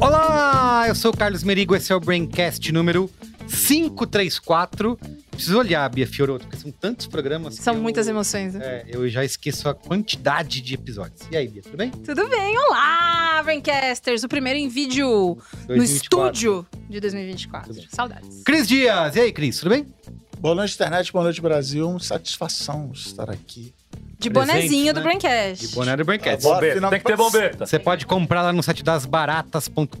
Olá, eu sou o Carlos Merigo, esse é o Braincast número 534. Preciso olhar, Bia Fioroto, porque são tantos programas. que São eu- muitas emoções. né? É, eu já esqueço a quantidade de episódios. E aí, Bia, tudo bem? Tudo bem, olá, Braincasters! O primeiro em vídeo no 2024. estúdio de Tudo 2024. bem. Saudades. Cris Dias, e aí, Cris, tudo bem? Boa noite, internet. Boa noite, Brasil. Satisfação estar aqui. De Presente, bonezinho né? do Braincast. boné do Braincast. Agora- Bombeta, Afinal, Tem que ter bombeta. Tá Você pode comprar lá no site dasbaratas.com.br.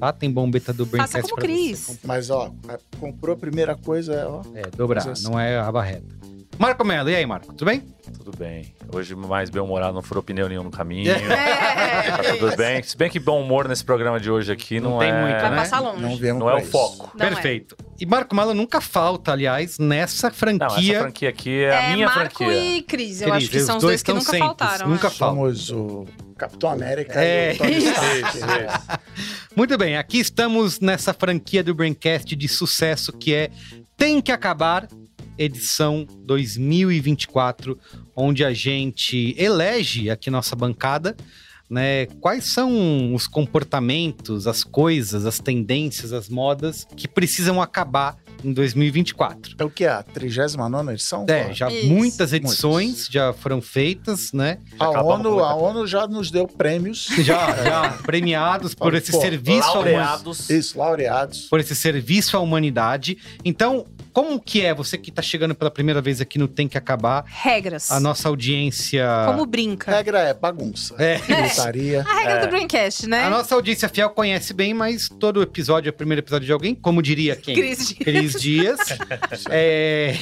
Lá tá? tem bombeta do Braincast Faça como pra Cris. você comprar. Mas, ó, comprou a primeira coisa, ó. É, dobrar, Fazer assim. não é a barreta. Marco Mello, e aí, Marco, tudo bem? Tudo bem. Hoje, mais bem humorado, não furou pneu nenhum no caminho. Tá É, tudo bem. Se bem que bom humor nesse programa de hoje aqui Não não, tem é... muito, Vai né? passar longe. Não viemos Não é pra o isso. foco. Não é. Perfeito. E Marco Mello nunca falta, aliás, nessa franquia. Não, essa franquia aqui é, a minha Marco franquia. e Cris. Eu acho que Cris, são os os dois, que estão nunca sempre, faltaram. Nunca né? faltam. Somos o Capitão América É, e o Tony isso. Stark. Isso, né? isso. Muito bem, aqui estamos nessa franquia do Braincast de sucesso que é Tem que Acabar, edição 2024, onde a gente elege aqui nossa bancada, né? Quais são os comportamentos, as coisas, as tendências, as modas que precisam acabar em 2024? É o que? A 39 edição? É, já Isso. muitas edições já foram feitas, né? a, acabamos ONU, com a muita ONU já nos deu prêmios. Já, já premiados por esse Pô, serviço ao mundo. Laureados. Isso, laureados. por esse serviço à humanidade. Então, como que é você que está chegando pela primeira vez aqui no Tem que Acabar, Regras. a nossa audiência, Como brinca. regra é bagunça. É. Gritaria. A regra do Braincast, a né? nossa audiência fiel conhece bem, mas todo episódio é o primeiro episódio de alguém, como diria quem? Cris de... Cris Dias. É,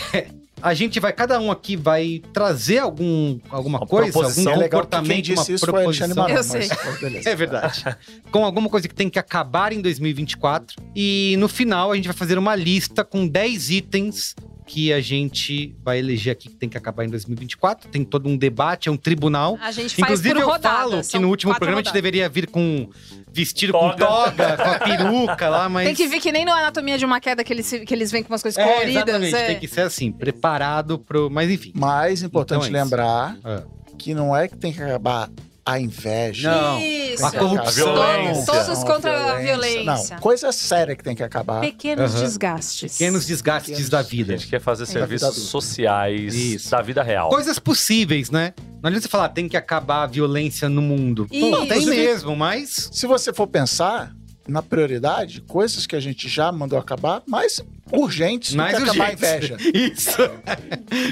a gente vai, cada um aqui vai trazer algum, alguma Uma coisa, algum proposição. É legal que quem um comportamento, uma disse isso foi Alexandre proposição. Maron. Eu sei. Mas, beleza. É verdade. com alguma coisa que tem que acabar em 2024. E no final a gente vai fazer uma lista com 10 itens que a gente vai eleger aqui que tem que acabar em 2024. Tem todo um debate, é um tribunal. A gente faz Inclusive, por eu rodada. falo que são no último quatro programa a gente rodadas. deveria vir com vestido com Toga. toga, com a peruca lá, mas. Tem que ver que nem no Anatomia de uma Queda que eles, que eles vêm com umas coisas É, coloridas. exatamente, é. tem que ser assim, preparado pro. Mas enfim. Mas importante Então é isso. lembrar Ah. que não é que tem que acabar a inveja. Não. Isso. A corrupção. Todos- A violência. Todos contra a violência. Não, coisa séria que tem que acabar. Pequenos Aham. desgastes. Pequenos desgastes Pequenos- da A vida. gente quer fazer vida serviços adulta. sociais É. Isso. da vida real. Coisas possíveis, né? Não adianta você falar, tem que acabar a violência no mundo. Pô, Isso. tem mesmo, mas. Se você for pensar na prioridade, coisas que a gente já mandou acabar, mas urgentes Mais do que acabar a urgente. inveja. Isso.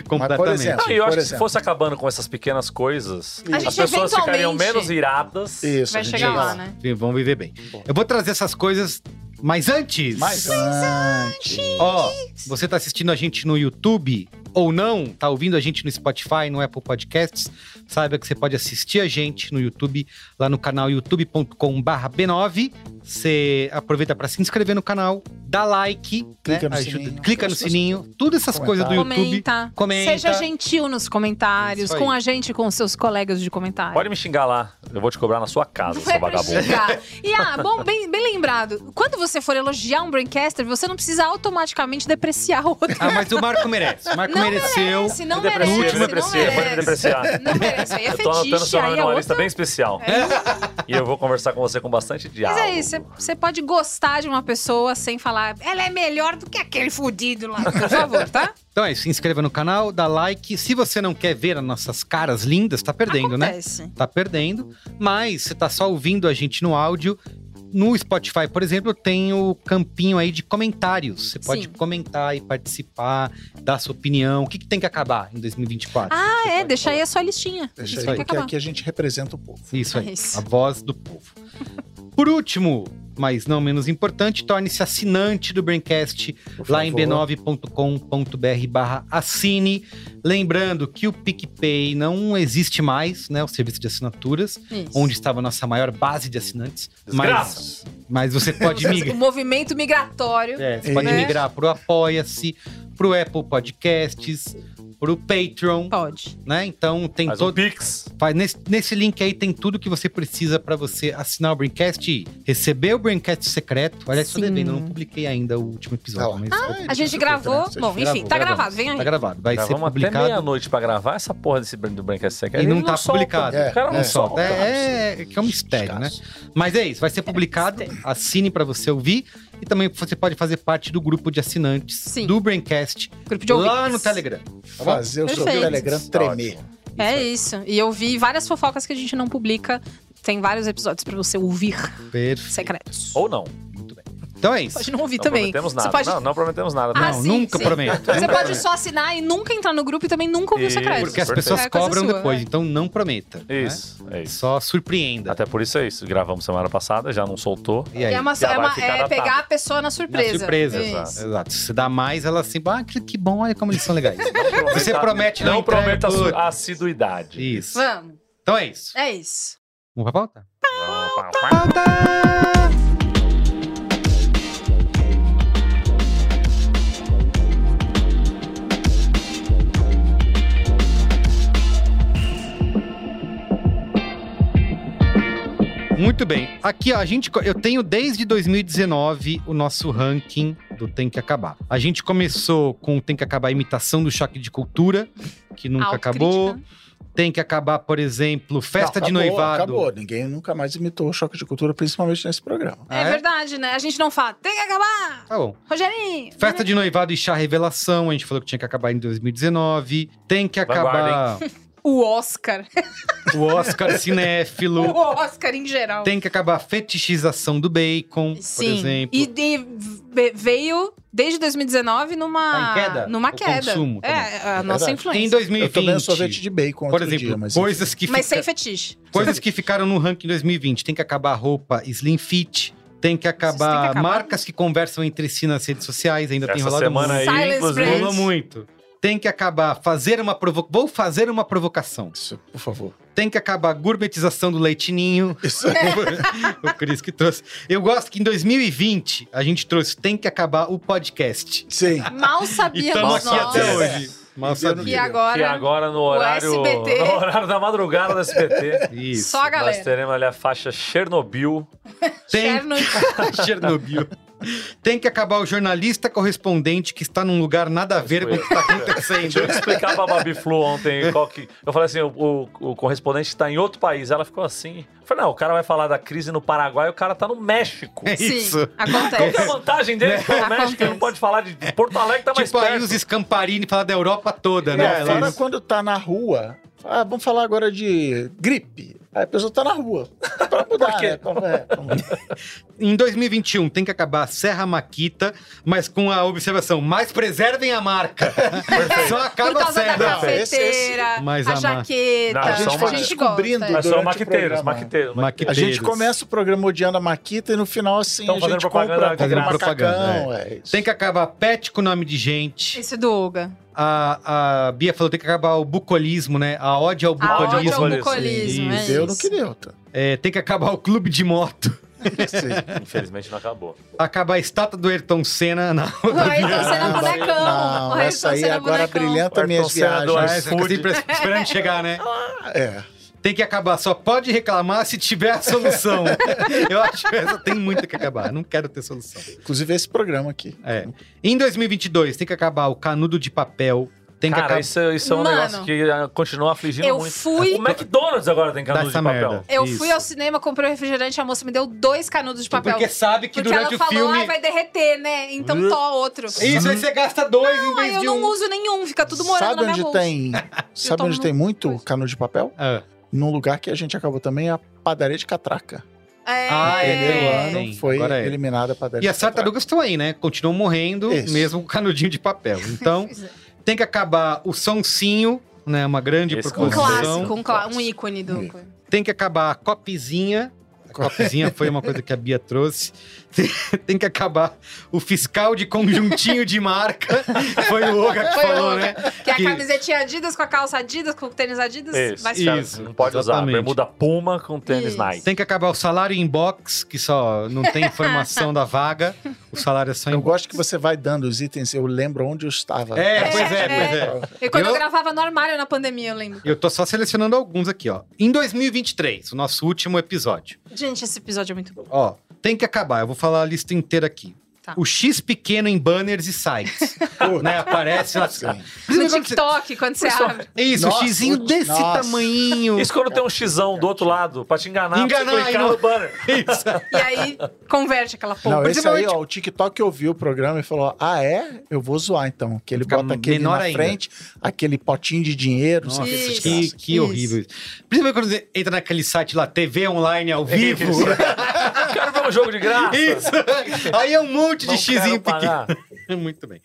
Completamente. exemplo- assim, Não, e Ah, eu por acho que se exemplo. fosse acabando com essas pequenas coisas, A as gente pessoas ficariam eventualmente- menos iradas. Isso, a Vai gente chegar já- lá, né? Enfim, Vamos viver bem. Bom. Eu vou trazer essas coisas, mas antes. Mas antes. Ó, você tá assistindo a gente no YouTube ou não, tá ouvindo a gente no Spotify, no Apple Podcasts, saiba que você pode assistir a gente no YouTube, lá no canal youtube.com/b9. Você aproveita para se inscrever no canal, dá like, né? Clica no Ajuda- sininho. clica no sininho, todas essas coisas do YouTube. Comenta. comenta. Seja gentil nos comentários, Isso aí. com a gente, com os seus colegas de comentário. Pode me xingar lá. Eu vou te cobrar na sua casa, Não seu é pra vagabundo. xingar. E ah, bom, bem, bem lembrado. Quando você for elogiar um Braincaster, você não precisa automaticamente depreciar o outro. Ah, mas o Marco merece. O Marco Não mereceu. Se não Deprecia, merece, último não deprecia, pode merece. depreciar. Não merece, aí é Eu tô anotando fetiche, seu nome aí é numa outra É. lista bem especial. E eu vou conversar com você com bastante Mas diálogo. é isso, você pode gostar de uma pessoa sem falar, ela é melhor do que aquele fudido lá. Por favor, tá? Então é isso, se inscreva no canal, dá like. Se você não quer ver as nossas caras lindas, tá perdendo, né? Acontece. Tá perdendo. Mas você tá só ouvindo a gente no áudio. No Spotify, por exemplo, tem o campinho aí de comentários. Você pode Sim. comentar e participar, dar sua opinião. O que, que tem que acabar em 2024? Ah, é, deixa aí a sua listinha. Deixa Isso é tem aí, que porque acabar. aqui a gente representa o povo. Isso aí, É isso. a voz do povo. Por último, mas não menos importante, torne-se assinante do Braincast Por lá em favor. b9.com.br barra assine. Lembrando que o PicPay não existe mais, né? O serviço de assinaturas, Isso. onde estava a nossa maior base de assinantes. Mas, Desgraça. mas você pode O migrar. movimento migratório. É, você pode Né? migrar pro Apoia-se, pro Apple Podcasts, pro Patreon, Pode. né? Então tem Faz um todo. pix. Faz- Nesse, nesse link aí tem tudo que você precisa pra você assinar o Braincast e receber o Braincast secreto. Olha, tô Sim. devendo, eu não publiquei ainda o último episódio, Tá lá. mas Ah, A gente gravou. Bom, enfim, Gravou, tá gravamos. gravado. Vem aí. tá gravado. Vai ser Gravamos até publicado meia-noite pra gravar essa porra desse brand do Branca Seca. e Ele não tá solta. publicado. É, O cara não é, solta. É, assim. é, que é um mistério, né? Mas é isso, vai ser publicado. Assine pra você ouvir. E também você pode fazer parte do grupo de assinantes Sim. do Braincast Grupo de ouvintes. lá no Telegram. Fazer o seu Perfeito. Telegram tremer. É isso. E eu vi várias fofocas que a gente não publica. Tem vários episódios pra você ouvir Perfeito. secretos. Ou não. Então é isso. Pode não ouvir Não também. prometemos nada. Você pode, Não, não prometemos nada. Ah, não. Não, sim, nunca sim. prometo. você nunca pode prometo. só assinar e nununca entrar no grupo e também nunca ouvir o Isso, secreto. Porque as Perfeito. pessoas É coisa cobram sua, depois, é. então não prometa. né? Isso, é isso. Só surpreenda. Até por isso é isso. Gravamos semana passada, já não soltou. E aí? É, uma, Já é, vai uma- ficar é datado. pegar a pessoa na surpresa. É Na surpresa, Isso. exato. Exato. Se dá mais, ela assim, ah, que, que bom, olha como eles são legais. Você promete, não não entrega prometa a tudo. sua assiduidade. isso. Vamos. Então é isso. É isso. Vamos pra pauta? Pá, pá, pá. Pauta! Muito bem. Aqui, ó, a gente, co- eu tenho desde 2019 o nosso ranking do Tem que Acabar. A gente começou com o Tem que Acabar a imitação do choque de cultura, que nunca Autocrítica. acabou. Tem que acabar, por exemplo, festa Não, de acabou, noivado. É Acabou. Ninguém nunca mais imitou o choque de cultura, principalmente nesse programa. Ah, É, é? verdade, né? A gente não fala, tem que acabar, Tá bom. Rogerinho. Festa de noivado e chá revelação, a gente falou que tinha que acabar em 2019. Tem que acabar Vanguarda, O Oscar. o Oscar o cinéfilo. Oscar em geral. Tem que acabar a fetichização do bacon, por Sim. exemplo. E de- ve- veio desde 2019 numa Tá em queda? numa O queda. consumo, tá é, a nossa Verdade. influência. Em Eu tomei um 2020, sorvete de bacon por outro exemplo, dia, mas... coisas, que Mas fica- sem fetiche. coisas que ficaram no ranking em 2020. Tem que acabar a roupa slim fit. Tem que acabar, acabar. marcas que conversam entre si nas redes sociais. Ainda tem Essa rolado semana muito. aí, Silence inclusive. Brand. Rolou muito. Tem que acabar fazer uma provocação. Vou fazer uma provocação. Isso, por favor. Tem que acabar a gourmetização do leitinho. Isso. o Cris que trouxe. Eu gosto que em 2020 a gente trouxe Tem que acabar o podcast. Sim. Mal E sabíamos estamos nós. aqui até nós. hoje. Mal Entendeu? sabia. E agora, Que agora no horário, SBT. no horário da madrugada do SBT, Isso. só a nós galera. teremos ali a faixa Chernobyl. Tem Chernobyl. Chernobyl. Tem que acabar o jornalista correspondente que está num lugar nada a ver com o que está Deixa eu Tá acontecendo. explicar pra Babi Flu ontem qual que. Eu falei assim: o, o- o correspondente tá em outro país. Ela ficou assim. Eu falei, não, o cara vai falar da crise no Paraguai e o cara tá no México. É isso. Sim, acontece. Qual que é a vantagem dele que é o México? Ele não pode falar de de Porto Alegre, tá mais Tipo aí perto. os Scamparini falar da Europa toda, né? É, fora Elas- quando tá na rua. Ah, vamos falar agora de gripe. Aí a pessoa tá na rua. Pra mudar, quê? né? Pra- é, pra- Em 2021 tem que acabar a Serra Maquita, mas com a observação, mas preservem a marca. Só Por acaba a causa da Serra. café. esse- cafeteira, Mas a a ma- jaqueta. Não, A Ah, só gente uma- foi descobrindo gosta. Mas durante o são É né? maquiteiros, programa. maquiteiros. A Maquiteiros. gente começa o programa odiando a Maquita e no final, assim, Tão a fazendo gente propaganda compra Fazendo um propaganda, macacão. É. isso. Tem que acabar pet com nome de gente. Esse do Olga. A, a Bia falou que tem que acabar o bucolismo, né? A ódio ao A Bucolismo, ódio bucolismo. ao olha, bucolismo, Ah, é isso. Deu no isso. que deu, tá? É, tem que acabar o clube de moto. Sim. Infelizmente não acabou. Acabar a estátua do Ayrton Senna na Aí rodovia. então você não é bonecão. Não, Aí essa aí você não é tá agora bonecão. brilhanta Ayrton minhas Senna do Ah, viagens. você fica sempre esperando chegar, né? É. Tem que acabar. Só pode reclamar se tiver a solução. Eu acho que essa tem muito que acabar. Não quero ter solução. Inclusive esse programa aqui. É. Em 2022 tem que acabar o canudo de papel. Tem que Cara, acabar. isso, isso é um Mano. negócio que ah, continua afligindo Eu muito. fui- O McDonald's agora tem canudo de Dessa papel. merda. Eu Isso. Então, fui ao cinema, comprei um refrigerante, a moça me deu dois canudos de papel. Porque sabe que Porque durante ela o falou, filme. ah, vai derreter, né? Então Uh. tó outro. Isso, Uhum. aí você gasta dois em Ah, vez eu de não um. uso nenhum, fica Tá tudo morando Sabe na minha onde bolsa. tem. Sabe tomo onde tem muito canudo de papel? Ah, Num lugar que a gente acabou também, a padaria de catraca. É... Ah, Primeiro é. ano Sim, foi agora é. eliminada a padaria E as de catraca. tartarugas estão aí, né? Continuam morrendo, Isso. mesmo com canudinho de papel. Então, Pois é. tem que acabar o sonsinho, né? Uma grande Esse Um Posição. proposição. clássico, um, clá- um ícone do. Um Tem que acabar a copizinha. A copizinha foi uma coisa que a Bia trouxe. Tem que acabar. O fiscal de conjuntinho de marca foi o Oga que Foi o falou, Oga. né? Que é a Que- camisetinha Adidas com a calça Adidas, com o tênis Adidas. Esse, vai se cara, Isso, não pode exatamente. usar. Bermuda Puma com tênis Isso. Nike. Tem que acabar o salário inbox, que só não tem informação da vaga. O salário é só Eu inbox. gosto que você vai dando os itens, eu lembro onde eu estava. É, É, pois é, é. pois é. E quando eu... Eu- gravava no armário na pandemia, eu lembro. Eu tô só selecionando alguns aqui, ó. Em 2023, o nosso último episódio. Gente, esse episódio é muito bom. Ó, tem que acabar. Eu vou falar a lista inteira aqui. Tá. O X pequeno em banners e sites. né? Aparece lá. No TikTok, quando você Pessoal, abre. Isso, o Nossa, xizinho o- desse nossa. tamanhinho. Isso quando tem um xão do outro lado, pra te enganar, pra Enganar, você clicar não. no banner. Isso. E aí converte aquela porra. Não, Mas esse aí, geralmente- ó, o TikTok ouviu o programa e falou: Ah, é? Eu vou zoar então. Que ele Fica bota aquele menor na ainda. frente, aquele potinho de dinheiro. Nossa, sabe, essas Isso. que, graças. que Isso. horrível isso. Principalmente quando você entra naquele site lá, TV online ao vivo. Quero ver um jogo de graça. Isso. Aí é um monte de Não xizinho quero pequeno. pagar. Muito bem.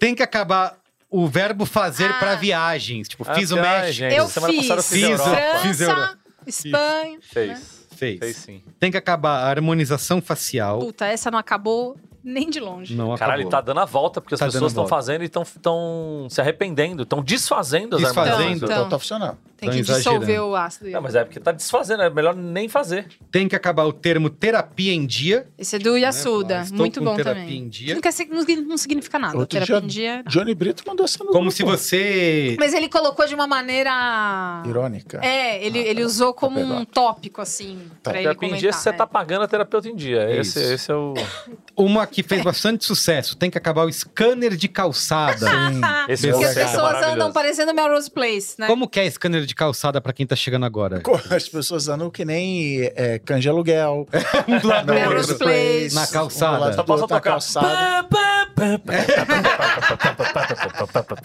Tem que acabar o verbo fazer Ah. pra viagens. Tipo, Ah, fiz o pior, México. gente. Eu Semana fiz. passada eu fiz, a Fiz, Europa. ó. Fiz França, Europa. Espanha. Fez. Fez. Fez sim. Tem que acabar a harmonização facial. Puta, essa não acabou nem de longe. Não Caralho, ele acabou. tá dando a volta, porque as Tá dando a pessoas estão volta. fazendo e estão se arrependendo, estão desfazendo as Desfazendo. armações. Então, Então tá funcionando. Tem Tão que exagerando. dissolver o ácido. Não, mas é porque tá desfazendo, é melhor nem fazer. Tem que acabar o termo terapia em dia. Esse é do Yasuda. Estou muito com bom terapia também. em dia. Não, quer ser- não signi- não significa nada. Outro terapia dia- em dia. Johnny Brito mandou essa no Como grupo. se você. Mas ele colocou de uma maneira. Irônica. É, ele, Ah, tá ele bom. usou como Tá um tópico, assim, Tá. pra ele terapia comentar. em dia, você é. tá pagando a terapeuta em dia. Isso. Esse, esse é o. Uma que fez bastante sucesso. Tem que acabar o scanner de calçada. Esse é Porque as legal. pessoas andam maravilhoso. parecendo Melrose Place, né? Como que é scanner de calçada pra quem tá chegando agora? Co- As pessoas andam que nem é, canja de aluguel. Um do lado do Melrose outro. Place. Na calçada. Um lado do Só posso outro na tocar. calçada.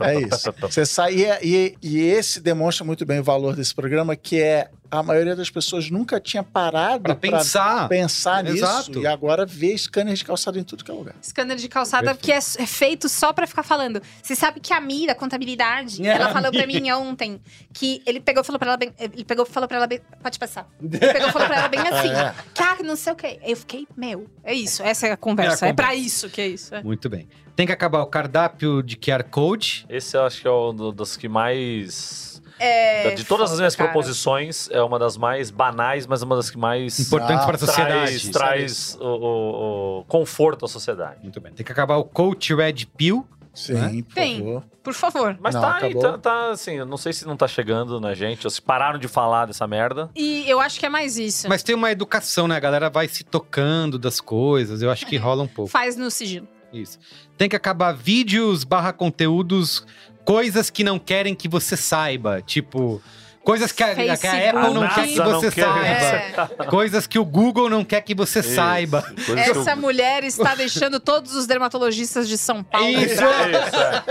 É isso. Você sai e, é, e- e esse demonstra muito bem o valor desse programa, que é a maioria das pessoas nunca tinha parado Pra pensar. pensar nisso Exato. e agora vê scanner de calçado em tudo que é lugar. Scanner de calçada Perfeito. que é, é feito só pra ficar falando. Você sabe que a Mira, contabilidade, É, ela a falou pra mim ontem que ele pegou e falou pra ela bem. Ele pegou e falou pra ela bem. Pode passar. Ele pegou e falou pra ela bem assim. É. Cara, não sei o quê. Eu fiquei, meu, é isso. Essa é a conversa. É É, a pra conversa. isso que é isso. é. Muito bem. Tem que acabar o cardápio de QR Code. Esse eu acho que é um do- dos que mais. É, de todas as minhas cara. proposições, é uma das mais banais, mas uma das que mais. Importante Ah, pra Traz, sociedade. traz o, o- o conforto à sociedade. Muito bem. Tem que acabar o coach Red Pill. Sim, Né? por Tem. favor. Por favor. Mas Não, tá aí, acabou. tá, tá, assim, eu não sei se não tá chegando na gente, ou se pararam de falar dessa merda. E eu acho que é mais isso. Mas tem uma educação, né? A galera vai se tocando das coisas. Eu acho Uhum. que rola um pouco. Faz no sigilo. Isso. Tem que acabar vídeos barra conteúdos, coisas que não querem que você saiba. Tipo, coisas que a, que a Facebook. Apple não A quer que NASA você não quer. É. saiba. É. Coisas que o Google não quer que você Isso, saiba. coisa que eu- Essa mulher está deixando todos os dermatologistas de São Paulo. Isso. Isso, é.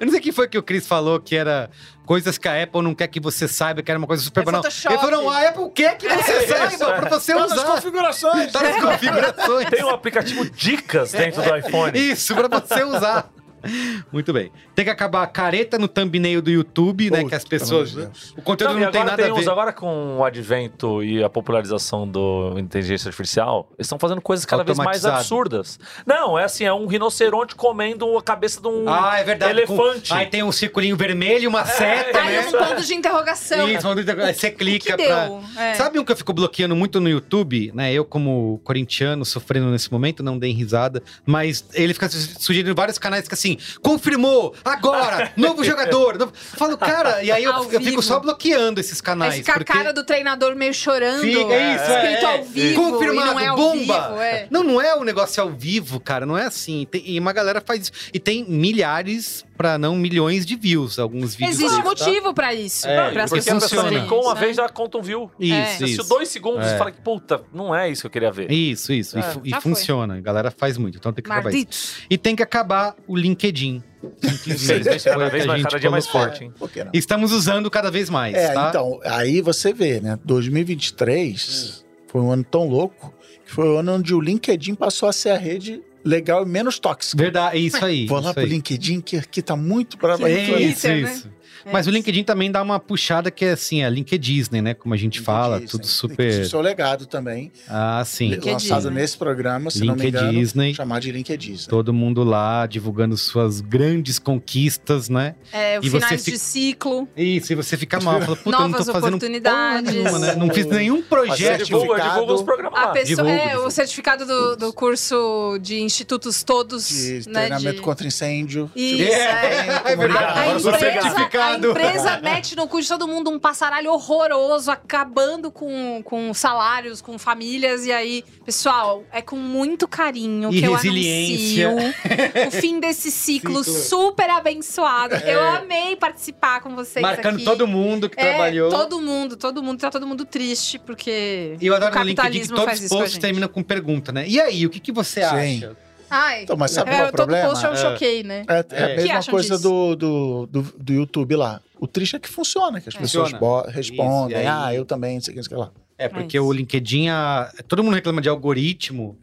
Eu não sei o que foi que o Chris falou, que era coisas que a Apple não quer que você saiba, que era uma coisa super É banal. Photoshop. Ele falou, não, a Apple quer que você saiba, pra você Tá nas usar. configurações. Tá nas configurações. Tem um aplicativo Dicas dentro do iPhone. Isso, pra você usar. Muito bem. Tem que acabar a careta no thumbnail do YouTube, né? Pô, Que as pelo pessoas. amor de Deus. O conteúdo Não, então não, e tem agora nada a tem uns- ver. Agora com o advento e a popularização do inteligência artificial, eles estão fazendo coisas cada vez mais Automatizado. absurdas. Não, é assim, é um rinoceronte comendo a cabeça de um Ah, é verdade. elefante. Com... Aí tem um circulinho vermelho, uma seta, Aí um né? ponto de interrogação. Isso, uma dúvida- aí você O que clica pra. deu? É. Sabe um que eu fico bloqueando muito no YouTube, né? Eu, como corintiano, sofrendo nesse momento, não deem risada. Mas ele fica su- sugerindo vários canais que assim, confirmou, agora, novo jogador. novo- Eu falo, cara, e aí eu, Ao eu fico vivo. só bloqueando esses Aí canais. fica porque a cara do treinador meio chorando. Fica, é isso, é, Escrito é. ao vivo. Confirmado, e não é ao bomba. Vivo, é. Não, não é o negócio ao vivo, cara. Não é assim. Tem- e uma galera faz isso. E tem milhares, pra não milhões de views, alguns vídeos. Existe desses, tá? motivo pra isso. É, pra as Porque a pessoas pessoa funciona. fazerem clicou uma isso, vez né? já conta um view. Isso, Você assistiu isso. dois segundos É. e fala que, puta, não é isso que eu queria ver. Isso, isso. e É, fu- e Ah, já foi. funciona. A galera faz muito. Então tem que acabar isso. Malditos. E tem que acabar o LinkedIn. Infelizmente, Foi cada o que vez a mais, gente cada dia mais colocou. forte, hein? Por que não? Tá. Estamos usando cada vez mais, É, tá? então, aí você vê, né? 2023 foi um ano tão louco que foi o ano onde o LinkedIn passou a ser a rede legal e menos tóxica. Verdade, é isso aí. Vou lá isso pro aí. LinkedIn, É que aqui tá muito bravo. É Twitter, isso, né? isso. Mas o LinkedIn também dá uma puxada que é assim, é LinkedIn, Disney, né? Como a gente fala, Disney. tudo Tem que super. Seu legado também, Ah, sim. LinkedIn, lançado né? nesse programa, se não me LinkedIn engano, Disney. chamar de LinkedIn. Todo mundo lá divulgando suas grandes conquistas, né? É, E você finais fica- de ciclo. E se você fica mal, fala, puta, eu não tô Novas fazendo porra oportunidades. nenhuma, né? Não fiz nenhum Você projeto. divulga, divulga os programas A Ah, lá. pessoa, divulgo, é, divulgo. o certificado do, do curso de institutos todos, De né? treinamento de- contra incêndio. Tipo, Isso, é. É Obrigado, verdade. A, a agora empresa, sou a certificado. empresa mete no cu de todo mundo um passaralho horroroso, acabando com, com salários, com famílias. E aí, pessoal, é com muito carinho E que eu resiliência. anuncio o fim desse ciclo, Ciclo. super abençoado. Eu É. amei participar com vocês Marcando aqui. todo mundo que É, trabalhou. todo mundo, todo mundo. Tá todo mundo triste, porque E eu adoro o no LinkedIn que capitalismo todos faz os isso com a posts gente. terminam com pergunta, né? E aí, o que, que você Sim. acha? Ai, Então, mas sabe é, qual é o todo problema? post eu É. choquei, né? É, é É. a Que mesma acham coisa disso? do, do, do, do YouTube lá. O triste é que funciona, que as pessoas Funciona. bo- Isso, e aí- respondem. Ah, eu também, não sei o que, não sei o que lá. É, porque isso. o LinkedIn, a- todo mundo reclama de algoritmo,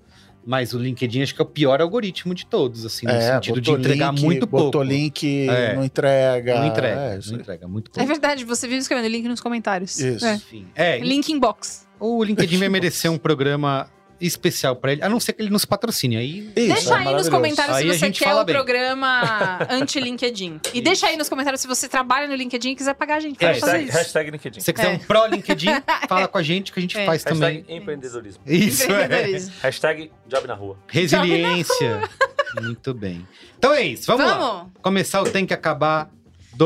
mas o LinkedIn acho que é o pior algoritmo de todos, assim, no sentido de É, botou entregar link, muito botou pouco. link, É. não entrega. Não entrega, É, isso não aí. entrega muito É pouco. verdade, você vive escrevendo link nos comentários. Isso. É. Enfim. É, Link inbox. o LinkedIn vai merecer um programa especial pra ele, a não ser que ele nos patrocine. Aí Isso, deixa é aí nos maravilhoso. comentários Aí a se você gente quer fala o bem. programa anti-LinkedIn. E deixa aí nos comentários se você trabalha no LinkedIn e quiser pagar a gente pra fazer Hashtag, isso. hashtag LinkedIn. se você quiser É. um pró-LinkedIn, fala com a gente que a gente É. faz Hashtag também. empreendedorismo. Isso é. Empreendedorismo. Hashtag job na rua. Resiliência. Muito bem. Então é isso, vamos, lá. Vamos? Começar o Tem Que Acabar é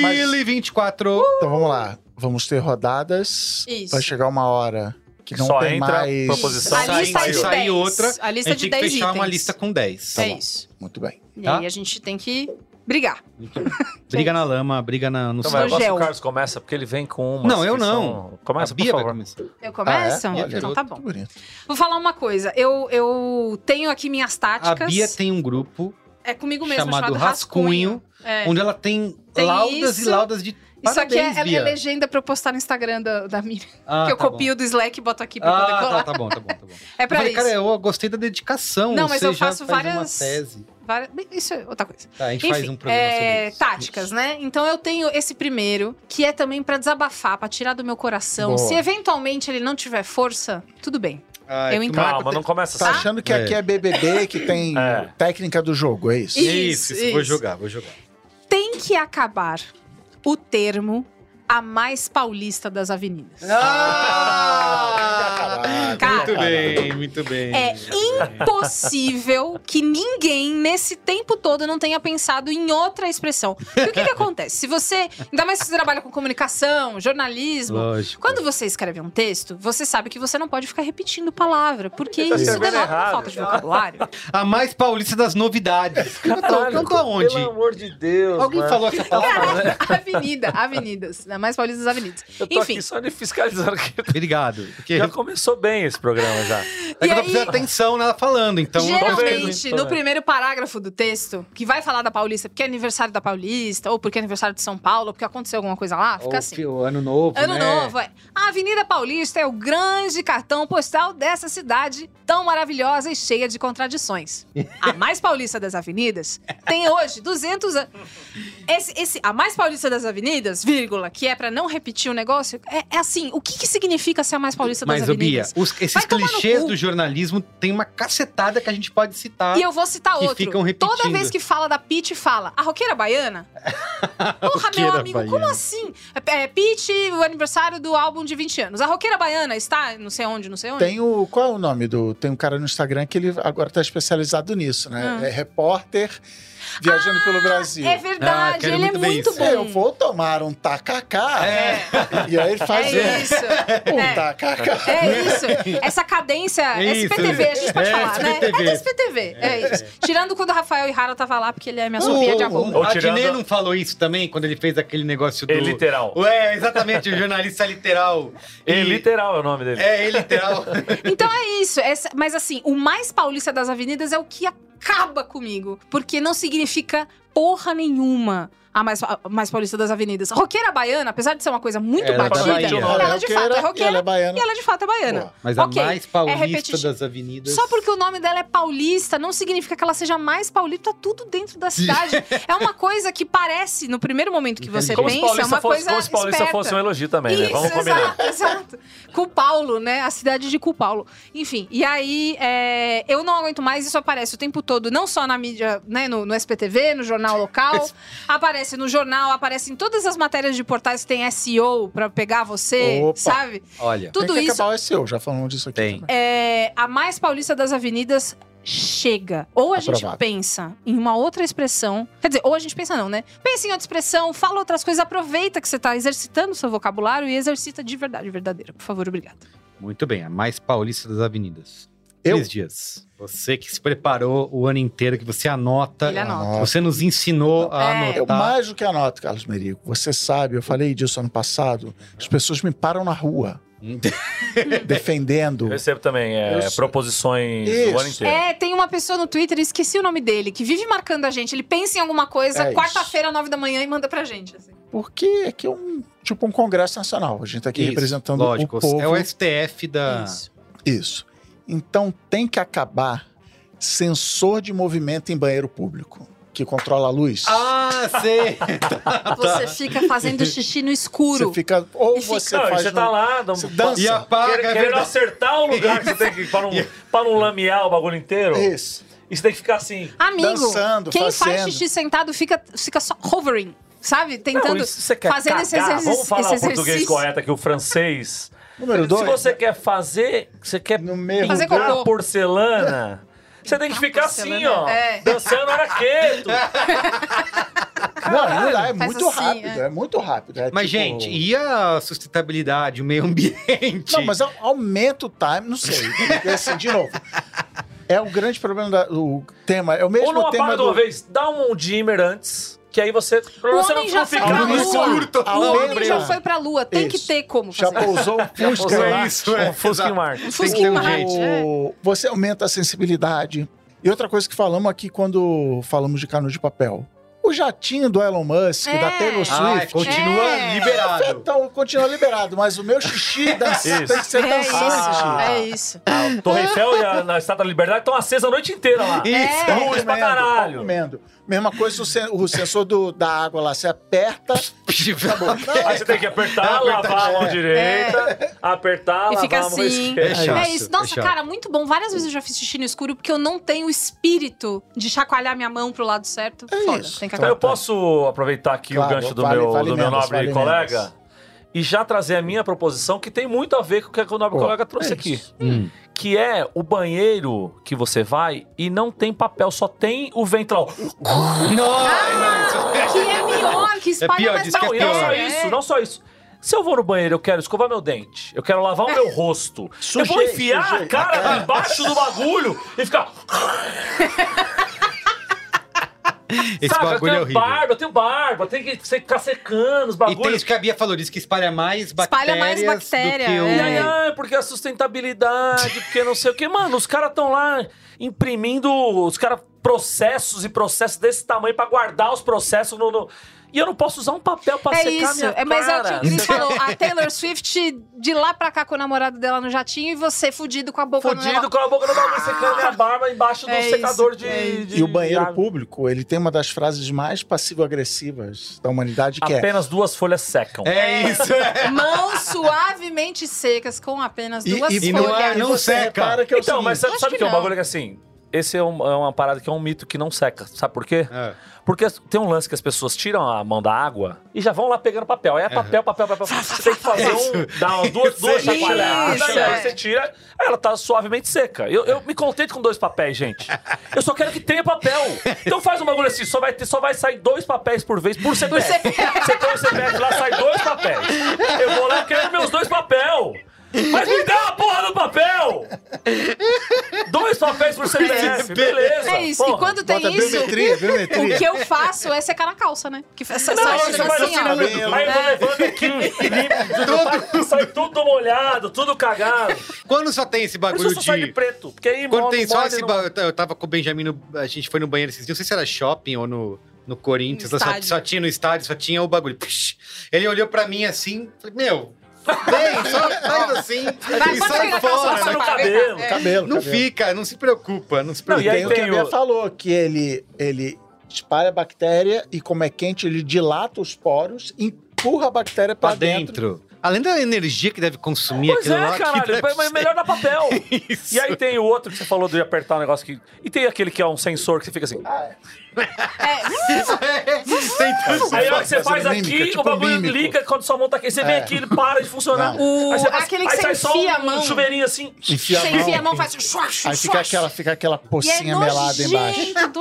2024. Então vamos lá. Vamos ter rodadas. Isso. Vai chegar uma hora que não Só tem entra mais. proposição. A lista é Saiu. de 10. Saiu outra, A A lista gente de tem 10 que fechar itens. uma lista com 10. É isso. Muito bem. E Tá? aí a gente tem que brigar. Briga na lama, briga na, no Então, sol. vai, eu gosto que Gel. o Carlos começa, porque ele vem com uma. Não, eu não. Começa, A por Bia vai favor. começar. Eu começo? Ah, é? Olha, então tá muito bom. bonito. Vou falar uma coisa. Eu, eu tenho aqui minhas A táticas. Bia tem um grupo É comigo mesmo, chamado chamado, Rascunho, Um É. onde ela tem, Tem laudas e isso. laudas de. Isso aqui é, Parabéns, é Bia. legenda pra eu postar no Instagram da, da Miriam. Ah, que eu tá bom. copio do Slack e boto aqui pra Ah, poder tá, colar. tá bom, tá bom, tá bom. É pra Falei, isso. cara, eu gostei da dedicação. Não, mas você eu já faço faz uma várias- tese. Várias- Bem, Isso é outra coisa. Tá, a gente Enfim, faz um programa é, sobre isso. táticas, né? Então eu tenho esse primeiro, que é também pra desabafar, pra tirar do meu coração. Boa. Se eventualmente ele não tiver força, tudo bem. Ai, Eu que encaro. Calma, não começa Tá assim. achando que É. aqui é BBB, que tem É. técnica do jogo, é isso? Isso, isso, Isso, vou isso. jogar, vou jogar. Tem que acabar o termo a mais paulista das avenidas. Caraca, Ah! Cara. muito bem, muito bem. É impossível que ninguém, nesse tempo todo, não tenha pensado em outra expressão. Porque o que, que acontece? Se você. Ainda mais se você trabalha com comunicação, jornalismo. Ah. Lógico. Quando você escreve um texto, você sabe que você não pode ficar repetindo palavra, porque Tá isso escrevendo denota uma errado. falta de vocabulário. A mais paulista das novidades. Cantou, cantou então, aonde? Pelo amor de Deus. Alguém mano. falou essa palavra? Avenida, avenidas, né? mais paulista das avenidas. é. Eu tô Enfim, aqui só de fiscalizando que Obrigado. Porque já começou bem esse programa já. é que eu tô aí- prestando atenção nela falando, então. vendo, né? geralmente, hein? Tô no vendo. primeiro parágrafo do texto, que vai falar da Paulista, porque é aniversário da Paulista, ou porque é aniversário de São Paulo, ou porque aconteceu alguma coisa lá, fica assim. O ano novo. Ano né? novo, é. A Avenida Paulista é o grande cartão postal dessa cidade tão maravilhosa e cheia de contradições. A mais paulista das avenidas tem hoje 200 anos. Esse, esse- a mais paulista das avenidas, vírgula, que é pra não repetir o negócio, é, é assim, o que, que significa ser a mais paulista das Mas, ô, Bia, avenidas? os- esses Vai tomar no clichês cu. do jornalismo tem uma cacetada que a gente pode citar. E eu vou citar que outro. ficam Toda repetindo. vez que fala da Pete, fala a roqueira baiana? Porra, meu Roqueira amigo, como baiana. assim? É, é, Pete, o aniversário do álbum de 20 anos. A roqueira baiana está não sei onde, não sei onde. Tem o. Qual é o nome do. Tem um cara no Instagram que ele agora tá especializado nisso, né? Ah. É repórter viajando pelo Brasil. É Ah, verdade, quero ele muito ver é muito isso. bom. Eu vou tomar um tacacá. E aí ele faz É um, isso. um É. tacacá. É isso. Essa cadência É é isso. SPTV, a gente pode É falar, SPTV. né? É SPTV. É, isso. Tirando quando o Rafael Ihara tava lá, porque ele é minha sopia de arroba. o, o Ou tirando- Adnet não falou isso também quando ele fez aquele negócio do. É literal. Ué, exatamente, o jornalista literal. É E- literal é o nome dele. É, é literal. Então é isso. Essa- mas assim, o mais paulista das avenidas é o que acaba comigo. Porque não significa porra nenhuma a mais, a mais paulista das avenidas. Roqueira baiana, apesar de ser uma coisa muito Ela é da batida, Bahia. ela, de fato é e ela é roqueira baiana. e ela de fato é baiana. Boa. Mas a Ok, mais paulista repetitivo. das avenidas. Só porque o nome dela é paulista, não significa que ela seja mais paulista, tá tudo dentro da cidade. é uma coisa que parece, no primeiro momento que você Como se pensa, é Paulista uma fosse, coisa como se Paulista esperta. fosse um elogio também, né? Vamos Isso, combinar. exato, exato. Cupaulo, né? A cidade de Cupaulo. Enfim, e aí é, eu não aguento mais, isso aparece o tempo todo, não só na mídia, né? No, no SPTV, no jornal local, aparece no jornal, aparece em todas as matérias de portais que tem SEO pra pegar você, Opa. sabe? Olha. Tudo Tem que isso. acabar o SEO, já falamos disso aqui. Tem. também. É, a mais paulista das avenidas chega. Ou a gente Aprovado. pensa em uma outra expressão. Quer dizer, ou a gente pensa não, né? Pensa em outra expressão, fala outras coisas, aproveita que você tá exercitando o seu vocabulário e exercita de verdade, verdadeira. Por favor, obrigada. Muito bem, a mais paulista das avenidas. Eu? Cris Dias. Você que se preparou o ano inteiro, que você anota. Ele anota. Anota. Você nos ensinou a É. Eu anotar. mais do que anoto, Carlos Merigo. Você sabe, eu falei disso ano passado. As pessoas me param na rua, defendendo. Eu recebo também é, Eu sou- proposições Isso. o ano inteiro. É, tem uma pessoa no Twitter, esqueci o nome dele, que vive marcando a gente. Ele pensa em alguma coisa, É isso. quarta-feira, nove da manhã, e manda pra gente. assim. Porque aqui é um tipo um congresso nacional. A gente está aqui Isso, representando Lógico, o povo. é o STF da. Isso. Isso. Então tem que acabar sensor de movimento em banheiro público, que controla a luz. Ah, sei! Ah, tá. Você fica fazendo xixi no escuro. Você fica ou E fica- você Não, e faz um você no- tá lá, não, Você dança. e apaga, quer- é querendo verdade. acertar o lugar que você tem que ir pra não, pra não lamear o bagulho inteiro. Isso. E você tem que ficar assim. Amigo, Dançando, quem faz fazendo. xixi sentado fica, fica só hovering, sabe? Tentando, não, isso você quer fazendo cagar? esse exercício. Vamos falar esse o português exercício. correto aqui, o francês. Número dois. né? Se você quer fazer, você quer No meio. Fazer pintar cocô. porcelana, você tem que ficar porcelana, assim, ó. é. Dançando era quieto. Não, não dá, é Faz muito assim, rápido, é. é. muito rápido. é Mas, tipo- gente, e a sustentabilidade, o meio ambiente? Não, mas au- aumenta o time, não sei. Porque, assim, de novo. É o grande problema da- do tema. É o mesmo Ou não tema apaga de do. uma vez, dá um dimmer antes, que aí você. pra O você homem não já foi ficar pra Algo no lua. escuro. curto. O Algo homem já branco. foi pra lua, tem Isso. que ter como Já fazer. pousou um Fusca pousou, lá. é isso, é. Um Fusca em Marte. Fusca Tem que ter um em jeito. Marte, é. O- Você aumenta a sensibilidade. E outra coisa que falamos aqui quando falamos de cano de papel. O jatinho do Elon Musk, É. da Taylor Ah, Swift. continua É. liberado. Então, continua liberado, mas o meu xixi dança, Isso. tem que ser É dançado. isso, Ah. é isso. A Torre Eiffel e a, na Estátua da Liberdade estão acesas a noite inteira lá. É. Isso. É, Luz É pra caralho. recomendo. tá Mesma coisa o, sen- o sensor do- da água lá, você aperta. Aí você tem que apertar, É lavar a mão direita, apertar, E lavar fica a mão assim. esquerda. chato, É isso. Nossa, chato. cara, muito bom. Várias vezes eu já fiz xixi no escuro porque eu não tenho o espírito de chacoalhar minha mão pro lado certo. É Foda, isso. tem que Então eu acabar. posso aproveitar aqui o Claro, gancho do vale- meu, vale do meu menos, nobre vale colega menos. e já trazer a minha proposição que tem muito a ver com o que o nobre Pô, colega trouxe é aqui. isso. Hum. Que é o banheiro que você vai e não tem papel, só tem o ventral. Não, Que é pior, que espalha pior, mais diz que é Não, e não só pior. isso, não só isso. Se eu vou no banheiro, eu quero escovar meu dente, eu quero lavar o meu rosto, eu vou Sujei, enfiar sujei. a cara embaixo do bagulho e ficar. Esse saca, bagulho é eu tenho horrível. barba, eu tenho barba, tem que ficar secando os E tem bagulhos. isso que a Bia falou, diz que espalha mais bactérias Espalha mais bactéria, do que o... E é. aí, ah, porque a sustentabilidade, porque não sei o quê. Mano, os caras estão lá imprimindo, os caras, processos e processos desse tamanho pra guardar os processos no. no- E eu não posso usar um papel pra É secar a isso, minha é, mas é o que cara. o Chris falou. A Taylor Swift de lá pra cá com o namorado dela no jatinho e você é fudido com a boca no Fudido negócio. com a boca no bagulho secando minha barba embaixo do É isso, secador de, é isso. de- E o banheiro de- público, ele tem uma das frases mais passivo-agressivas da humanidade, que é. Apenas duas folhas secam. É isso, é. Mãos suavemente secas com apenas E- duas e não folhas. é- não você seca. repara que é o Então, seguinte, mas sabe, Acho sabe que que é um não. bagulho que assim. Esse é, um- é uma parada que é um mito que não seca. Sabe por quê? Porque tem um lance que as pessoas tiram a mão da água e já vão lá pegando papel. Aí é papel, papel, papel, papel. Você tem que fazer um. Dá umas duas, duas Isso, chacoalhadas. isso, Aí é. você tira, aí ela tá suavemente seca. Eu, eu me contento com dois papéis, gente. Eu só quero que tenha papel. Então faz um bagulho assim, só vai, ter, só vai sair dois papéis por vez por CPF. Você tem o CPF lá, sai dois papéis. Eu vou lá, eu quero meus dois papel. Mas me dá a porra do papel! Dois papéis por CPF, beleza. É isso, porra. e quando Bota tem isso, biometria, biometria. o que eu faço é secar na calça, né? Que essa Não, saia você chega vai assim, assim, ó. aí eu vou levando aqui, limpo, tudo, sai tudo molhado, tudo cagado. Quando só tem esse Por isso eu bagulho só saio de... de preto, porque aí Quando mole- tem só mole esse não- bagulho... Eu tava com o Benjamin, no... a gente foi no banheiro esses dias, não sei se era shopping ou no... no Corinthians, No lá só, estádio. só tinha no estádio, só tinha o bagulho. Psh! ele olhou pra mim assim, falei, meu, vem, só faz assim Vai, e bota sai aquele negócio fora. lá, Passa no vai, vai, cabelo. vai. É. Cabelo, Não cabelo. fica, não se preocupa, não se Não, preocupa. e aí Tem o que tem a Bia o- falou, que ele, ele espalha a bactéria e como é quente, ele dilata os poros, empurra a bactéria pra pra dentro. dentro. Além da energia que deve consumir Tá Pois aquilo é, lá, que caralho. deve Mas ser melhor dar papel. isso. E aí tem o outro que você falou de apertar o negócio que. E tem aquele que é um sensor que você fica assim. Ah, é. Tem tudo. Aí a hora que você Fazendo faz mímica, aqui, tipo o bagulho mímico. liga quando sua mão tá aqui. Você É. vem aqui, ele para de funcionar. O- Aí você faz- aquele que aí você sai só enfia a um mão. chuveirinho assim. Enfia a Você enfia a mão. mão, faz... Shuash, Aí fica aquela, fica aquela E é pocinha melada embaixo. nojento,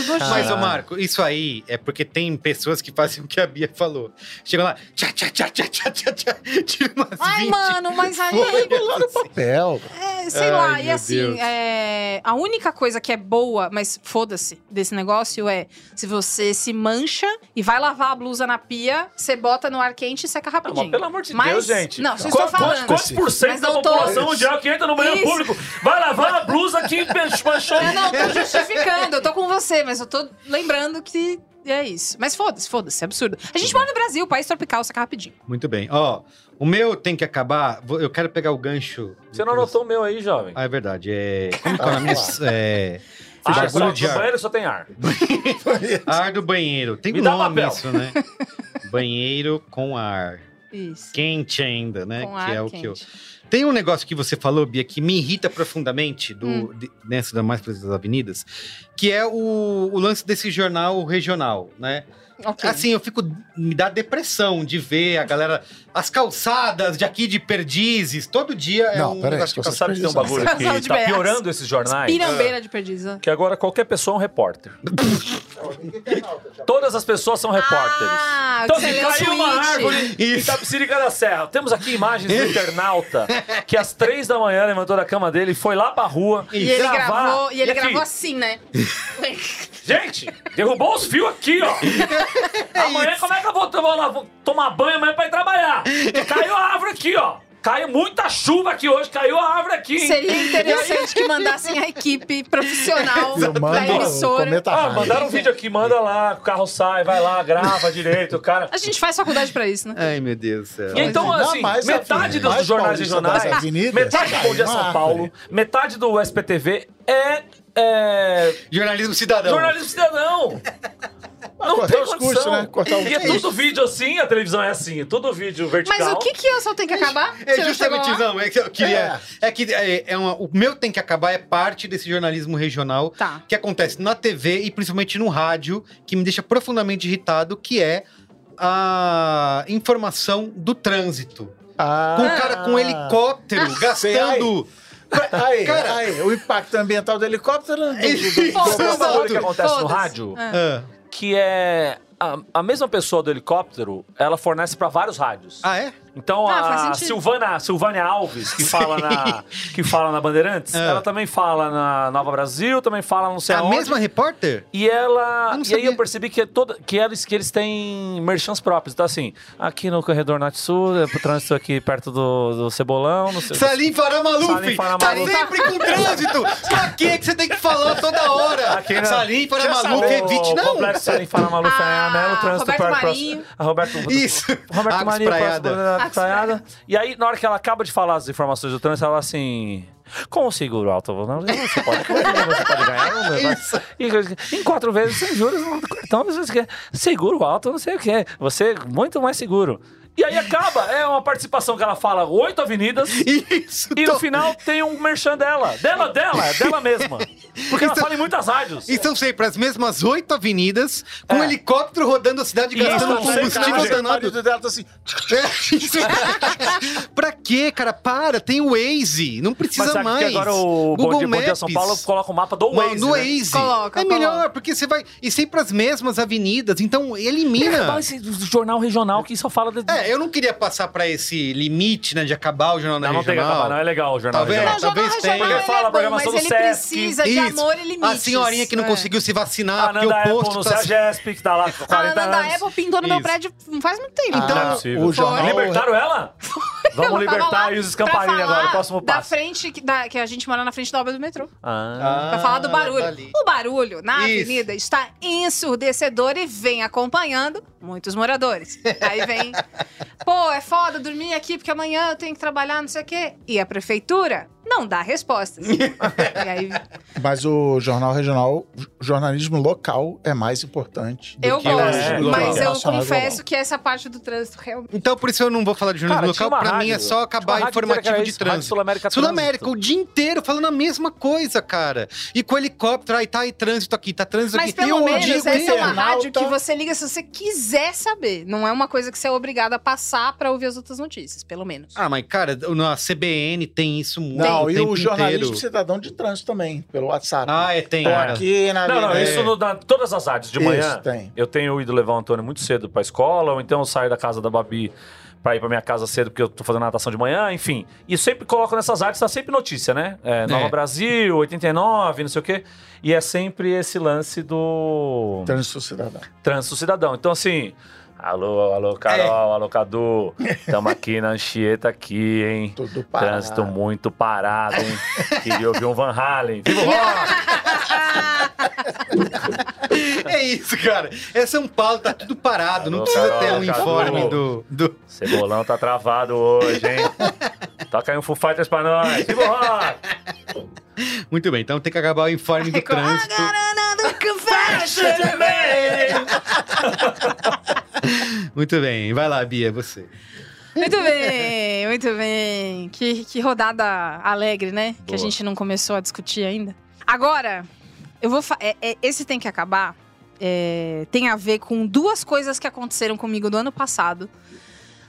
nojento, Mas, ô nojento. Marco, isso aí é porque tem pessoas que fazem o que a Bia falou. Chegam lá, tchá, tchá, tchá, tchá, tchá, tchá, tchá, tira umas Ai, 20. mano, mas aí... Lá no papel. É, sei Ai, lá, e meu assim, Deus. é, a única coisa que é boa, mas foda-se desse negócio é se você se mancha e vai lavar a blusa na pia, você bota no ar quente e seca Ah, rapidinho. mas pelo amor de Mas- Deus, gente. Não, vocês Qu- estão qu- falando. Quantos por Mas cento da não tô- população mundial que entra no banheiro Isso. público vai lavar a blusa que manchou? Eu não tô justificando, eu tô com você, mas eu tô lembrando que é isso. Mas foda-se, foda-se, é absurdo. A gente mora no Brasil, país tropical, seca rapidinho. Muito bem. Ó, o meu tem que acabar. Vou- Eu quero pegar o gancho. Você não anotou o meu aí, jovem. Ah, é verdade. É. Como que é o nome? disso? É. Ah, bagulho só, de no ar. banheiro só tem ar. Ar do banheiro. Tem Me um dá nome papel. isso, né? banheiro com ar. Isso. Quente ainda, né? Com que ar é o quente. que eu. Tem um negócio que você falou, Bia, que me irrita profundamente do, de- nessa da Mais Precisas das Avenidas, que é o, o lance desse jornal regional, né? Ok. Assim, eu fico. Me dá depressão de ver a galera. As calçadas de aqui de perdizes, todo dia é Não, um peraí, negócio de você calçada. Sabe que tem um bagulho Casal que de tá BS. piorando esses jornais? ah. Pirambeira de perdiz, né? Que agora qualquer pessoa é um repórter. Todas as pessoas são repórteres. Ah, então, que se você leu caiu uma tweet. árvore em Itapecirica da Serra, temos aqui imagens do internauta que às três da manhã levantou da cama dele e foi lá pra rua E ele gravar. gravou, e ele aqui, gravou assim, né? Gente, derrubou os fios aqui, ó. amanhã, como é que eu vou, eu vou lá, vou tomar banho amanhã pra ir trabalhar? Caiu a árvore aqui, ó. Caiu muita chuva aqui hoje, caiu a árvore aqui. hein? Seria interessante que mandassem a equipe profissional da Filmando o emissora. cometa Ah, Halley. mandaram um vídeo aqui, manda lá, o carro sai, vai lá, grava direito, o cara. A gente faz faculdade pra isso, né? Ai, meu Deus do céu. E então, Ainda assim, mais a metade Avenida dos jornais Paulista regionais, das avenidas, metade do Bom Dia caiu é uma São Paulo, árvore. metade do SPTV é, é, Jornalismo cidadão. jornalismo cidadão. Não cortar tem os condição. custos, né? Cortar os e é tudo vídeo assim, a televisão é assim, é tudo vídeo vertical. Mas o que que eu só tenho que acabar? Você É não justamente chegou lá? não, é que eu queria. É, que é, é uma- o meu tem que acabar é parte desse jornalismo regional Tá. que acontece na TV e principalmente no rádio, que me deixa profundamente irritado, que é a informação do trânsito. Ah. Com o cara com helicóptero é gastando. Aí, Cara- aí, o impacto ambiental do helicóptero. do- do- do- Foda-se. Sabe o bagulho que acontece no Foda-se. rádio? Ah, Que é... A, a mesma pessoa do helicóptero, ela fornece pra vários rádios. Ah, é? Então Ah, a faz sentido. Silvana, Silvânia Alves, que fala, na, que fala na Bandeirantes, Ah. ela também fala na Nova Brasil, também fala não sei a aonde. mesma repórter? E ela. Eu não E aí sabia. eu percebi que, é toda, que, eles, que eles têm merchans próprios. Então, assim, aqui no corredor norte sul, é pro trânsito aqui perto do, do Cebolão, não sei. Salim Faramaluf! Salim Tá Faramaluf. sempre com trânsito! pra quê que você tem que falar toda hora? Aqui na- Salim Faramaluf, O- evite. O Não! complexo Salim Faramaluf é a Melo, Ah, trânsito Roberto perto- Marinho. a Roberto, Isso. Roberto Água Marinho, espraiada. próximo né? da praiada. E aí, na hora que ela acaba de falar as informações do trânsito, ela assim. Com o seguro alto, não, você pode, né? você pode ganhar. Não, vai- E- Em quatro vezes sem juros no cartão, não sei o que. Seguro alto, não sei o que. Você é muito mais seguro. E aí acaba, é uma participação que ela fala oito avenidas. Isso, E tô- no final tem um merchan dela. Dela, dela, é dela mesma. Porque ela fala em muitas rádios. E são sempre as mesmas oito avenidas, com um É. helicóptero rodando a cidade, gastando não sei, combustível cara. O danado. marido dela tá assim. É, isso. É, pra quê, cara? Para, tem o Waze, não Mas precisa sabe mais. que agora o Bom Dia, Bom Dia São Paulo coloca o mapa do Não, Waze, no né? Waze. Coloca, é melhor, coloca. porque você vai. E sempre as mesmas avenidas, então Acabar elimina. esse jornal regional que só fala de, É, eu não queria passar pra esse limite, né, de acabar o jornal na Não, não tem que regional. acabar, não. É legal o jornal. Talvez- regional. Não, o jornal talvez tenha. regional ele Fala a é bom, mas programação do ele Sesc. precisa de Isso. amor e limites. A senhorinha que não É. conseguiu se A vacinar, Ah, porque Ananda o Apple posto no tá... CEAGESP, que tá lá com A 40 Ananda anos. Apple pintou no meu Isso. prédio não faz muito tempo. Então, não é Então, possível. o jornal. Libertaram ela? Ela Vamos tava lá libertar e os escamparinhos pra falar agora, o próximo da passo. frente, que, da- que a gente mora na frente da obra do metrô. Ah. Ah, Pra falar do barulho. tá ali. o barulho na Isso. avenida está ensurdecedor e vem acompanhando muitos moradores. Aí vem, pô, é foda dormir aqui porque amanhã eu tenho que trabalhar, não sei o quê. E a prefeitura não dá respostas. e aí Mas o jornal regional, o jornalismo local é mais importante. do eu que o gosto, jornalismo mas local. eu Nacional e confesso global. que essa parte do trânsito realmente. Então, por isso eu não vou falar de jornalismo tinha local. uma Pra rádio- mim é só tinha uma acabar rádio informativo inteira que era de isso, Rádio trânsito. Sul-América Sul-América, Trânsito. o dia inteiro falando a mesma coisa, cara. E com helicóptero, aí tá aí trânsito aqui, tá trânsito Mas aqui. e pelo o menos digo essa é uma internauta- rádio que você liga se você quiser saber. Não é uma coisa que você é obrigado a passar pra ouvir as outras notícias, pelo menos. Ah, mas cara, na CBN tem isso muito. Não, o e tempo o jornalismo inteiro. cidadão de trânsito também, pelo WhatsApp. Ah, é, tem. Tô cara. aqui na Não, não, é. Avenida- isso no, na, todas as áreas. De manhã, Isso, tem. eu tenho ido levar o Antônio muito cedo pra escola, ou então eu saio da casa da Babi pra ir pra minha casa cedo, porque eu tô fazendo natação de manhã, enfim. E eu sempre coloco nessas artes, tá sempre notícia, né? É, Nova É. Brasil, 89, não sei o quê. E é sempre esse lance do Trânsito cidadão. trânsito cidadão. Então, assim... Alô, alô, Carol, alô, Cadu. Tamo aqui na Anchieta aqui, hein? Tudo parado. Trânsito muito parado, hein? Queria ouvir um Van Halen. Viva o É isso, cara. É São Paulo, tá tudo parado. não Alô, precisa Carol, ter um Cadu. informe do. do... Cebolão tá travado hoje, hein? Toca aí um Foo Fighters pra nós. Viva o rock! Muito bem, então tem que acabar o informe do "Ah, trânsito. Muito bem, vai lá, Bia, você. Muito bem, muito bem. Que, que rodada alegre, né? Que Boa. a gente não começou a discutir ainda. Agora, eu vou. fa- é- é- esse tem que acabar. é, tem a ver com duas coisas que aconteceram comigo do ano passado.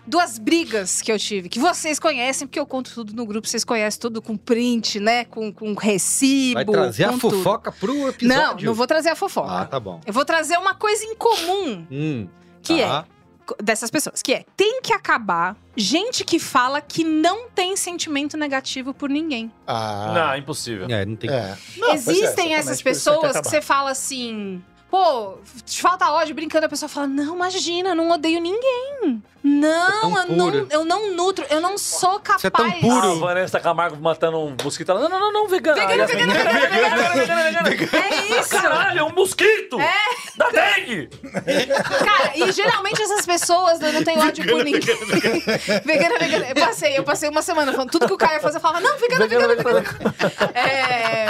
Duas brigas que eu tive, que vocês conhecem, porque eu conto tudo no grupo, vocês conhecem tudo com print, né? Com, com recibo. Vai trazer a com tudo. fofoca pro Não, episódio. não vou trazer a fofoca. Ah, tá bom. Eu vou trazer uma coisa em comum Hum, que é tá. co- dessas pessoas, que é tem que acabar gente que fala que não tem sentimento negativo por ninguém. Ah, Não, impossível. É, não tem é. Existem essas pessoas que você fala assim, pô, te falta ódio brincando, a pessoa fala: "Não, imagina, eu não odeio ninguém. Não, Você é eu tão não, pura. eu não nutro, eu não sou capaz". Você é tão puro. A Vanessa Camargo matando um mosquito. Ela, não, não, não, não, vegana. Vegana, Aliás, vegana, vegana, vegana, vegana, vegana, vegana. É isso. Caralho, é um mosquito! É! Da dengue! Cara, e geralmente essas pessoas né, não têm ódio por ninguém. Vegana, vegana. Eu passei, eu passei uma semana falando tudo que o Caio fazia, eu falava, não, vegana, vegana, vegana. É,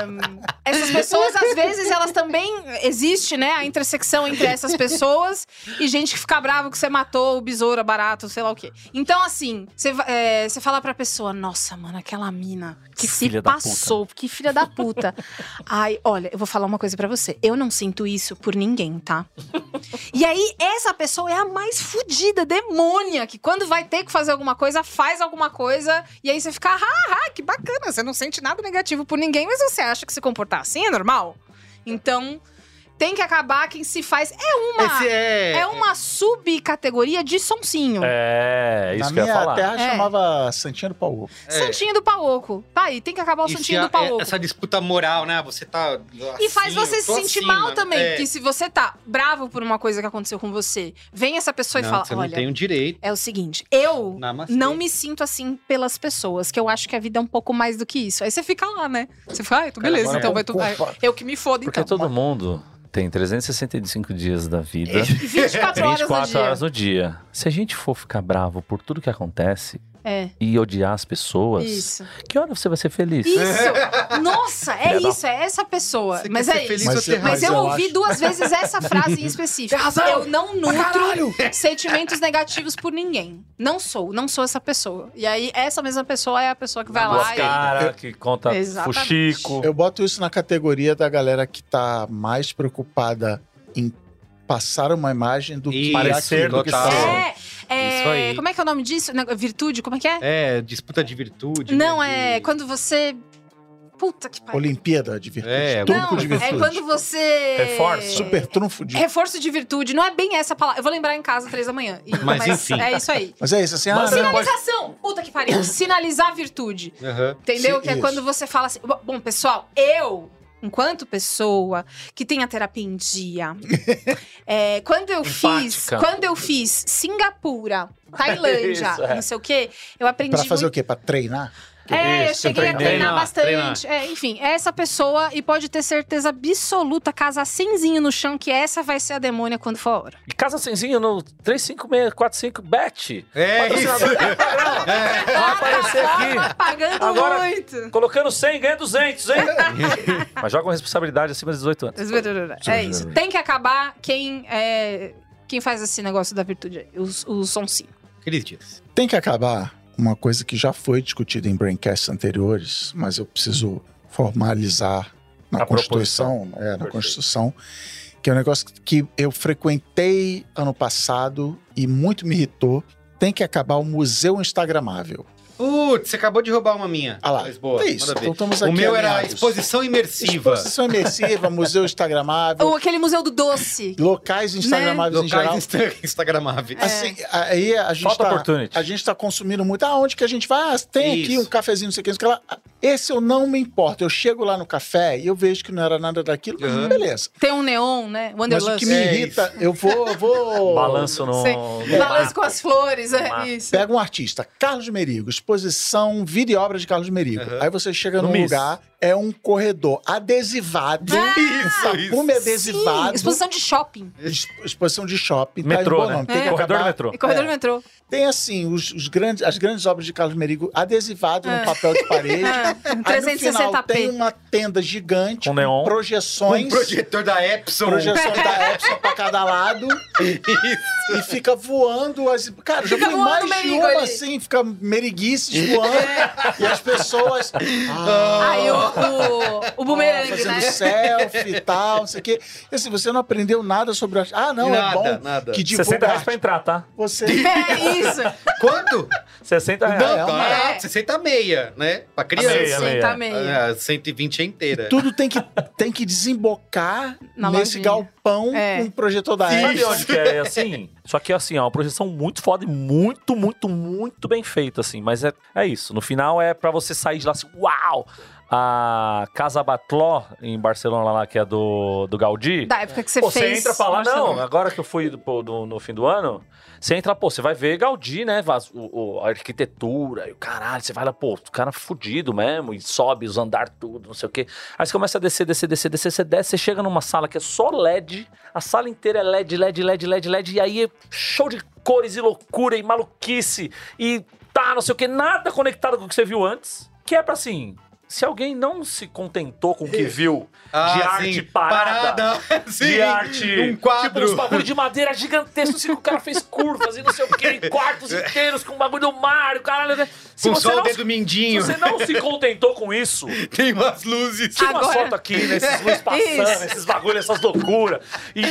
essas pessoas, às vezes, elas também. Existe, né, a intersecção entre essas pessoas e gente que fica brava que você matou o besouro, a barato, sei lá o quê. Então, assim, você va- é, você fala pra pessoa, nossa, mano, aquela mina que se Filha da puta. passou, que filha da puta. Ai, olha, eu vou falar uma coisa pra você. Eu não sinto isso por ninguém, tá? E aí, essa pessoa é a mais fodida, demônia, que quando vai ter que fazer alguma coisa, faz alguma coisa, e aí você fica, ah, ah, que bacana, você não sente nada negativo por ninguém, mas você acha que se comportar assim é normal? Então, tem que acabar quem se faz. É uma. Esse é. É uma subcategoria de sonsinho. É, Na isso que eu ia minha falar. terra É. chamava Santinha do Paulo. é. Santinho do Paoco. Tá aí, tem que acabar o E se santinho a- é, do Paoco. Essa disputa moral, né? Você tá. E faz assim, você eu se tô sentir acima, mal né? também. É. Porque se você tá bravo por uma coisa que aconteceu com você, vem essa pessoa não, e fala: você olha, não tem o direito. é o seguinte, eu Namastê. não me sinto assim pelas pessoas, que eu acho que a vida é um pouco mais do que isso. Aí você fica lá, né? Você fala, ah, tô Cara, beleza, agora é um então eu vai tu. concordo. ah, Eu que me fodo, Porque então. todo mundo tem 365 dias da vida, 24 horas no 24 dia. horas no dia. Se a gente for ficar bravo por tudo que acontece É. e odiar as pessoas, Isso. que hora você vai ser feliz? Isso! Nossa, é Filha da- isso, é essa pessoa. Você mas quer é ser feliz isso. Mas ou você- ter mas Mas eu eu ouvi acho- duas vezes essa frase em específico. Eu não nutro sentimentos negativos por ninguém. Não sou, não sou essa pessoa. E aí, essa mesma pessoa é a pessoa que vai Duas lá e. cara Eu- que conta Exatamente. fuxico. Eu boto isso na categoria da galera que tá mais preocupada em passar uma imagem do que Isso, parecer aquilo do que são. total. É, é, Isso aí. Como é que é o nome disso? Neg- Virtude, como é que é? É, disputa de virtude. não, né, é de- quando você. Puta que pariu. Olimpíada de virtude. É, trunfo Não, de virtude. é quando você. Reforça. Super trunfo de... Reforço de virtude. Não é bem essa palavra. Eu vou lembrar em casa, três da manhã. E- Mas enfim. É isso aí. Mas é isso, assim... Mas ah, você não pode- Sinalização! Puta que pariu. Sinalizar virtude. Aham. Entendeu? Sim, que é isso. quando você fala assim. "Bo- Bom, pessoal, eu, enquanto pessoa que tem a terapia em dia, é, quando eu fiz. Empática. Quando eu fiz Singapura, Tailândia, Isso, é. não sei o quê, eu aprendi. Pra fazer muito- o quê? Pra treinar? é, eu Isso, cheguei a treinar treinar, bastante. treinar. É, enfim, é essa pessoa e pode ter certeza absoluta, casar senzinho no chão, que essa vai ser a demônia quando for a hora. E Casa Senzinho no 35645 bet. É isso. Patrocinador do programa. É. Vai aparecer Tá aqui. pagando Agora- muito. Colocando 100, ganha 200, hein? Mas joga com responsabilidade acima dos 18 anos. É isso. Tem que acabar quem é, quem faz esse negócio da virtude aí, os, os sonsinhos. Cris Dias. Tem que acabar uma coisa que já foi discutida em braincasts anteriores, mas eu preciso formalizar na A Constituição, é, na Perfeito. Constituição, que é um negócio que eu frequentei ano passado e muito me irritou. Tem que acabar o Museu Instagramável. Putz, você acabou de roubar uma minha. Ah lá, Mas boa, é isso. manda ver. Então estamos O aqui meu era alinhados. exposição imersiva. Exposição imersiva, Museu Instagramável, Ou aquele museu do doce. locais Instagramáveis em geral. Né? Locais insta- instagramáveis. É. Um Assim, aí a gente Falta tá- opportunity. A gente tá consumindo muito. Ah, onde que a gente vai? Ah, tem aqui Isso. um cafezinho, não sei o que, não sei o que lá. Esse eu não me importo. Eu chego lá no café e eu vejo que não era nada daquilo. Uhum. Beleza. Tem um neon, né? Mas Wanderlust. o que me É irrita, eu vou... eu vou Balanço no... Sim. no Balanço barco. É. com as flores, é Mar. isso. Pega um artista, Carlos Merigo, exposição, vida e obra de Carlos Merigo. Uhum. Aí você chega No num Miss. lugar, é um corredor adesivado, Isso, perfume Ah! Sim, adesivado, exposição de shopping. ex- exposição de shopping. tá? Metrô, Bom né? nome, Tem que Corredor do acabar- metrô. E corredor É. do metrô. Tem assim, os, os grandes, as grandes obras de Carlos Merigo adesivadas É. no papel de parede. É, Aí, no 360p. final, tem um uma tenda gigante Com neon. projeções. Um projetor da Epson. Então, Projeção É. da Epson pra cada lado Isso. e fica voando as. Cara, já Fica vi voando mais o de merigo uma ali. assim, fica meriguices voando e as pessoas. Ah, Aí o, o, o bumerangue, fazendo né? selfie e tal, não sei o quê. E assim, você não aprendeu nada sobre a. Ah, não, nada, é bom. nada. Que divulga 60 reais pra arte. entrar, tá? Você. É isso. Quanto? 60 reais. Não, Não, uma- barato, 60 meia, né? Pra criança. Meia, Sim, meia. tá meio. Ah, 120 é inteira. Tudo tem que, tem que desembocar Na nesse lojinha. galpão É. com o projetor da Sim. Sabe Apple. onde que é assim? Só que assim, ó, uma projeção muito foda e muito, muito, muito bem feita, assim. Mas é, é isso. No final é pra você sair de lá assim, uau! A Casa Batló, em Barcelona, lá, que é do, do Gaudí. Da época que você Pô, fez. você entra pra lá, não. Barcelona. Agora que eu fui pô, do- no fim do ano, você entra, pô, você vai ver Gaudí, né? vaz- o- o- a arquitetura e o caralho. Você vai lá, pô, o cara fudido mesmo, e sobe os andar tudo, não sei o quê. Aí você começa a descer, descer, descer, descer, você desce, você chega numa sala que é só LED, a sala inteira é LED, LED, LED, LED, LED, e aí é show de cores e loucura e maluquice e tá, não sei o quê, nada conectado com o que você viu antes, que é pra assim. Se alguém não se contentou com o que viu de arte parada, Ah, sim. de arte. Um quadro. Tipo, uns bagulho de madeira gigantesco, assim, que o cara fez curvas e não sei o quê, e quartos inteiros com bagulho do mar, o caralho. né? Se com você, só o não, dedo se mindinho. você não se contentou com isso, Tem umas luzes. tira uma Agora- foto aqui, né? Esses luz Isso. passando, esses bagulho, essas loucuras. E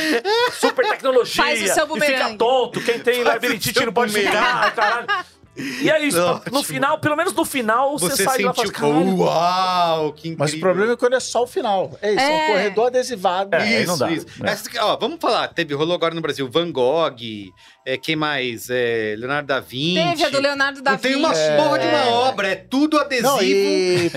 super tecnologia. Faz o seu e bumerangue. fica tonto. Quem tem labirintite seu não pode mirar, caralho. E é isso, Ótimo. no final, pelo menos no final, você, Você sai de lá e fala sentiu. assim, caralho, Uau, que incrível. Mas o problema é quando é só o final. É isso, é, É. um corredor adesivado. É. aí isso, não dá, isso. né? Essa que- ó, vamos falar. Teve, rolou agora no Brasil Van Gogh, é, quem mais? É, Leonardo da Vinci. Teve a do Leonardo da Não tem uma Vinci. porra de uma obra, é tudo adesivo. Não, e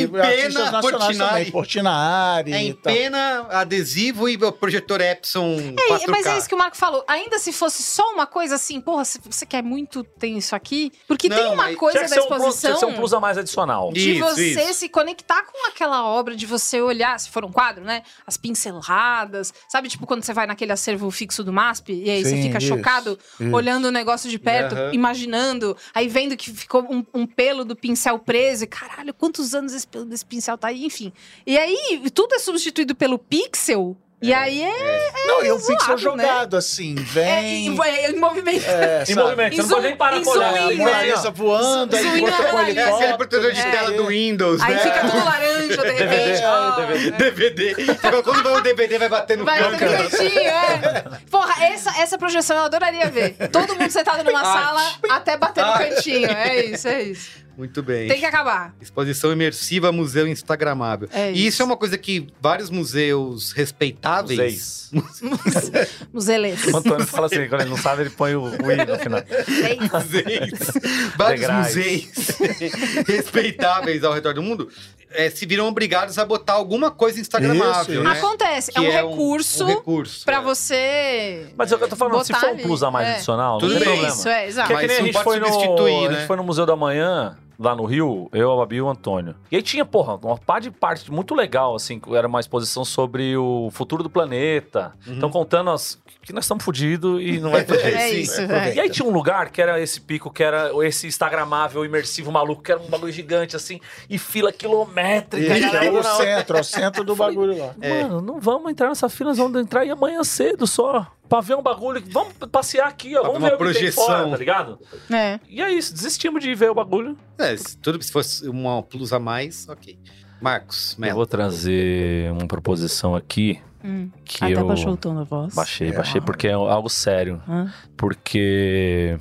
Em pena, artistas nacionais Portinari. também. Portinari. É em e tá. tal. pena, adesivo e o projetor Epson É, 4K. mas é isso que o Marco falou. Ainda se fosse só uma coisa assim, porra, se você quer muito, tem isso aqui. Porque Não, tem uma mas coisa tinha que da ser um plus- exposição tinha que ser um plus a mais adicional. de Isso, você isso. se conectar com aquela obra, de você olhar, se for um quadro, né? As pinceladas. Sabe, tipo, quando você vai naquele acervo fixo do MASP e aí você Sim, fica isso, chocado isso. olhando o negócio de perto, Aham. imaginando, aí vendo que ficou um, um pelo do pincel preso, e caralho, quantos anos esse pelo desse pincel tá aí, enfim. E aí, tudo é substituído pelo pixel. E aí é, Não, e um zoado, pixel né? jogado, assim, é, vem. em- é em movimento. É, Em sabe? movimento, Em você não pode zoom- nem parar em pra olhar. zoom in, É, a Olha Mona né? ali, ó. Lisa voando, aí Zoinho corta com analítico. É aquele helicóptero. protetor de É. tela do Windows, Aí né? fica tudo laranja, de repente. DVD, ó. DVD. DVD. Então, Quando vai o DVD, vai bater no Vai ter câmera. cantinho, é. Porra, essa, essa projeção eu adoraria ver. Todo mundo sentado numa Arte. sala até bater no Arte. cantinho. É isso, é isso. Muito bem. Tem que acabar. Exposição imersiva, museu instagramável. É e isso. isso é uma coisa que vários museus respeitáveis... Museis. Muselês. O Antônio fala assim, quando ele não sabe, ele põe o, o i no final. museis, vários Degraus. museis respeitáveis ao redor do mundo eh, se viram obrigados a botar alguma coisa instagramável, Isso, né? Acontece. É Que um é um- recurso Um recurso. pra é. você. Mas é o que eu tô falando, se Botar for ali, um plus a mais é. adicional, Tudo não tem bem. problema. Isso, é, exato. Mas Porque que nem a não pode gente foi no, substituir, A né? gente foi no Museu da Manhã, lá no Rio, eu, a Babi e o Antônio. E aí tinha, porra, uma par de parte muito legal, assim, que era uma exposição sobre o futuro do planeta. Hum. Então Uhum. contando as- que nós estamos fodidos e não vai ter jeito. É Sim, isso, aproveita. velho. E aí tinha um lugar que era esse pico, que era esse instagramável, imersivo, maluco, que era um bagulho gigante, assim, e fila quilométrica. Isso, galera, é o na hora- centro, é o centro do bagulho lá. Mano, não vamos entrar nessa fila, nós vamos entrar e amanhã cedo só. Pra ver um bagulho. Vamos passear aqui, ó. Pra Vamos ver ver uma o que tem fora, projeção. tá ligado? É. E é isso, desistimos de ver o bagulho. É, se tudo se fosse uma plus a mais, ok. Marcos, Eu Melo. vou trazer uma proposição aqui hum. que eu tom da voz. baixei, baixei porque é algo sério. Hã? Porque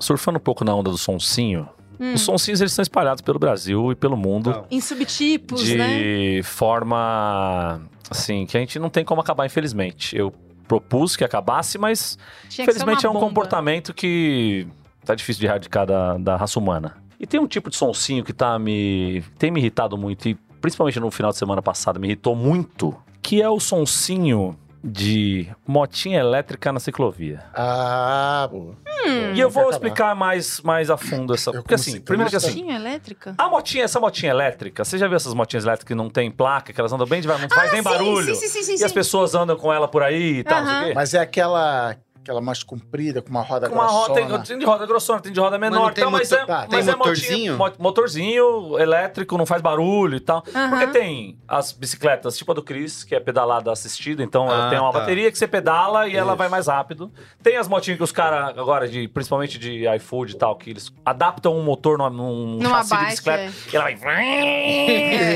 surfando um pouco na onda do sonsinho, Hum. os sonsinhos eles estão espalhados pelo Brasil e pelo mundo Não. Em subtipos, de né? forma assim que a gente não tem como acabar, infelizmente. Eu propus que acabasse, mas Tinha que ser Infelizmente é uma um bomba. comportamento que tá difícil de erradicar da, da raça humana. E tem um tipo de sonsinho que tá me. tem me irritado muito, e principalmente no final de semana passado me irritou muito, que é o sonsinho de motinha elétrica na ciclovia. Ah, boa. Hum. e eu tá vou explicar mais, mais a fundo essa. Eu Porque assim, consigo primeiro que assim. Tinha elétrica? A motinha, essa motinha elétrica, você já viu essas motinhas elétricas que não tem placa, que elas andam bem devagar, não faz nem barulho. Ah, Sim, sim, sim, e sim. sim. as pessoas andam com ela por aí e tal, não Aham. sei o quê. Mas é aquela, aquela mais comprida, com uma roda Com uma roda, Tá grossona. tem, tem de roda grossona, tem de roda menor, não tem então, mas é, motor- ah, mas tem é motinho- motorzinho? mo- motorzinho elétrico, não faz barulho e tal. Aham. Porque tem as bicicletas, tipo a do Chris, que é pedalada assistida, então ela Ah, tem uma tá. bateria que você pedala e ela Isso. vai mais rápido. Tem as motinhas que os caras, agora, de, principalmente de iFood e tal, que eles adaptam um motor num, num Numa chassi de bike, bicicleta e ela vai...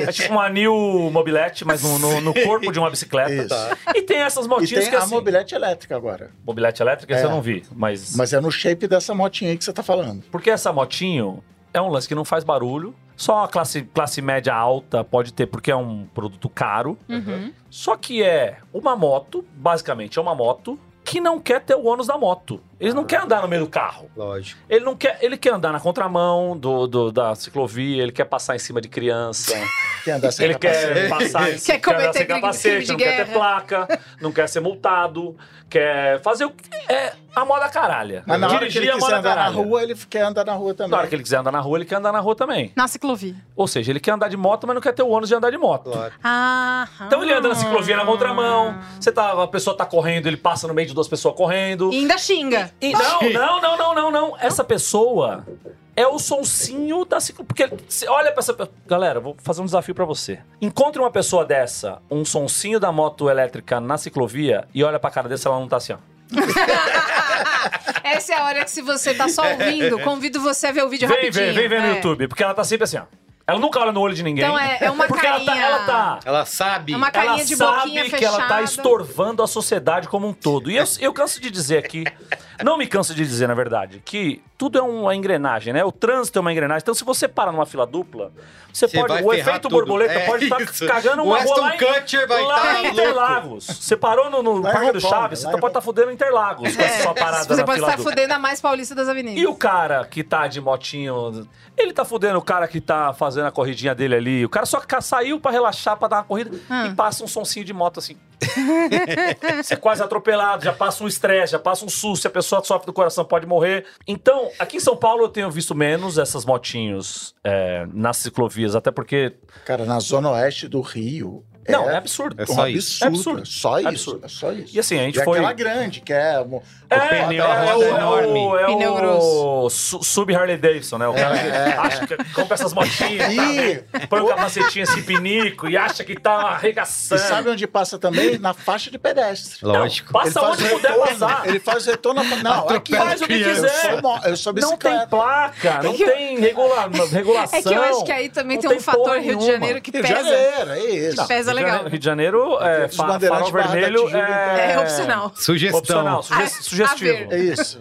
É tipo uma New Mobilete, mas no, no- no corpo de uma bicicleta. Isso. E tem essas E motinhas tem que a assim... mobilete elétrica agora. Mobilete elétrica, É. essa eu não vi, mas... Mas é no shape dessa motinha aí que você tá falando. Porque essa motinho é um lance que não faz barulho. Só a classe, classe média alta pode ter, porque é um produto caro. Uhum. Só que é uma moto, basicamente é uma moto, que não quer ter o ônus da moto. Ele Ah. não quer andar no meio do carro. Lógico. Ele não quer, ele quer andar na contramão do, do- da ciclovia, ele quer passar em cima de criança. Quem é andar sem ele quer capacete. passar em Quer quer andar cometer sem crime- crime capacete, de não quer ter guerra. placa, não quer ser multado, quer fazer o que é a moda caralha. Mas na hora que Dirigir ele é quiser andar na caralha. rua, ele quer andar na rua também. Na hora que ele quiser andar na rua, ele quer andar na rua também. Na ciclovia. Ou seja, ele quer andar de moto, mas não quer ter o ônus de andar de moto. Claro. Ah. Então ele anda na ciclovia na contramão, você tá, a pessoa tá correndo, ele passa no meio de duas pessoas correndo. E ainda xinga. E- não, não, não, não, não, não. Essa pessoa é o sonsinho da ciclovia. Porque você olha pra essa pe- Galera, vou fazer um desafio pra você. Encontre uma pessoa dessa, um sonsinho da moto elétrica na ciclovia, e olha pra cara desse, ela não tá assim, ó. Essa é a hora que, se você tá só ouvindo, convido você a ver o vídeo Vem, rapidinho. vem, vem ver no É. YouTube, porque ela tá sempre assim, ó. Ela nunca olha no olho de ninguém. Então é- é uma porque ela tá- carinha- ela tá Ela sabe. É uma carinha ela de sabe boquinha que fechada. É. ela tá estorvando a sociedade como um todo. E eu, eu canso de dizer aqui, não me canso de dizer, na verdade, que tudo é uma engrenagem, né? O trânsito é uma engrenagem. Então, se você para numa fila dupla, você, Você pode. vai O ferrar efeito tudo. borboleta É pode estar isso. cagando O uma rua Aston lá em- Cutcher vai lá tá em louco. Interlagos. Você parou no, no Vai Parque do roubando, Chaves, você vai pode estar fudendo Interlagos com essa sua É. parada Você na pode tá fila estar dupla. fudendo a mais paulista das avenidas. E o cara que tá de motinho, ele tá fudendo o cara que tá fazendo a corridinha dele ali. O cara só ca- saiu pra relaxar, pra dar uma corrida Ah. e passa um sonsinho de moto assim. Você é quase atropelado, já passa um estresse, já passa um susto, a pessoa sofre do coração, pode morrer. Então, aqui em São Paulo eu tenho visto menos essas motinhos é, nas ciclovias, até porque. Cara, na zona oeste do Rio. Não, é é absurdo. É um só absurdo. isso. É absurdo. é Só isso. Absurdo. É só isso. E assim, a gente E foi. aquela grande, que é. mo- pneu, a é roda o- enorme. É o, é Pneu grosso. o su- sub Harley Davidson, né? O cara que acha que compra essas motinhas, Ih! tá? põe o capacetinho assim pinico e acha que tá E arregaçando. sabe onde passa também? Na faixa de pedestre. Não, Lógico. passa faz onde o puder retorno, passar. Ele faz o retorno na. Não, aqui, Atropela faz o que eu quiser. sou mo- Eu sou Não tem bicicleta. placa, não tem regula- regulação. É que eu acho que aí também não tem um fator porra Rio de nenhuma. Janeiro que Rio de pesa. Janeiro, é isso. Pesa Rio de legal. Janeiro- Rio de Janeiro, é, Os fa- farol bandeirantes Barra da vermelho Tijuca, é... É opcional. Sugestão. Opcional, suge- Ah, a ver. sugestivo. É isso.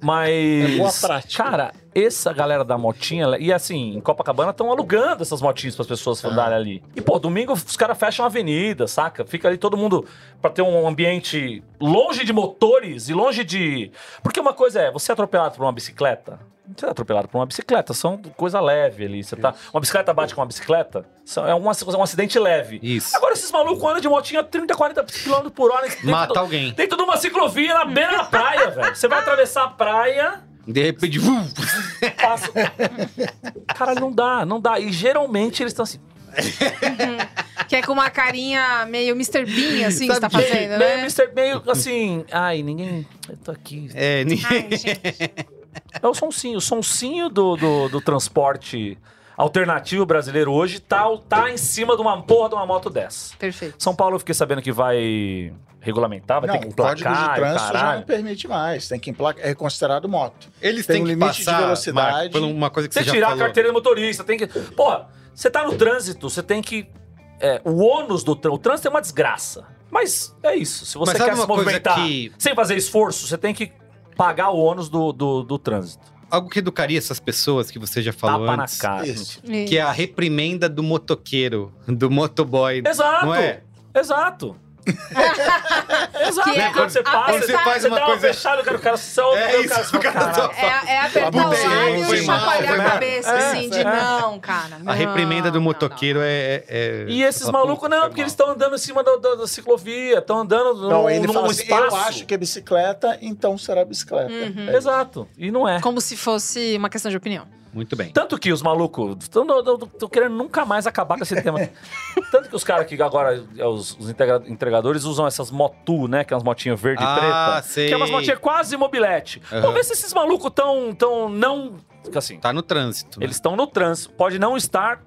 Mas. É boa prática. Cara, Essa galera da motinha, e assim, em Copacabana estão alugando essas motinhas para as pessoas É. andarem ali. E, pô, domingo os caras fecham a avenida, saca? Fica ali todo mundo para ter um ambiente longe de motores e longe de. Porque uma coisa é, você é atropelado por uma bicicleta. Você é atropelado por uma bicicleta, são coisa leve ali. Você tá... Uma bicicleta bate com uma bicicleta, são- é um, ac- é um acidente leve. Isso. Agora esses malucos andam de motinha 30, 40 km por hora. dentro Mata do- alguém. Dentro de uma ciclovia na beira da praia, velho. Você vai atravessar a praia, De repente, vum, passa. Cara, não dá, não dá. E geralmente eles estão assim. Que é com uma carinha meio Mr. Bean, assim, que você tá Sabe que- fazendo, Meio, né? Mr. meio assim. Ai, ninguém. Eu tô aqui. é, Ai, gente. É o sonsinho. O sonsinho do, do, do transporte alternativo brasileiro hoje tá, tá em cima de uma porra de uma moto dessa. Perfeito. São Paulo, eu fiquei sabendo que vai regulamentar, vai não, ter que o código de emplacar, e trânsito já é um caralho. não permite mais. Tem que emplacar. É considerado moto. eles Tem têm um que limite de passar velocidade. Marco, por uma coisa que você, Você já tirar falou. a carteira do motorista, tem que. Porra, você tá no trânsito, você tem que. é, o ônus do trânsito. O trânsito é uma desgraça. Mas é isso. Se você Mas sabe quer se uma coisa movimentar que- sem fazer esforço, você tem que pagar o ônus do, do, do trânsito. Algo que educaria essas pessoas que você já falou Tapa antes, na cara. Isso. gente. que é a reprimenda do motoqueiro, do motoboy. Exato! Não é? Exato! Exato! Né? Que é quando você a- passa, quando você faz uma coisa fechada, o cara, o cara só É olha, o isso, cara, só, o cara só- "Caralho". É, é apertar o Abusei, lábio foi e mal, chacoalhar foi a mal. cabeça, É, assim, de é. não, cara. A reprimenda do não, não, motoqueiro é, é- é- E esses Fala, malucos, "Puta, não, foi porque mal." eles estão andando em cima da, da- da ciclovia, estão andando num, Não, ele num fala assim, espaço. eu acho que é bicicleta, então será bicicleta. Uhum. É. Exato. E não é. não. Como se fosse uma questão de opinião. Muito bem. Tanto que os malucos estão querendo nunca mais acabar com esse tema. Tanto que os caras que agora, é, os, os integra- entregadores, usam essas motu, né? Que é umas motinhas verde e Ah, preta. sei. Que é umas motinhas quase mobilete. Aham. Vamos ver se esses malucos tão, tão não... Assim, Tá no trânsito. né? eles estão no trânsito. Pode não estar...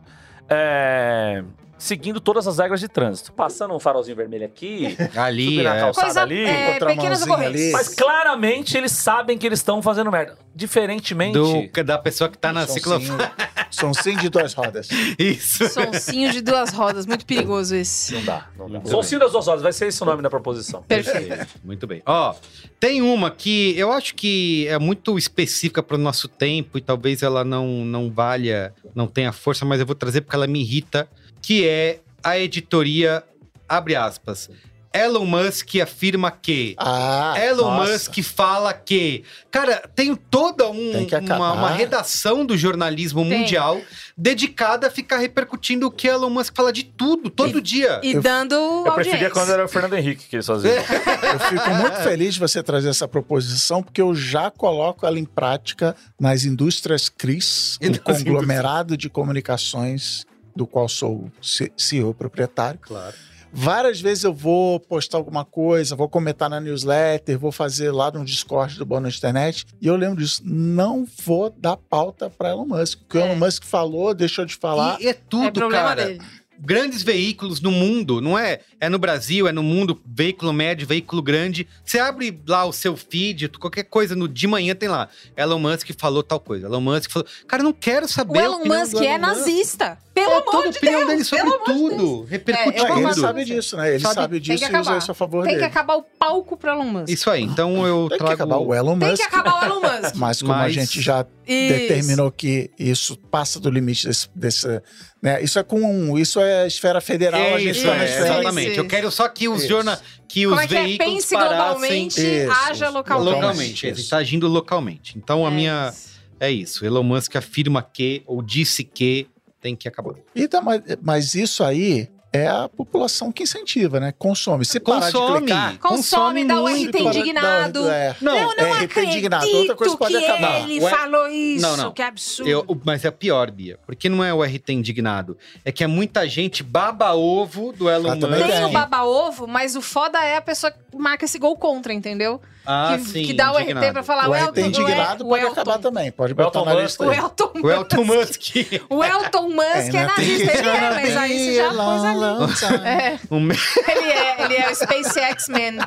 é, Seguindo todas as regras de trânsito. Passando um farolzinho vermelho aqui, Ali, Subir na é. calça. Passada Coisa, ali, é, outra pequenas mãozinha ocorrências. ali. mas claramente eles sabem que eles estão fazendo merda. Diferentemente. Do, da pessoa que tá na ciclovia. Sonsinho- Sonsinho de duas rodas. Isso. Sonsinho de duas rodas, muito perigoso esse. Não dá, não dá. Muito É, Sonsinho das duas horas, vai ser esse o nome da proposição. Perfeito. Muito bem. Ó, tem uma que eu acho que é muito específica para o nosso tempo e talvez ela não, não valha, não tenha força, mas eu vou trazer porque ela me irrita, que é a editoria, abre aspas, Elon Musk afirma que... Ah, Elon nossa. Musk fala que. Cara, tem toda um- Tem que acabar. uma, uma redação do jornalismo Tem. mundial dedicada a ficar repercutindo o que Elon Musk fala de tudo, todo dia. E dando Eu audiência. preferia quando era o Fernando Henrique que eles faziam. Eu fico É, muito feliz de você trazer essa proposição, porque eu já coloco ela em prática nas indústrias CRIS, E um nas conglomerado de comunicações do qual sou C- CEO proprietário. Claro. Várias vezes eu vou postar alguma coisa, vou comentar na newsletter, vou fazer lá no Discord do Bônus Internet. E eu lembro disso. Não vou dar pauta para Elon Musk. O que o É. Elon Musk falou, deixou de falar. E é tudo, É problema cara. dele. Grandes veículos no mundo, não é? É no Brasil, é no mundo, veículo médio, veículo grande. Você abre lá o seu feed, qualquer coisa, no de manhã tem lá. Elon Musk falou tal coisa. Elon Musk falou. Cara, eu não quero O saber. a Elon opinião do Musk é Elon Musk. nazista. Pelo É amor toda a de opinião Deus. dele sobre pelo amor de tudo, repercutindo. É, ele informação. sabe disso, né? Ele Sabe- sabe, Tem que disso e usa acabar. isso a favor Tem que dele. acabar o palco pro Elon Musk. Isso aí, então eu Tem que trago... acabar o Elon Tem Musk. que acabar o Elon Musk. Mas como Mas- a gente já Isso. determinou que isso passa do limite desse, desse- né? Isso é com isso é esfera federal, a gente isso, tá na é, isso, esfera exatamente. isso. Eu quero só que os Isso. jornal, que Como os é que é? veículos Pense parassem globalmente, Isso, haja isso. localmente. localmente. Ele Isso. está agindo localmente. Então a É minha isso. é isso. Elon Musk afirma que ou disse que tem que acabar. E tá- mas, mas isso aí é a população que incentiva, né? Consome. Se parar de Consome, clicar, Consome, dá o muito. RT para- indignado. dá- é. Não, Eu não é, fica indignado. acredito Outra coisa pode que acabar. ele Ué? falou isso. Não, não. Que absurdo. eu- o- mas é pior, Bia, porque não é o RT indignado, é que é muita gente baba ovo do Elon Ah, também Musk. Tem o Sim. baba-ovo, mas o foda é a pessoa que marca esse gol contra, entendeu? Ah, que, sim, que dá o RT indignado. pra falar, o é o RT Elton, indignado pode o Elton, acabar também. Pode Elton botar na Musk. lista. O aí. Elton, O Elton Musk. Musk, O Elton Musk é, né? nazista, ele é, mas aí você já pôs ali. É, o me- ele é, ele é o SpaceX Man. né?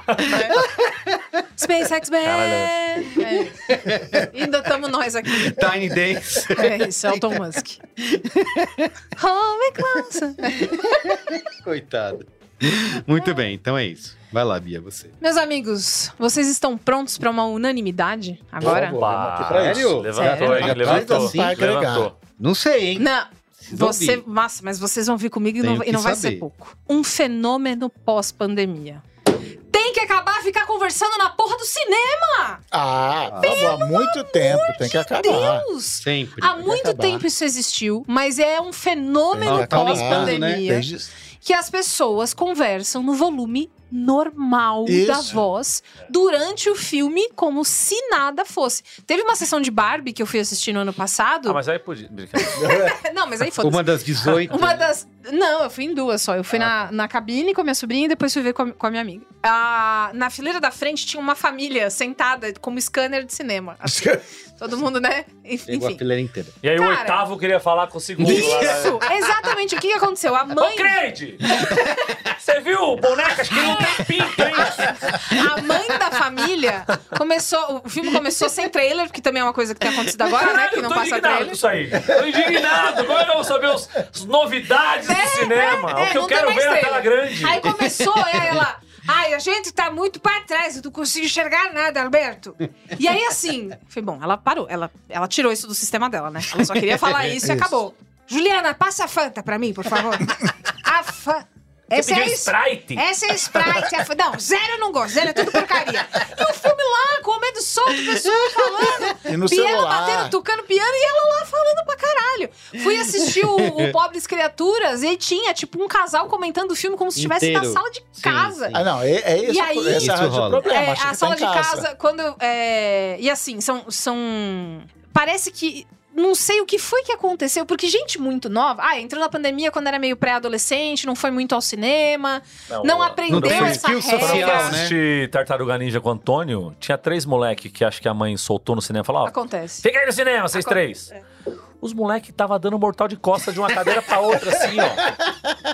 SpaceX Man! É. Ainda estamos nós aqui. Tiny Dance. É isso, Elton Musk. Home closer. Coitado. Muito bem, então é isso. Vai lá, Bia, você. Meus amigos, vocês estão prontos pra uma unanimidade agora? Por favor. Vamos aqui pra isso. Sério? Levantou, hein? Sério? Levantou. Vai agregar. Levantou. Não sei, hein? Não, Vocês vão você, ouvir. massa, mas vocês vão vir comigo e não, Tenho e não que vai saber. ser pouco. Um fenômeno pós-pandemia. Tem que acabar ficar conversando na porra do cinema, Ah, tava há muito tempo, tem que acabar. Deus! Sempre. Há muito acabar. tempo isso existiu, mas é um fenômeno Tem que acabar, né? pós-pandemia Desde- que as pessoas conversam no volume normal Isso. da voz durante o filme, como se nada fosse. Teve uma sessão de Barbie que eu fui assistir no ano passado. Ah, mas aí podia. brincadeira. Não, mas aí foda-se. Uma das 18. Uma das. Não, eu fui em duas só. Eu fui Ah. na, na cabine com a minha sobrinha e depois fui ver com a, com a minha amiga. Ah, na fileira da frente tinha uma família sentada como scanner de cinema. Assim, todo mundo, né? Enf- Pegou a Enfim. fileira inteira. E aí o Cara. oitavo queria falar com o segundo. Isso! Exatamente. O que que aconteceu? A Ô, mãe, Creide! Você viu bonecas que não tem pinto, hein? a mãe da família começou. O filme começou sem trailer, que também é uma coisa que tem acontecido agora, né? Que eu não tô passa indignado trailer. com isso aí. Tô indignado. Agora eu vou saber os- as novidades do cinema. É, o que eu não tem quero mais ver na trailer. tela grande. Aí começou é, aí ela. Ai, a gente tá muito pra trás, eu não consigo enxergar nada, Alberto. E aí, assim, foi bom, ela parou, ela, ela tirou isso do sistema dela, né? Ela só queria falar É isso, e acabou. Juliana, passa a Fanta pra mim, por favor. A Fanta. Essa Você é pediu a es- Sprite? essa é a Sprite. a fa- Não, zero eu não gosto. Zero é tudo porcaria. E o filme lá, comendo solto, pessoas falando. E no piano celular. batendo, tocando piano e ela lá falando pra caralho. Fui assistir o, o Pobres Criaturas e tinha, tipo, um casal comentando o filme como se estivesse na Inteiro. sala de Sim, casa. sim. Ah, não, é, é isso. E aí- esse é Isso o rola. problema. É, acho que a tá sala em de casa, quando. é, e assim, são, são. Parece que. Não sei o que foi que aconteceu, porque gente muito nova. Ah, entrou na pandemia quando era meio pré-adolescente, não foi muito ao cinema, não ó. aprendeu Não tem essa skill regra. Quando eu fui social, né? assistir Tartaruga Ninja com o Antônio, tinha três moleque que acho que a mãe soltou no cinema e falou, ó, Acontece. fica aí no cinema, vocês Aconte- três. Os moleque tava dando mortal de costa de uma cadeira pra outra, assim, ó.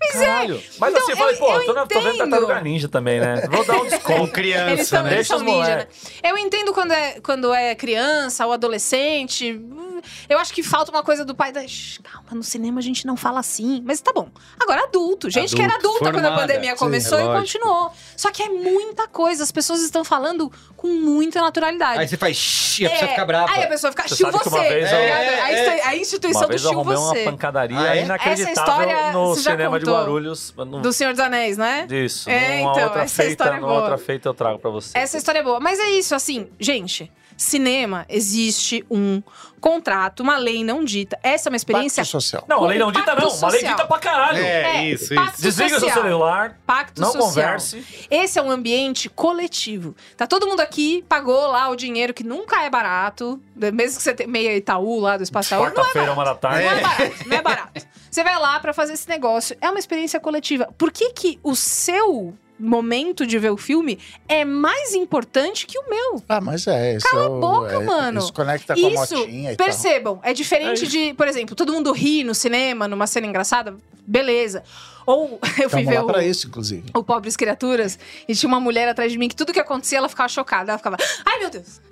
Mas Caralho. Mas Então, assim, eu falei, eu- pô, eu tô, na, tô vendo entendo. Tartaruga Ninja também, né? Vou dar um Com desconto. Eles criança, são, né? eles são Deixa os ninja, né? moleque. Eu entendo quando é, quando é criança ou adolescente. hum, Eu acho que falta uma coisa do pai da. "Shh, Calma, no cinema a gente não fala assim. Mas tá bom. Agora adulto. Gente que era Adulto, adulta quando a formada. pandemia Sim, começou é e lógico. continuou. Só que é muita coisa. As pessoas estão falando com muita naturalidade. Aí você faz shh, e a pessoa É, fica brava. Aí a pessoa fica, Você chiu sabe que você. uma vez tá eu- ligado? É, a, insta- a instituição Uma vez do eu chiu arrumei você. uma pancadaria Ah, é? inacreditável Essa história no você já cinema de contou. Guarulhos. No... Do Senhor dos Anéis, não é? Isso. É, numa então, outra essa feita, história é numa boa. outra feita eu trago pra você. Essa história é boa. Mas é isso, assim, gente. Cinema, existe um contrato, uma lei não dita. Essa é uma experiência. Pacto social. Não, a lei não dita um Impacto não. Uma lei social. dita pra caralho. É, isso, pacto isso. Desliga o seu social. celular, Pacto não social. converse. Esse é um ambiente coletivo. Tá todo mundo aqui, pagou lá o dinheiro que nunca é barato. Mesmo que você tenha meia Itaú lá do Espaço Itaú. Não é Quarta-feira, uma da tarde. Não é barato, não é barato. Você vai lá pra fazer esse negócio. É uma experiência coletiva. Por que que o seu momento de ver o filme é mais importante que o meu? Ah, mas é. Isso Cala a é o- boca, é- mano. Isso conecta com Isso, a motinha e tal. percebam, é diferente É. de, por exemplo, todo mundo ri no cinema, numa cena engraçada, beleza. Ou eu fui Estamos Então lá pra ver o, isso, inclusive. o Pobres Criaturas e tinha uma mulher atrás de mim que tudo que acontecia ela ficava chocada. Ela ficava, ai meu Deus,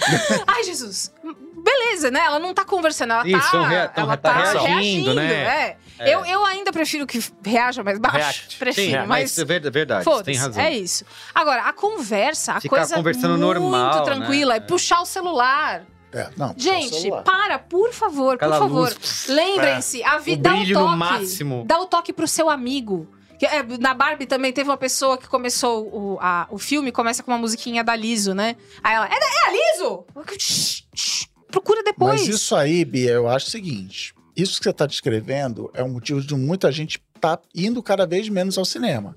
ai Jesus. Beleza, né? Ela não tá conversando, ela Isso, tá, um rea- tão ela tá reagindo, reagindo, né? é. Eu, eu ainda prefiro que reaja mais baixo. React. Prefiro, Sim, mas mas. é ver- verdade, você Foda-se, tem razão. é isso. Agora, a conversa, a Ficar coisa conversando muito normal, né? tranquila, é É. puxar o celular, É, não, só o Gente, celular. para, por favor, Aquela por favor. luz. é, Lembrem-se, a O vida dá um brilho no toque. máximo. Dá o toque pro seu amigo. Que, é, na Barbie também teve uma pessoa que começou o, a- o filme, começa com uma musiquinha da Liso, né? Aí ela, é, da- é a Liso? Shh, shh, Procura depois. Mas isso aí, Bia, eu acho o seguinte: isso que você está descrevendo é um motivo de muita gente tá indo cada vez menos ao cinema.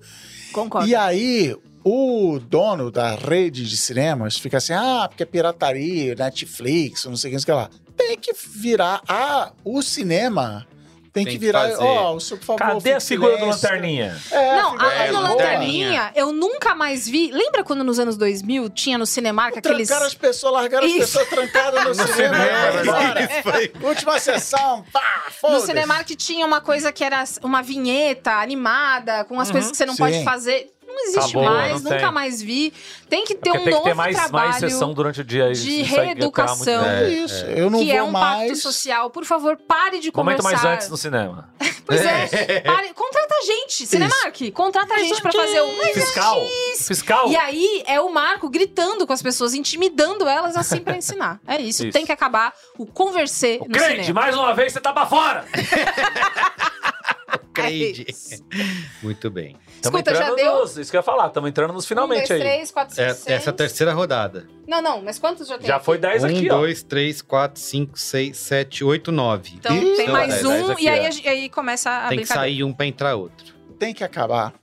Concordo. E aí, o dono da rede de cinemas fica assim: ah, porque é pirataria, Netflix, não sei o que, não sei o que lá. Tem que virar ah, o cinema. Tem, Tem que que virar, fazer. ó, o seu, por favor. Cadê a fique figura do silêncio. lanterninha? É, Não, figura a é, Ana boa. Lanterninha, eu nunca mais vi. Lembra quando nos anos 2000 tinha no Cinemarca aqueles. Trancaram as pessoas, largaram as Isso. pessoas trancadas no cinema. né? é e foram embora. Foi- Última sessão, pá, No foda-se. Cinemark tinha uma coisa que era uma vinheta animada, com as coisas que você não Uhum. Sim. pode fazer. não existe Acabou, mais, Tá não nunca tem. É mais vi. Tem que ter Porque um tem que novo ter mais, trabalho mais sessão durante o dia. isso de aí vai entrar muito- reeducação. É, isso. Eu não que vou é um mais. pacto social. Por favor, pare de Momento conversar. mais antes no cinema. Pois é, pare- contrata a gente, Cinemark, contrata a gente pra fazer o Fiscal. Fiscal. E aí é o Marco gritando com as pessoas, intimidando elas assim pra ensinar. É isso, Isso. tem que acabar o converser O no crente, cinema. mais uma vez, você tá pra fora. Crede. É isso. Muito bem. Tamo Escuta, já entrando deu? nos- isso que eu ia falar, estamos entrando nos um, finalmente dois, aí. três, quatro, É, cinco, seis. essa é a terceira rodada. Não, não, mas quantos já tem? Já aqui? foi 10 Um, aqui, ó. dois, três, quatro, cinco, seis, sete, oito, nove. Então Ih, tem então, mais dez, um dez e aí, aqui, a gente- aí começa Tem a que brincadeira. sair um pra entrar outro. Tem que acabar.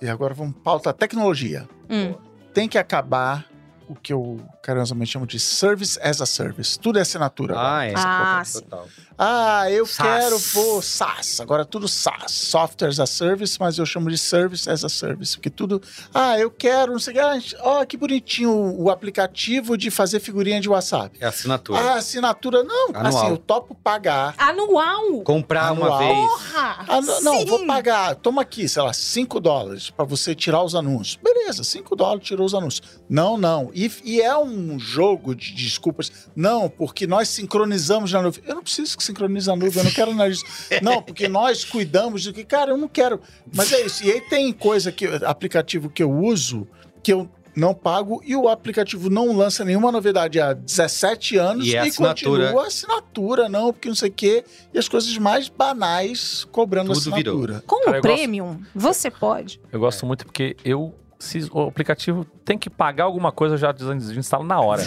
E agora vamos pauta tecnologia. Hum. Tem que acabar o que eu carinhosamente chamo de service as a service. Tudo é assinatura. agora. Ah, é. Ah, sim. total. Ah, eu SaaS. quero pô, SaaS. Agora tudo SaaS, software as a service, mas eu chamo de service as a service, porque tudo. Ah, eu quero, não sei o que. Ah, ó, que bonitinho o o aplicativo de fazer figurinha de WhatsApp. É assinatura. Ah, assinatura não. Anual. Assim, eu topo pagar. Anual! Comprar uma Anual. vez. Porra! Ah, não, não, Sim. vou pagar. Toma aqui, sei lá, 5 dólares pra você tirar os anúncios. Beleza, 5 dólares tirou os anúncios. Não, não. E, e é um jogo de desculpas. Não, porque nós sincronizamos na nuvem. Eu não preciso que sincronize na nuvem, eu não quero nada disso. Não, porque nós cuidamos do que. Cara, eu não quero. Mas é isso. E aí tem coisa que. aplicativo que eu uso que eu. Não pago e o aplicativo não lança nenhuma novidade há 17 anos E é assinatura. continua assinatura, não, porque não sei o quê e as coisas mais banais cobrando Tudo assinatura. Com Cara, o eu gosto- Premium, você pode. Eu gosto É. muito porque eu. Se o aplicativo tem que pagar alguma coisa, eu já desinstalo na hora.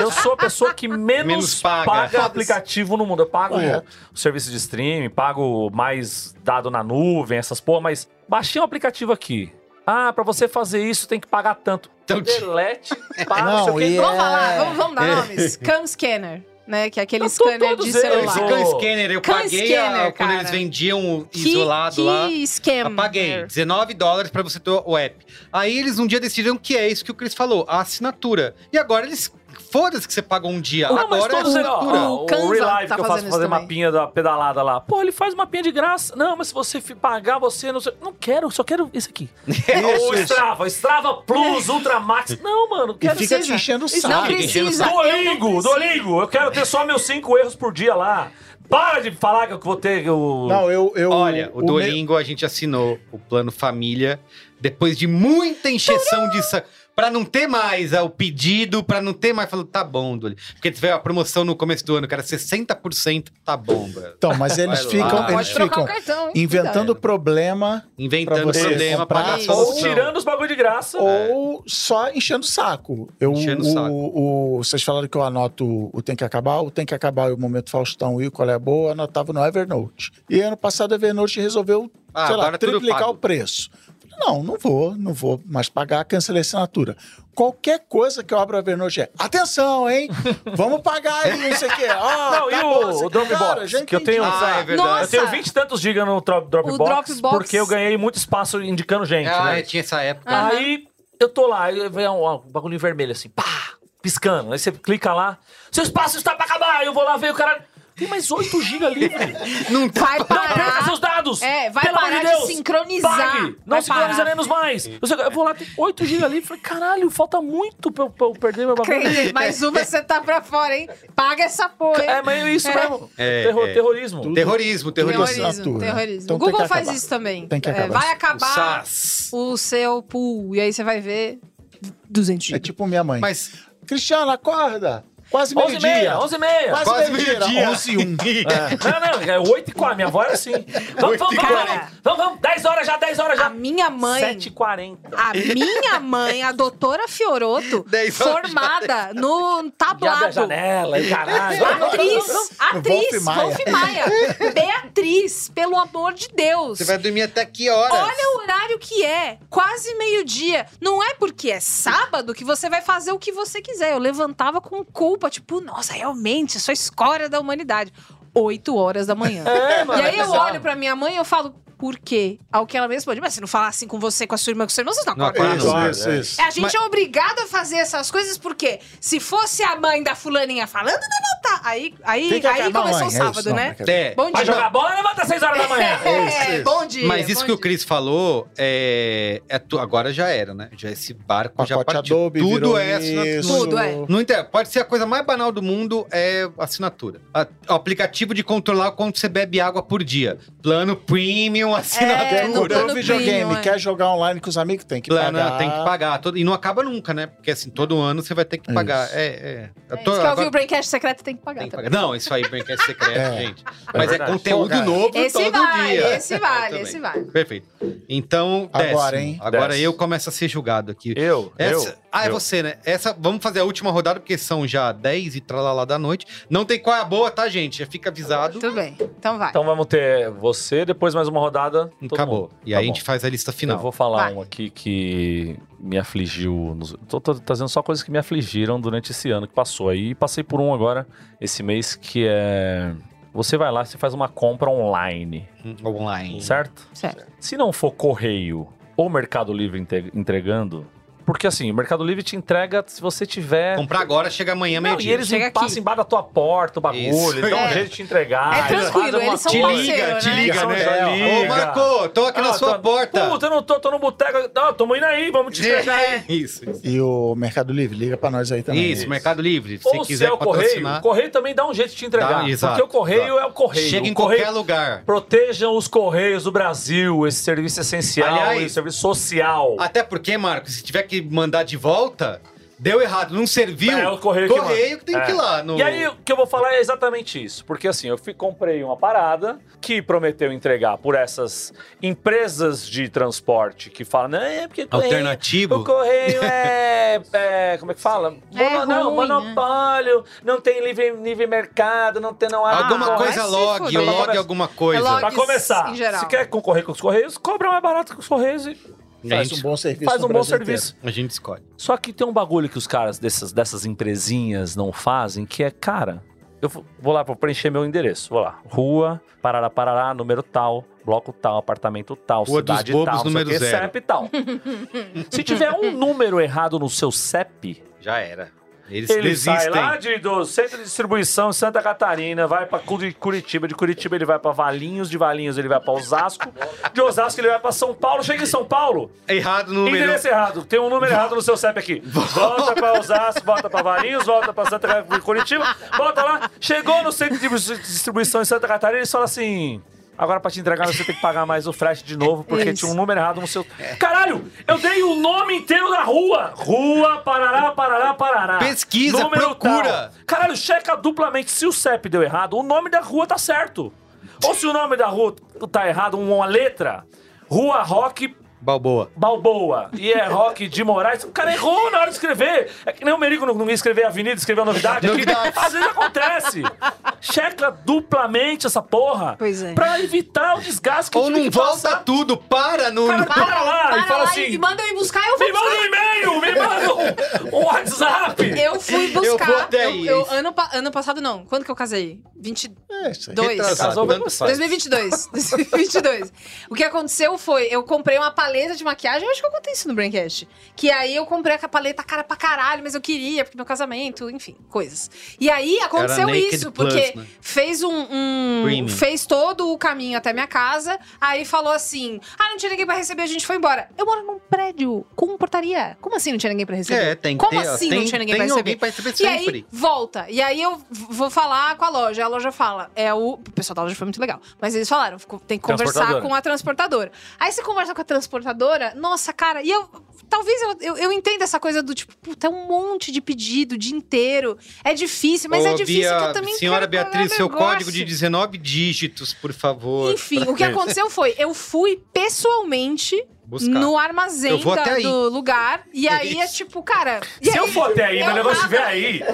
eu sou a pessoa que menos, Menos paga. É. paga, aplicativo no mundo. Eu pago Correto. o serviço de streaming, pago mais dado na nuvem, essas porra, mas baixei um aplicativo aqui. Ah, pra você fazer isso tem que pagar tanto. Então, Delete, paga, não, sei o Não, quê. Então, e Vamos é- falar, vamos, vamos dar nomes. Cam Scanner, né? Que é aquele Eu tô scanner todos de eles, celular. Esse Ô, can scanner, eu Can paguei a- scanner, quando cara. eles vendiam Que- isolado que lá. esquema. Apaguei. 19 dólares pra você ter o app. Aí eles um dia decidiram que é isso que o Chris falou, a assinatura. E agora eles. Foda-se que você pagou um dia. Não, mas agora é todos eles, ó, assinatura. ó, O o Kanzan Relive tá que eu fazendo faço isso fazer também. mapinha da pedalada lá. Pô, ele faz mapinha de graça. Não, mas se você fi- pagar, você não sei. Não quero, só quero esse aqui. Ou Strava, Strava Plus, Ultramax. Não, mano, E quero fica ser. te enchendo o Não saco. precisa. Duolingo, Duolingo, eu quero ter só meus cinco erros por dia lá. Para de falar que eu vou ter o. Não, eu, eu. Olha, o, meu- Duolingo a gente assinou o plano família depois de muita encheção de sa- Pra não ter mais ah, o pedido, pra não ter mais. Falou, tá bom, Duolingo. Porque tiver a promoção no começo do ano, cara, 60%, tá bom, brother. Então, mas eles Vai lá. ficam, Pode eles Pode trocar um, ficam o cartão. hein? inventando problema Inventando você problema comprar pra dar isso. Ou solução. tirando os bagulho de graça. ou só enchendo o saco. Eu, Enchendo o o- saco. o- vocês falaram que eu anoto o- o Tem que Acabar, o Tem que Acabar e o Momento Faustão e o Qual é a Boa, eu anotava no Evernote. E ano passado o Evernote resolveu, Ah, sei lá, agora tudo triplicar pago. o preço. Falei, Não, não vou, não vou mais pagar, cancelei a assinatura. Qualquer coisa que eu abro o Evernote é, atenção, hein? Vamos pagar aí, não sei o quê. Ah, Não, tá e bom, o- sei o o quê. Dropbox, Cara, já que eu entendi. tenho- Ah, é verdade. Eu tenho 20 e tantos gigas no Dro- Dropbox, Dropbox. porque eu ganhei muito espaço indicando gente, Ah, né? tinha essa época. Aham. Aí eu tô lá, aí vem um, um bagulho vermelho assim, pá, piscando. Aí você clica lá, seu espaço está pra acabar. Aí Eu vou lá ver o cara. Tem mais 8 GB ali. velho. Não Vai Não perca parar. seus dados! É, vai Pelo amor parar de Deus, sincronizar. pague. Não Vai sincronizaremos mais. Eu, sei- eu vou lá, tem 8 GB ali. Falei, caralho, falta muito pra eu, pra eu perder meu bagulho. Crente, Mais uma você tá pra fora, hein? Paga essa porra, hein? É, mas é isso mesmo. É, Terror- é. Terrorismo. Terrorismo, terrorismo. Terrorismo. terrorismo. terrorismo. Então o tem que Google faz acabar. isso também. Tem que É, acabar. vai acabar SAS. o seu pool. E aí você vai ver 200 É gigas. tipo minha mãe. Mas Cristiano, acorda! Quase 11 e meia, meio-dia. 11 e meia. Quase, Quase meio-dia. meio-dia. 11 e 1. Não, não, é 8 e 4, minha avó era assim. Vamos, vamos, vamos, Cara. vamos, vamos, vamos, 10 horas já, 10 horas A já. minha mãe... 7 e 40. A minha mãe, a doutora Fioroto, Dez horas formada no Abre a tablado. janela e caralho. Atriz, atriz, Wolf Maia. Wolf Maia. Beatriz, pelo amor de Deus. você vai dormir até que horas? Olha o horário que é, quase meio-dia. Não é porque é sábado que você vai fazer o que você quiser. Eu levantava com culpa, tipo, nossa, realmente, sou a escória da humanidade. Oito horas da manhã. É, mano, e aí é eu bizarro. olho pra minha mãe e eu falo, Porque, ao que ela mesma responde, mas se não falar assim com você, com a sua irmã, com seu irmão, vocês não Não acordam. acordam. Isso, claro, isso, é. isso. A gente é obrigado a fazer essas coisas porque se fosse a mãe da fulaninha falando, não, não, tá. Aí, aí, Fica aí com a começou mamãe, o é sábado, isso, não, né? É, Bom Vai dia. jogar bola, levanta às 6 horas da manhã. Isso, É, isso. bom dia. mas isso bom que o dia. Cris falou, é, é tu- agora já era, né? Já esse barco já Pacote partiu. Adobe, Tudo virou é assinatura. isso. Tudo, é. Não inter- Pode ser a coisa mais banal do mundo, é assinatura. A- o aplicativo de controlar quanto você bebe água por dia. Plano premium, É, assinatura. Até no comprou plano o videogame, premium, é. quer jogar online com os amigos, tem que Plano, pagar. né? tem que pagar. Todo- e não acaba nunca, né? Porque assim, todo ano você vai ter que Isso. pagar. É, é. Eu tô- É, isso que eu ouvi agora- o Braincast secreto tem que pagar tem que também. pagar. Não, isso aí, Braincast secreto, É. gente. Mas é verdade. conteúdo Pô, cara. novo Esse todo vale, dia. esse vale, Tudo esse bem. vale. Perfeito. Então, décimo. Agora, hein? Agora Décimo. eu começo a ser julgado aqui. Eu, Essa- eu. ah, é eu. você, né? Essa, vamos fazer a última rodada, porque são já 10 e tralalá da noite. Não tem qual é a boa, tá, gente? Já fica avisado. Tudo bem, então vai. Então vamos ter você, depois mais uma rodada. todo Hum, Acabou. mundo. E Tá aí a bom. gente faz a lista Eu final. vou falar Vai. um aqui que me afligiu. nos- Tô, tô trazendo só coisas que me afligiram durante esse ano que passou aí. E passei por um agora, esse mês, que é. Você vai lá, você faz uma compra online, Hum, Online. certo? Certo. Se não for correio ou Mercado Livre inte- entregando. Porque assim, o Mercado Livre te entrega se você tiver. Comprar agora, chega amanhã, Não, e meio-dia. eles Chega aqui. passam embaixo da tua porta o bagulho, É Isso. eles dão um É. jeito de te entregar. É eles tranquilo, fazem uma eles são Te coisa. liga, parceiro, te né? liga, São né? Joel, Ô, liga. Marco, tô aqui Ah, na sua tô- porta. Puta, eu não tô, tô no boteco. Não, tamo indo aí, é. vamos te entregar aí. Isso, isso. E o Mercado Livre, liga pra nós aí também. Isso, Mercado Livre. Se Ou é você quiser o correio, patrocinar, o correio também dá um jeito de te entregar. Dá, exato, porque o correio exato. é o correio. chega em O correio- qualquer lugar. Protejam os correios do Brasil, esse serviço essencial, Aliás- esse serviço social. Até porque, Marcos, se tiver que mandar de volta, deu errado, não serviu. É o correio que manda. correio que tem que ir É. lá. No... E aí, o que eu vou falar é exatamente isso. Porque assim, eu fui, comprei uma parada que prometeu entregar por essas empresas de transporte que falam, não, é porque correio- Alternativo? O correio é, é, Como é que fala? É Mono- não, ruim, monopólio, não tem livre, livre mercado, não tem. Não há Alguma coisa concorrência. vai se log, fuder. log alguma coisa. É log. Pra começar, em geral. se quer concorrer com os Correios, cobra mais barato que os Correios e A Faz um gente, bom serviço. faz no um bom Brasil serviço. a gente escolhe. Só que tem um bagulho que os caras dessas, dessas empresinhas não fazem, que é, cara, eu vou vou lá, vou preencher meu endereço, vou lá. Rua, Parará, Parará, número tal, bloco tal, apartamento tal, Rua dos cidade Bobos, tal, não sei o número quê, zero. CEP tal. Se tiver um número errado no seu CEP, Já era. Eles ele sai desistem. lá de- do centro de distribuição em Santa Catarina, vai pra Curi- Curitiba, de Curitiba ele vai pra Valinhos, de Valinhos ele vai pra Osasco, de Osasco ele vai pra São Paulo, chega em São Paulo, Errado no número. Endereço errado. Tem um número errado no seu CEP aqui. Volta pra Osasco, volta pra Varinhos, volta pra Santa Catarina, Curitiba. Volta lá. Chegou no centro de distribuição em Santa Catarina, eles falam assim... Agora, pra te entregar, você tem que pagar mais o frete de novo, porque Isso. tinha um número errado no seu... Caralho! Eu dei o nome inteiro da rua! Rua, Parará, Parará, Parará. Pesquisa, procura. tal. Caralho, checa duplamente. Se o CEP deu errado, o nome da rua tá certo. Ou se o nome da rua tá errado, uma letra... Rua Rock, Balboa. Balboa e é rock de Moraes. O cara errou na hora de escrever. É que nem o Merico não, não ia escrever Avenida, escreveu novidade. É que Novidades. às vezes acontece. Checa duplamente essa porra. Pois é. Pra evitar o desgaste que Ou tive não que volta passar. tudo, para no. Cara, para lá Para e fala lá assim. e manda eu ir buscar, eu vou Me buscar. manda um e-mail, me manda um, um WhatsApp. Eu fui buscar. Eu vou até eu- aí. eu- ano, pa- ano passado não. Quando que eu casei? 20, inteiro. É, isso aí. Dois. Tá, Retrasado, Casou, vai tanto você. faz. 2022. 2022. O que aconteceu foi, eu comprei uma paleta de maquiagem, eu acho que eu contei isso no Braincast. Que aí eu comprei a paleta cara pra caralho, mas eu queria, porque meu casamento, enfim, coisas. E aí aconteceu Naked isso, Plus, porque né? fez um. um- Premium. fez todo o caminho até minha casa, aí falou assim: ah, não tinha ninguém pra receber, a gente foi embora. Eu moro num prédio com portaria. Como assim não tinha ninguém pra receber? É, tem que Como ter- assim tem, não tinha ninguém tem pra receber? alguém pra receber E sempre. aí, volta. E aí eu v- vou falar com a loja. A loja fala. É o... o pessoal da loja foi muito legal. Mas eles falaram, ficou- tem que conversar Transportadora. com a transportadora. Aí você conversa com a transportadora, nossa, cara, e eu. Talvez eu, eu, eu entenda essa coisa do tipo, puta, é um monte de pedido o dia inteiro. É difícil, mas Ô, é difícil Bia- que eu também Senhora quero pagar um Beatriz, seu negócio. código de 19 dígitos, por favor. Enfim, pra o que aconteceu foi, eu fui pessoalmente Buscar. no armazém Eu vou da- até aí. do lugar. E aí é Isso. tipo, cara. e Se eu aí for até aí, eu meu negócio tava- estiver aí,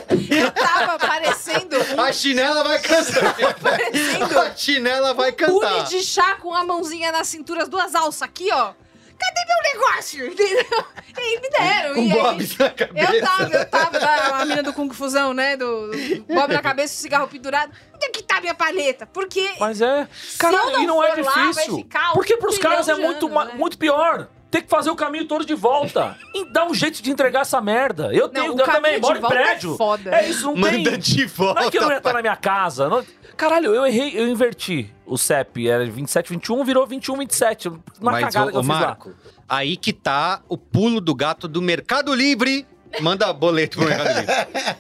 Eu tava parecendo um A chinela vai cantar. parecendo A chinela vai Um pule cantar. de chá com a mãozinha na cintura, as duas alças aqui, ó. Cadê meu negócio? Entendeu? E aí me deram. quero Com ir. aí- bobs na Um cabeça. Eu tava, eu tava, da- a mina do Kung Fusão, né? Do, do bob na cabeça, o cigarro pendurado. Onde é que tá minha palheta? Porque Mas é. Caralho, eu não e não é for lá, vai difícil. ficar um porque pros trilhão caras é de muito, anos, ma- né? muito pior. Tem que fazer o caminho todo de volta. e dá um jeito de entregar essa merda. Eu tenho, o eu caminho também de moro em volta é prédio. foda. É isso, não Manda tem. de volta. Não é que eu não ia estar pai. na minha casa. não- Caralho, eu errei, eu inverti. O CEP era 27, 21, virou 21, 27. Uma Mas, cagada ô, que eu ô, fiz lá. Marco, aí que tá o pulo do gato do Mercado Livre. Manda boleto pro Mercado Livre.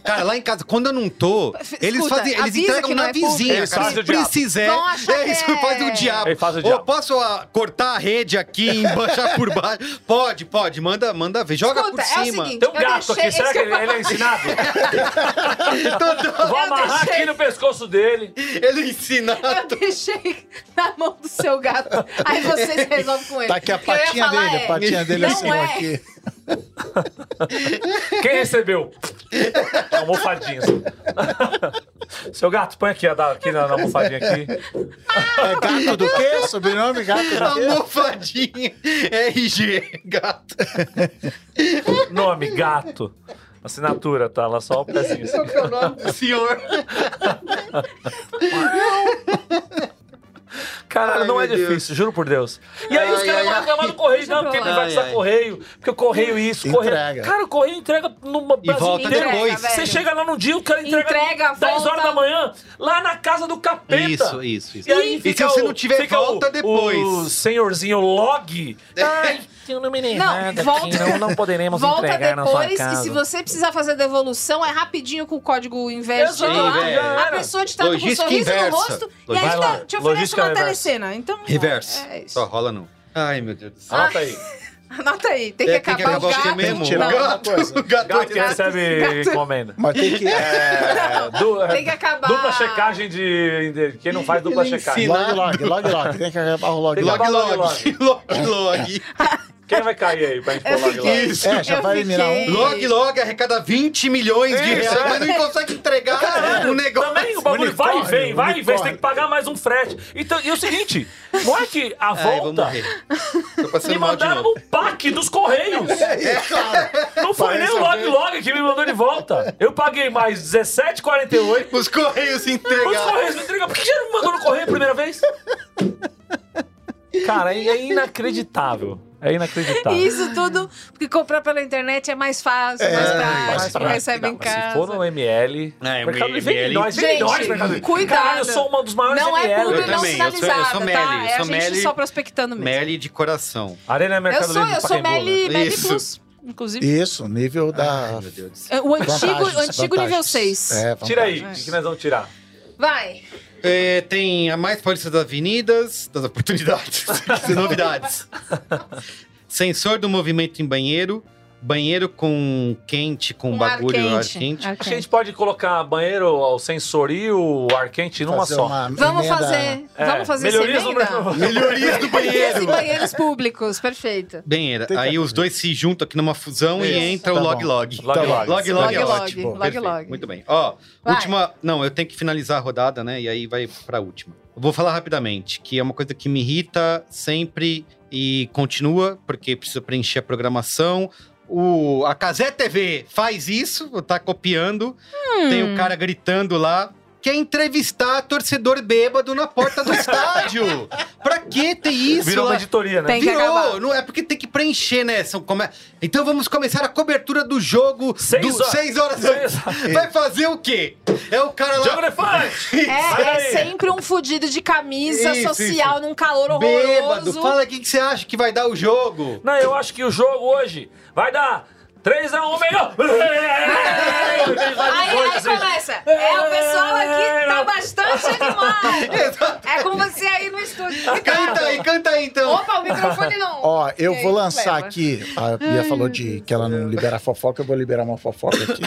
Cara, lá em casa, quando eu não tô, eles, Escuta, fazem, eles avisa entregam que não na é vizinha. público. cara. Eles Se fazem o diabo. preciser, Vão achar é isso, que é- faz o diabo. Eles fazem o Ô, diabo. posso ah, cortar a rede aqui, embaixar por baixo? Pode, pode, manda, manda ver. Joga Escuta, por é o cima. seguinte, Tem um Eu gato deixei- aqui, será esse que que ele, eu ele é ensinado? Então, Vou Eu amarrar deixei. aqui no pescoço dele. ele ensina. eu deixei na mão do seu gato. Aí você resolve com ele. Tá aqui a O que eu ia patinha falar dele, é, a patinha dele não assim, é. aqui. Quem recebeu? Uma almofadinha. assim. Seu gato, põe aqui, a da- aqui na, na almofadinha aqui. É gato do quê? Sobrenome gato do quê? Almofadinha. RG, gato. Nome, gato. Assinatura, tá? Lá só o pezinho. assim. que é o nome do senhor? Cara, Ai, não é meu Deus. difícil, juro por Deus. E aí os Ai, caras ai, vão ai. reclamar do correio, Deixa não, pra porque lá. privatizar Ai, ai. correio, porque o correio isso, correio. Entrega. Cara, o correio entrega no Brasil volta inteiro. depois. Você Velho. chega lá num dia, o cara entrega, Entrega, 10 volta. horas da manhã, lá na casa do capeta. Isso, isso, isso. E, aí E fica se você o- não tiver fica volta o, depois? É. O senhorzinho log. Ai, tem um número errado Não, aqui, volta, não, não poderemos volta entregar na sua depois casa. e se você precisar fazer devolução, é rapidinho com o código inverso Exato, lá. velho. A pessoa te trata Logística com um sorriso inversa. no rosto e tá, Vai lá. ainda te oferece Logística uma reversa. telecena. Então, Reverso. É isso. Só rola não. Ai, meu Deus do céu. Anota aí. Anota aí, tem que É, acabar, o o quê gato. mesmo? tirar Não, alguma coisa. O gato, Gato que é- recebe gato. encomenda. Mas tem que. É, Du- Tem que acabar. Dupla checagem de... de- Quem não faz dupla Ele checagem? ensina. log, log, log, log. Tem que acabar o log, Tem que log. Log, Acabar log, log, log. Quem vai cair aí pra gente pôr log log? Isso. É, já Eu vai eliminar fiquei- um. Log, log arrecada 20 milhões de Isso, reais, é. mas não consegue entregar o negócio. Também o bagulho vai e Unicórnio, vem, vai e vem, você tem unicórnio. que pagar mais um frete. Então, e o seguinte, não é que a Ai, vou volta morrer. Tô me passando mal de mandaram novo. no PAC dos Correios. É, claro. Não foi nem Parece o Log a Log que me mandou de volta. Eu paguei mais R$17,48. Os correios se Os entregaram. Correios me entregam. Por que já não me mandou no Correio a primeira vez? Cara, é é inacreditável. É inacreditável. Isso tudo, porque comprar pela internet é mais fácil, mais Mas prático, pra- recebe Ah, não, em mas Se casa. for no ML. É, mercado o Livre vem em ML. nós, vem em nós, Mercado Livre. cuidado. Caralho, eu sou uma dos maiores Não é ML. público, Eu não também, eu sou- eu sinalizada, sou tá? Meli, É a sou gente Meli- só prospectando mesmo. Meli de coração. Arena é Eu Mercado sou, Livre eu sou Pacaembu, né? Meli, Meli Isso. Plus, inclusive. Isso, nível da. Meu Deus do céu. É, O antigo, vantagens, antigo nível vantagens. 6. É, Tira aí, vantagens. o que que nós vamos tirar? Vai. É, tem a mais paulista das avenidas, das oportunidades, das novidades. Sensor do movimento em banheiro, banheiro com quente, com Um bagulho ar ar quente. quente. Ar Acho que a quente. gente pode colocar banheiro, o sensor e o ar quente numa Fazer só. uma Vamos emenda- fazer, É, vamos fazer essa melhorias emenda? no- Melhorias do Banheiros e banheiro. banheiros públicos, perfeito. Banheira. Tem que Aí os dois se juntam aqui numa fusão Isso. e entra Tá o bom. log log. Log Tá log. bom. Log log, é Log, tipo, ótimo. log, Perfeito. log. Muito bem. Ó, Vai. última. Não, eu tenho que finalizar a rodada, né? E aí vai pra última. Eu Vou falar rapidamente, que é uma coisa que me irrita sempre e continua, porque precisa preencher a programação. O, a Casé TV faz isso, tá copiando. Hum. Tem o cara gritando lá. Quer entrevistar torcedor bêbado na porta do estádio? pra que ter isso? Virou uma lá? editoria, né? Tem que acabar. Virou, não é porque tem que preencher, né? São come- Então vamos começar a cobertura do jogo Seis do... horas. seis horas antes. Vai fazer o quê? É o cara lá Jogo É, elefante! é Vai. sempre um fudido de camisa Isso, social num calor bêbado. horroroso. Fala o que que você acha que vai dar o jogo. Não, eu acho que o jogo hoje vai dar 3x1 melhor! Aí, aí começa. É, o pessoal aqui tá bastante animado. É com você aí no estúdio. Canta aí, canta aí então. Opa, o microfone não. é Ó, eu E aí, vou lançar leva. aqui. A Bia falou de que ela não libera fofoca, eu vou liberar uma fofoca aqui.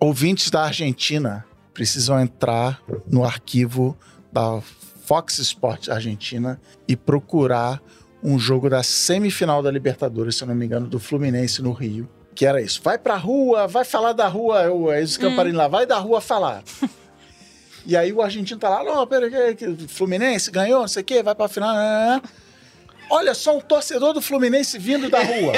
Ouvintes da Argentina precisam entrar no arquivo da Fox Sport Argentina e procurar um jogo da semifinal da Libertadores, se eu não me engano, do Fluminense no Rio. Que era isso. Vai pra rua, vai falar da rua. Eu, é isso que eu parei lá. Vai da rua falar. e aí o argentino tá lá, não, peraí, que- que Fluminense ganhou, não sei o quê, vai pra final. né, né, né." Olha só um torcedor do Fluminense vindo da rua.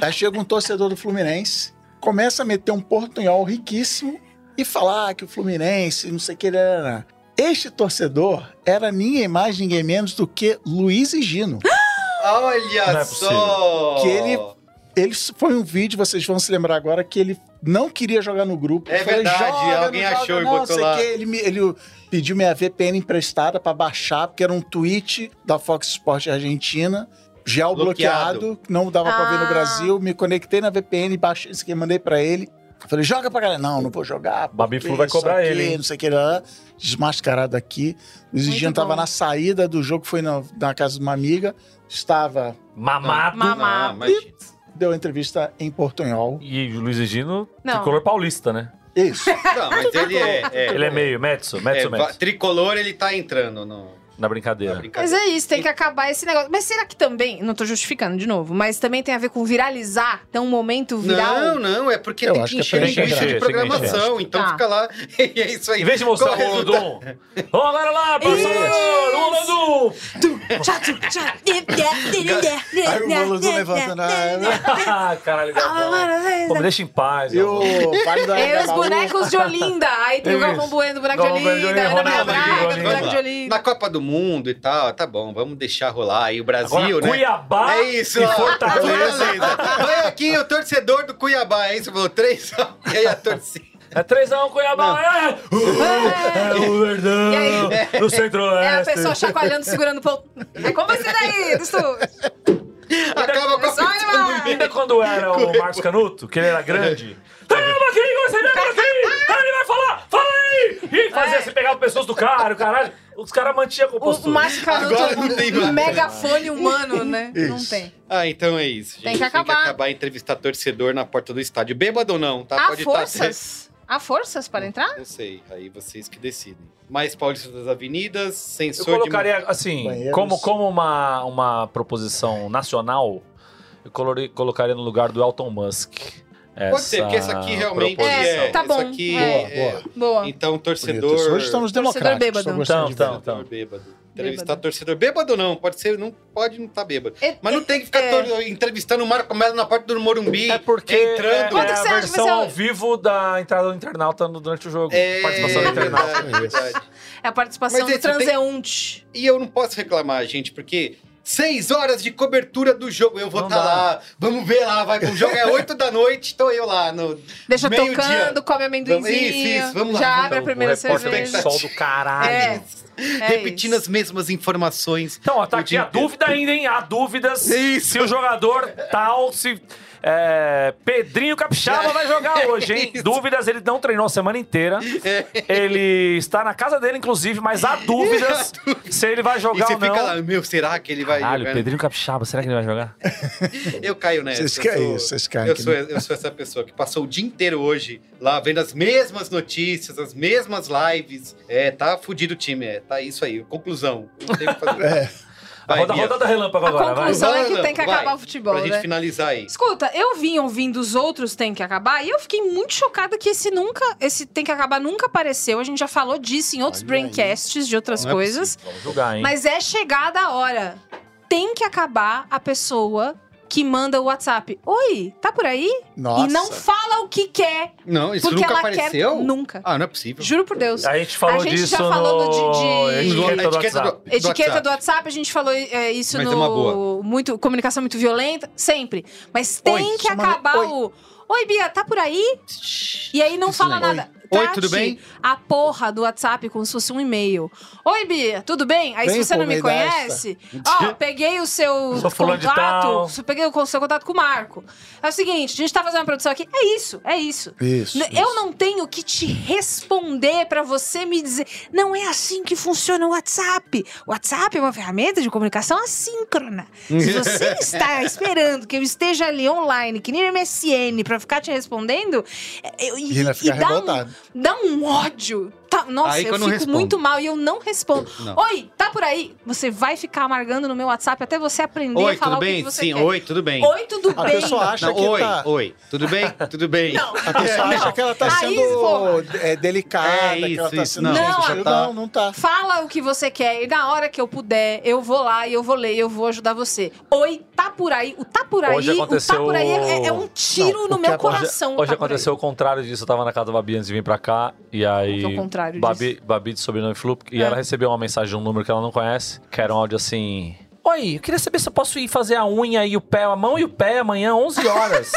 Aí chega um torcedor do Fluminense, começa a meter um portunhol riquíssimo e falar que o Fluminense, não sei o que, era. Este torcedor era ninguém mais, ninguém menos do que Luiz e Gino. Não Olha é só! Que ele- Ele foi um vídeo, vocês vão se lembrar agora, que ele não queria jogar no grupo. É Ele falou, verdade, "Joga, alguém não joga, achou e não, botou sei o lá." quê." Ele, me- ele pediu minha VPN emprestada pra baixar, porque era um tweet da Fox Sport Argentina, geobloqueado, bloqueado. não dava pra ver Ah. no Brasil. Me conectei na VPN, baixei isso aqui, mandei pra ele. Falei, joga pra galera. Não, não vou jogar. Babi porque Flu vai isso cobrar aqui, ele, hein? Não sei o que lá. Desmascarado aqui. O Muito Zigiano tava bom. na saída do jogo, foi na, na casa de uma amiga. Estava Mamado. Mamá. Não, imagina. deu entrevista em portunhol. E o Luiz Egino, Não. tricolor paulista, né? Isso. Não, mas ele é. é- Ele é meio, Metsu, Metsu, é, va- Metsu. tricolor, ele tá entrando no, Na na brincadeira. brincadeira. Mas é isso, tem que acabar esse negócio. Mas será que também, não tô justificando de novo, mas também tem a ver com viralizar? Tem um momento viral? Não, não, é porque Eu tem acho que que é encher pra linguiça encher, de tem que programação, então um. Tá. fica lá e é isso aí. Em vez de mostrar Qual o resultado? Rondon. Vamos agora lá, professor! Rondon! Aí o Boludo levantando. ah, Ah, Caralho, Galvão. Pô, me deixa em paz, E o Galvão. Vale da É os Anhangabaú, bonecos de Olinda. Aí tem É o Isso. Galvão Bueno, boneco de Galvão Bueno de Olinda, Ana Olinda, Maria Ronaldo Braga, de Olinda. boneco de Na Olinda. Copa do Mundo e tal, tá bom, vamos deixar rolar aí o Agora, Brasil, né? Cuiabá é isso, e ó. Fortaleza. Beleza. Vai aqui o torcedor do Cuiabá, é isso? Falou três, ó, e aí a torcida. É 3x1 Cuiabá. É, é o Verdão. E aí? No centro-oeste. É a pessoa chacoalhando, segurando o ponto. É como você daí, Dustu? Acaba com a competição Sai lá. do meio. Ainda quando era o Marcos Canuto, que ele era grande. Tá vendo aqui, você vendo aqui? Aí ele vai falar, fala aí! E fazia É. assim, pegava pessoas do cara, o caralho. Os caras mantinham a é O compostura. Márcio Agora não tem Canuto, mais. um megafone humano, né? Não Isso. tem. Ah, então é isso, gente. Tem que acabar. entrevistar torcedor na porta do estádio. Bêbado ou não, tá? Há estar forças? Há forças para entrar? Não sei, aí vocês que decidem. Mais Paulista das Avenidas, Eu sensor colocaria, assim, Banheiros. como, como uma, uma proposição nacional, eu colori- colocaria no lugar do Elton Musk. de... Pode ser, porque essa aqui realmente proposição. é... tá bom, Essa aqui é. é- Boa, Boa. Então, torcedor... Bonitos. Hoje estamos democráticos. bêbado. estou gostando de Então, ver. então. Torcedor bêbado. Entrevistar torcedor bêbado ou não, pode ser, não pode não estar bêbado. É- Mas não tem que ficar é. Tá todo- entrevistando o Marco Melo na porta do Morumbi, É porque entrando... é, Quanto que a você acha que versão vai ser? ao vivo da entrada do internauta no- durante o jogo. É, Participação do internauta. verdade, verdade. É a participação Mas do isso tem- transeunte. E eu não posso reclamar, gente, porque seis horas de cobertura do jogo. Eu vou Não estar dá. lá. Vamos ver lá. Vai, o jogo é oito da noite, tô eu lá. No... Deixa Meio-dia. tocando, come Vamos- amendoinzinho. Isso, isso, vamos lá, Já vamos abre a O primeira repórter tem cerveja. expectativa. sol do caralho. É, é repetindo isso. as mesmas informações. Então, ó, tá O aqui dia a inteiro. dúvida ainda, hein? Há dúvidas se o jogador tal, se. é, Pedrinho Capixaba vai jogar hoje, hein? Dúvidas, ele não treinou a semana inteira. Ele está na casa dele, inclusive, mas há dúvidas se ele vai E jogar você ou não. fica lá, meu, será que ele vai Caralho, jogar? Pedrinho Capixaba, será que ele vai jogar? Eu caio nessa. Vocês eu caem, sou- vocês caem Eu aqui, sou, eu sou essa pessoa que passou o dia inteiro hoje lá vendo as mesmas notícias, as mesmas lives. É, tá fudido o time, é. Tá isso aí. Conclusão. Não tem o que fazer. É. Vai, roda, Bia. roda da relâmpago A agora, vai. conclusão é que Vai, tem que vai. acabar o futebol, Pra gente né? finalizar aí. Escuta, eu vim ouvindo os outros tem que acabar e eu fiquei muito chocada que esse nunca, esse tem que acabar nunca apareceu. A gente já falou disso em outros Olha aí. braincasts de outras Não é coisas, Vamos jogar, hein? mas é chegada a hora. Tem que acabar a pessoa que manda o WhatsApp. Oi, tá por aí? Nossa. E não fala o que quer, Não, isso porque nunca ela apareceu? quer nunca. Ah, não é possível. Juro por Deus. A gente falou A gente disso já falou no... do- de- É é, de- Etiqueta do Etiqueta do- WhatsApp. Etiqueta WhatsApp. do WhatsApp, a gente falou é, isso Mas no. é uma boa. Muito, comunicação muito violenta, sempre. Mas tem Oi, que chama- acabar Oi. o. Oi, Bia, tá por aí? E aí não Isso fala lembra. nada. Oi. Oi, Trate tudo bem? A porra do WhatsApp como se fosse um e-mail. Oi, Bia, tudo bem? Aí Bem, se você pô, não me me dá conhece, ó, peguei o seu Sou fulano de tal. contato. se eu Peguei o seu contato com o Marco. É o seguinte, a gente tá fazendo uma produção aqui. É isso, é isso. Isso. N- Eu não tenho que te responder pra você me dizer. Não é assim que funciona o WhatsApp. O WhatsApp é uma ferramenta de comunicação assíncrona. Se você está esperando que eu esteja ali online, que nem MSN, pra ficar te respondendo, é, eu- E ainda fica dá, um, revoltado. dá um ódio Tá, nossa, Aí que eu eu não fico respondo. muito mal e eu não respondo. Não. Oi, tá por aí? Você vai ficar amargando no meu WhatsApp até você aprender Oi, a falar tudo o que, bem? que você Sim, quer. oi, tudo bem. Oi, tudo A bem? pessoa acha Não, que oi, tá. oi, tudo bem? Tudo bem. Não. A pessoa Não. acha que ela tá Aí, pô. sendo é, delicada, É que ela isso, tá isso, sendo não, gentil. isso já não, tá- não, tá. Fala o que você quer e na hora que eu puder, eu vou lá e eu vou ler e eu vou ajudar você. Oi, tá por aí? O tá por aí, Hoje o aconteceu- tá por aí é, é um tiro Não, o no que meu é- coração. o Hoje tá por aí. aconteceu o contrário disso. Eu tava na casa da Babi antes de vir pra cá. E aí. O que é o contrário Babi, Babi de sobrenome Flup. E É. ela recebeu uma mensagem de um número que ela não conhece. Que era um áudio assim. Oi, eu queria saber se eu posso ir fazer a unha e o pé, a mão e o pé amanhã, 11 horas.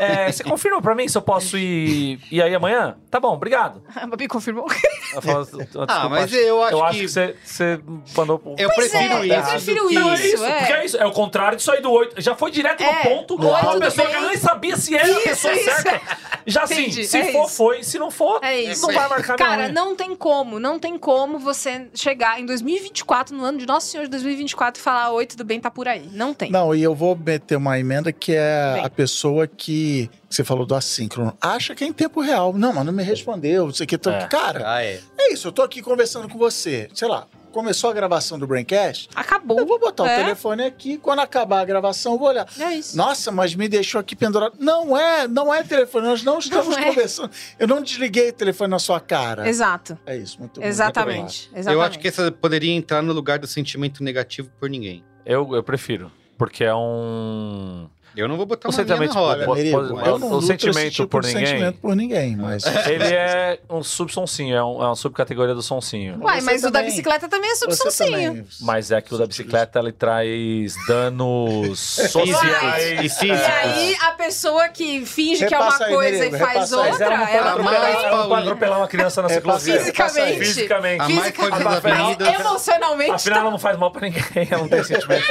É, você confirma pra mim se eu posso ir, ir aí amanhã? Tá bom, obrigado. A Babi confirmou. Ela falou, "Desculpa, Ah, mas eu acho eu acho que- que você, você mandou... Eu Pois prefiro é, isso. eu prefiro do que- Não, é isso, Isso, é. porque é isso. É o contrário disso aí do 8. Já foi direto É, no ponto. do oito a do pessoa bem. que ela nem sabia se era a Isso, pessoa isso. certa. Já assim, Entendi, se é for, isso. foi. Se não for, É isso. não vai marcar minha Cara, unha. não tem como, não tem como você chegar em 2024, no ano de Nosso Senhor de 2024, e falar: Oi, tudo bem, tá por aí. Não tem. Não, e eu vou meter uma emenda que é Bem. a pessoa que, que você falou do assíncrono. Acha que é em tempo real. Não, mas não me respondeu. Isso aqui, tô... É. Cara, Ah, é. é isso. Eu tô aqui conversando com você. Sei lá, começou a gravação do Braincast. Eu Acabou. vou botar É. o telefone aqui. Quando acabar a gravação, eu vou olhar. É isso. Nossa, mas me deixou aqui pendurado. Não é, não é telefone. Nós não estamos Não é. conversando. Eu não desliguei o telefone na sua cara. Exato. É isso, muito bom. Exatamente. Exatamente. Eu acho que essa poderia entrar no lugar do sentimento negativo por ninguém. Eu, eu prefiro. Porque é um... Eu não vou botar O uma linha na sentimento roda. po- Olha, Merigo, Pode- eu não o nutro é um sentimento esse tipo por de ninguém. sentimento por ninguém, mas... Ele é um subsoncinho. É, um- é uma subcategoria do soncinho. Uai, Você mas o da também. bicicleta também é Você subsoncinho. também. Mas é que o da bicicleta, ele traz danos Físicos e sociais. E físicos. aí, a pessoa que finge Repassa que é uma aí, coisa Merigo, e faz repassa aí. Mas ela não outra, é ela pode Mas mais, atropelar, ela não pode Paulinho. atropelar uma criança na É, ciclovia. passa- passa aí. Fisicamente. é Fisicamente. A mais foi das fisicamente, mas avenidas. emocionalmente Afinal, ela não faz mal pra ninguém. Ela não tem sentimento,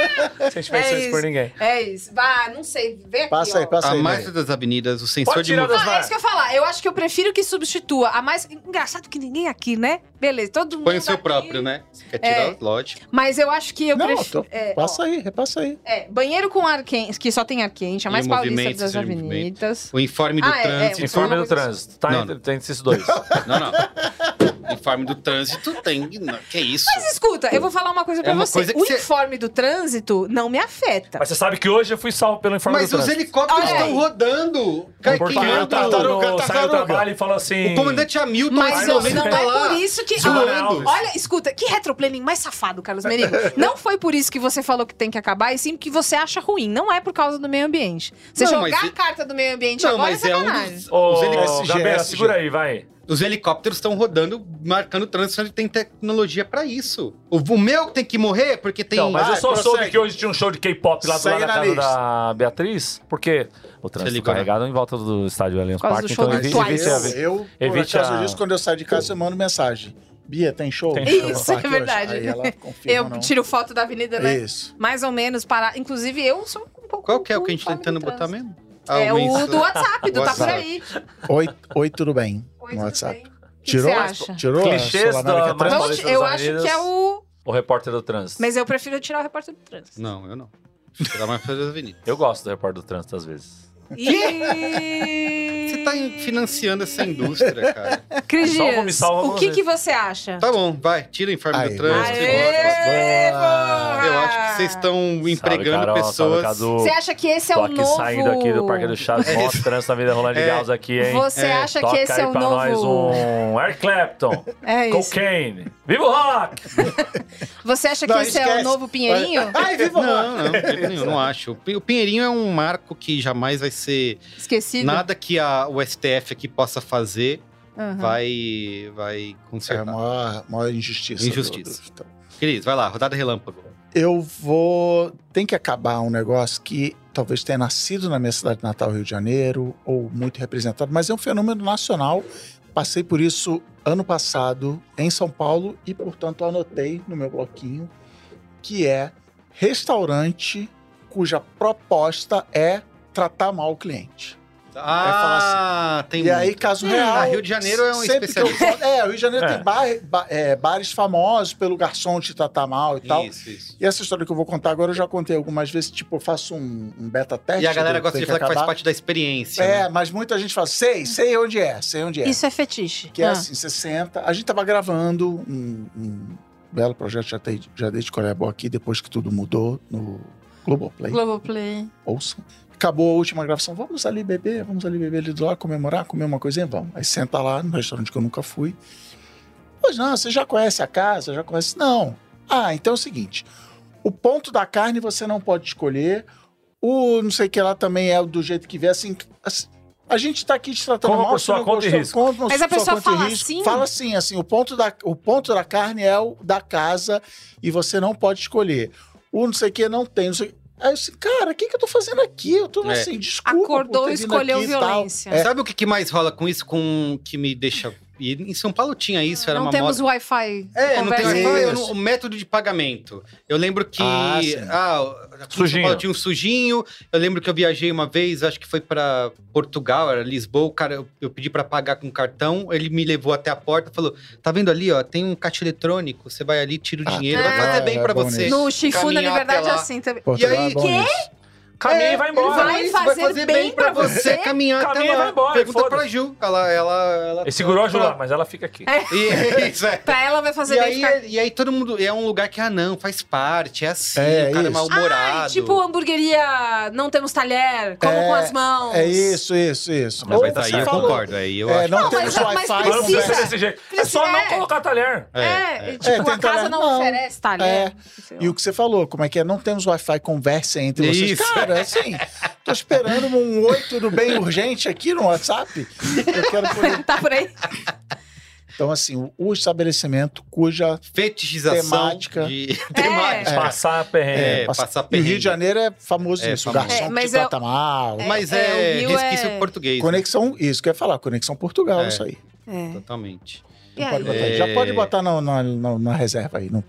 sentimentos É isso. por ninguém. É isso. Vá, não sei. Vem aqui, Passa aí, ó. passa A aí. mais Merigo. das avenidas, o sensor né? Pode de tirar movimento. das Ah, é varas. isso que eu ia falar. Eu acho que eu prefiro que substitua. A mais. Engraçado que ninguém aqui, né? Beleza, todo mundo. Põe o seu aqui. próprio, né? Você quer É. tirar, lógico. Mas eu acho que eu Não, prefiro. tô- É, ó, Passa aí, repassa aí. é, banheiro com ar quente, que só tem ar quente, a E mais paulista movimentos das de movimento. avenidas. O informe do Ah, é, é, trânsito. o Informe do Isso é uma coisa- trânsito. Tá Não, entre, tem esses dois. Não, não. Informe do trânsito tem. não, Que isso? Mas escuta, eu vou falar uma coisa pra É uma você. coisa que o você- informe do trânsito não me afeta. Mas você sabe que hoje eu fui salvo pelo informe do trânsito. helicópteros Olha aí. rodando. Cara, Porque quem eu anda? tava no- Tartaruga, saí né? do tartaruga. trabalho e falou assim... O comandante Hamilton Mas Mas não, não, não tá é lá. por isso que. Zoando. Olha, olha, escuta, que retroplaning mais safado, Carlos Merigo. Não foi por isso que você falou que tem que acabar, e sim que você acha ruim. Não é por causa do meio ambiente. Você Não, jogar mas- a carta do meio ambiente Não, agora é mas é um sacanagem. dos. Ô, Os, heli- SG, Gabriela, SG. segura aí, vai. os helicópteros estão rodando, marcando o trânsito, onde tem tecnologia pra isso. O, o meu tem que morrer porque tem. Então, mas eu Vai, só soube prossegue. que hoje tinha um show de K-pop lá do lado Segue da na casa lista. da Beatriz, porque o trânsito ligou, né? carregado em volta do estádio Allianz Por causa Parque, do show então do evi- Twice. evite a Eu, ver. eu, por Evite acaso a- disso, quando eu saio de casa, eu mando mensagem. Bia, tem show? Tem Eu vou Isso, falar é aqui verdade. hoje. Aí ela confirma, Eu não. tiro foto da avenida, né? Isso. Mais ou menos para. Inclusive, eu sou um pouco. É. Qual que é o que a gente tá conforme tentando do botar trânsito. mesmo? Ah, É o mensagem. do WhatsApp, do Tá Por WhatsApp. Aí. assim. Oi, oi, tudo bem? Oi, no tudo WhatsApp. bem? O que Tirou? você a- acha? Tirou? a Clichês Solana da- América é Mas- Trans- Vamos, eu acho que é o. O repórter do trânsito. Mas eu prefiro tirar o repórter do trânsito. Não, eu não. Vou tirar mais pra avenida. Eu gosto do repórter do trânsito, às vezes. E... Você tá financiando essa indústria, cara. Cris Salva, Dias, me salva o que, você. que você acha? Tá bom, vai, tira o informe do Aí, trânsito e Aê, volta. porra! Eu acho que vocês estão Um empregando Salve, Carol, pessoas. Salve, Cadu. Você acha que esse é Tô o aqui novo... saindo aqui do Parque do Chaves, É mostra isso. o trânsito na Avenida Rolando de É. Gauss aqui, hein? Você É, acha Toca que esse aí é o pra novo... nós um Eric Clapton, É isso. Cocaine, Viva o Rock! Você acha que Não, esse é esquece. o novo Pinheirinho? Ai, viva lá. Não, não, de jeito nenhum, não acho. O Pin- O Pinheirinho é um marco que jamais vai ser. Esquecido? Nada que a, o STF aqui possa fazer Uhum. vai, vai É a consertar. maior, maior injustiça. Injustiça. do- do- Cris, vai lá, rodada relâmpago. Eu vou. Tem que acabar um negócio que talvez tenha nascido na minha cidade natal, Rio de Janeiro, ou muito representado, mas é um fenômeno nacional. Passei por isso ano passado em São Paulo e, portanto, anotei no meu bloquinho que é restaurante cuja proposta é tratar mal o cliente. Ah, assim. tem E aí, muito. caso Hum, real. ah, Rio de Janeiro é um sempre que eu especialista. falo- é, o Rio de Janeiro É. tem bar- ba- é, bares famosos pelo garçom te tratar mal e tal. Isso, isso. E essa história que eu vou contar agora eu já contei algumas vezes. Tipo, eu faço um, um beta teste. E a galera do gosta de Tem falar que faz Acabar. parte da experiência. né? É, mas muita gente fala, sei, sei onde é, sei onde é. Isso é fetiche. Que é Ah. assim, você senta. A gente tava gravando um, um belo projeto, já, dei- já dei de Coreia aqui, depois que tudo mudou no Globoplay. Uh, Globoplay. ouçam. Acabou a última gravação, vamos ali beber, vamos ali beber ali do lado, comemorar, comer uma coisinha, vamos. Aí senta lá no restaurante que eu nunca fui. Pois não, você já conhece a casa, já conhece. Não. Ah, então é o seguinte: o ponto da carne você não pode escolher, o não sei o que lá também é do jeito que vier, assim. assim, a gente tá aqui te tratando Compra mal, por se sua não conta e gostou, risco. compra por Mas a sua pessoa conta e fala risco. assim? Fala assim, assim, o ponto, da, o ponto da carne é o da casa e você não pode escolher. O não sei o que não tem, não sei o que. Aí eu disse, cara, o que, que eu tô fazendo aqui? Eu tô É. assim, desculpa. Acordou por e ter vindo escolheu aqui e tal. violência. É. Sabe o que, que mais rola com isso? Com que me deixa. E em São Paulo tinha isso, era Não uma temos moda. Wi-Fi. É, não tem Conversa- Wi-Fi. mais Isso. eu não- o método de pagamento. Eu lembro que. Ah, sim. Ah, o- aqui em São Sujinho. Paulo tinha um sujinho. Eu lembro que eu viajei uma vez, acho que foi pra Portugal, era Lisboa. O cara, eu, eu pedi pra pagar com cartão. Ele me levou até a porta falou: tá vendo ali, ó? Tem um caixa eletrônico. Você vai ali, tira o Ah, dinheiro, tá. vai fazer É, bem é pra bom você. nisso. No Chifu, na Caminhar Liberdade, até lá. É, assim também. Portugal E aí, é bom quê? nisso. Caminha e vai ele embora. vai fazer bem pra você. Caminhar Caminha e até lá. vai embora, Pergunta foda-se. pra Ju. Ela, ela, ela Ele segurou a ela- Jula, mas ela fica aqui. E- Isso é. Pra ela vai fazer e, bem aí, ficar... e aí todo mundo. e É um lugar que, ah, não, faz parte, é assim, É, o cara é isso. mal-humorado. Ai, tipo hamburgueria, não temos talher, como É, com as mãos. É isso, isso, isso. Mas, Ou mas você aí eu falou, concordo. Aí eu é, acho. não, Não, temos mas- mas Wi-Fi. Vamos precisa. ser desse jeito. É só não É. colocar talher. É, e, tipo, É, tem né? a casa talher. não, Não. oferece tá é. talher. Sei lá. E o que você falou, como é que é? Não temos Wi-Fi, conversem entre vocês. Isso. Cara, assim, tô esperando um oi, tudo bem, urgente aqui no WhatsApp. Eu quero poder... Tá por aí? Então, assim, o- o estabelecimento cuja... Fetichização Temática. de É. temática. É. Passar a perrengue. É, passar E o perrengue. Rio de Janeiro é famoso É, nisso, famoso. o garçom É, que mas te é- trata mal. Mas É, é, o Rio resquício é- português. né? Conexão, isso que eu ia falar, Conexão Portugal, É. isso aí. É. Totalmente. E aí? É, Pode botar aí. Já É. pode botar na, na- na- na reserva aí, não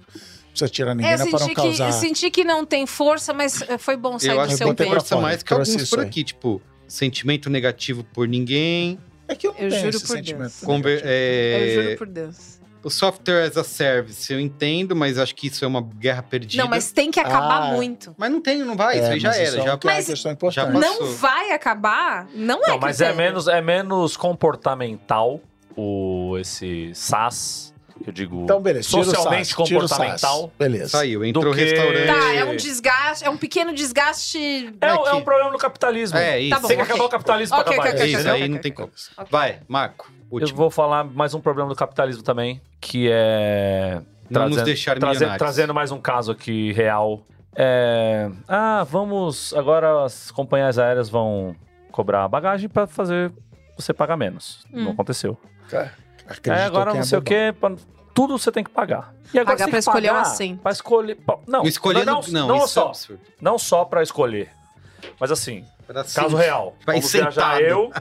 precisa tirar É, ninguém eu né, para não senti, que, causar. eu senti que não tem força, mas eh, foi bom sair Eu do acho que seu eu botei peito. pra força fora, mais que trouxe alguns por isso aí. aqui, tipo, sentimento negativo por ninguém. É que eu não Eu tenho juro esse por sentimento. Deus. Conver Eu é, juro por Deus. O software as a service, eu entendo, mas acho que isso é uma guerra perdida. Não, mas tem que acabar Ah. muito. Mas não tem, não vai, isso É, aí já mas era. é já uma que é uma Mas- questão já importante. passou. Não vai acabar? Não é Não, mas é critério. menos, é menos comportamental o, esse SAS, que eu digo. Então, beleza. tira o socialmente SAS, tira o SAS. comportamental. Beleza. Saiu, entrou que- restaurante. Tá, é um desgaste, é um pequeno desgaste. É, o- aqui. é um problema do capitalismo. É isso. Tá bom, Tem que ok. acabar o capitalismo Ok, pra acabar. ok, ok, isso, É isso entendeu? aí não tem como. Vai, Marco, Eu último. vou falar mais um problema do capitalismo também, que é. Não nos trazendo- deixar traze- milionários. Trazendo mais um caso aqui real. É, ah, vamos. Agora as companhias aéreas vão cobrar bagagem pra fazer você pagar menos. Não aconteceu. Acreditou é, agora quem não é sei o bobão. quê. pra- Tudo você tem que pagar. E Pagar agora você tem pra que escolher pagar um assento. Pra escolher. pa- Não, O escolher não, não, não, não, não isso é só. absurdo. Não só pra escolher. Mas assim, Pra caso sim. real. Vai fomos viajar sentado. eu,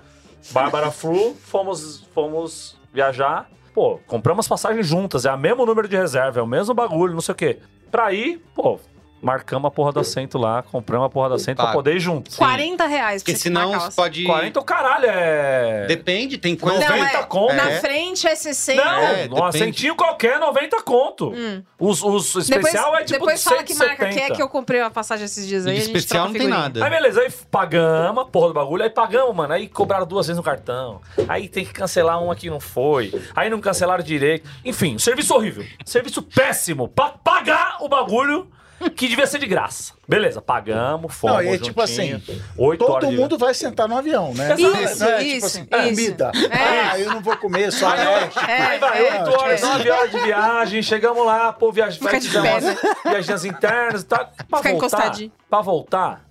Bárbara Flu, fomos, fomos viajar. Pô, compramos passagens juntas, é o mesmo número de reserva, é o mesmo bagulho, não sei o quê. Pra ir, pô, marcamos a porra do assento lá, compramos a porra do assento pra Pago. poder ir junto. Sim. 40 reais pra Porque você senão marcar o- você pode. 40 o caralho, é. Depende, tem coisa. 90 Não, é- conto. Na frente é 60. Não, É, um depende. assentinho qualquer, 90 conto. Hum. Os, os especial é tipo depois fala que marca que é 170. que eu comprei a passagem esses dias E aí. a gente especial troca não tem figurinha. nada. Aí beleza, aí pagamos, a porra do bagulho, aí pagamos, mano. Aí cobraram duas vezes no cartão. Aí tem que cancelar uma que não foi. Aí não cancelaram direito. Enfim, um serviço horrível. Serviço péssimo pra pagar o bagulho que devia ser de graça. Beleza, pagamos, fomos. Não, e é juntinho, tipo assim, oito horas Todo de- mundo vai sentar no avião, né? Exato. Não é Isso, tipo assim, isso, comida. É. Ah, eu não vou comer, só alérgico. Aí vai, É, oito horas, é. nove horas de viagem, chegamos lá, pô, viagem, Fica de fizemos pé, umas viagens internas e tal. Pra Fica voltar, encostadinho. pra voltar,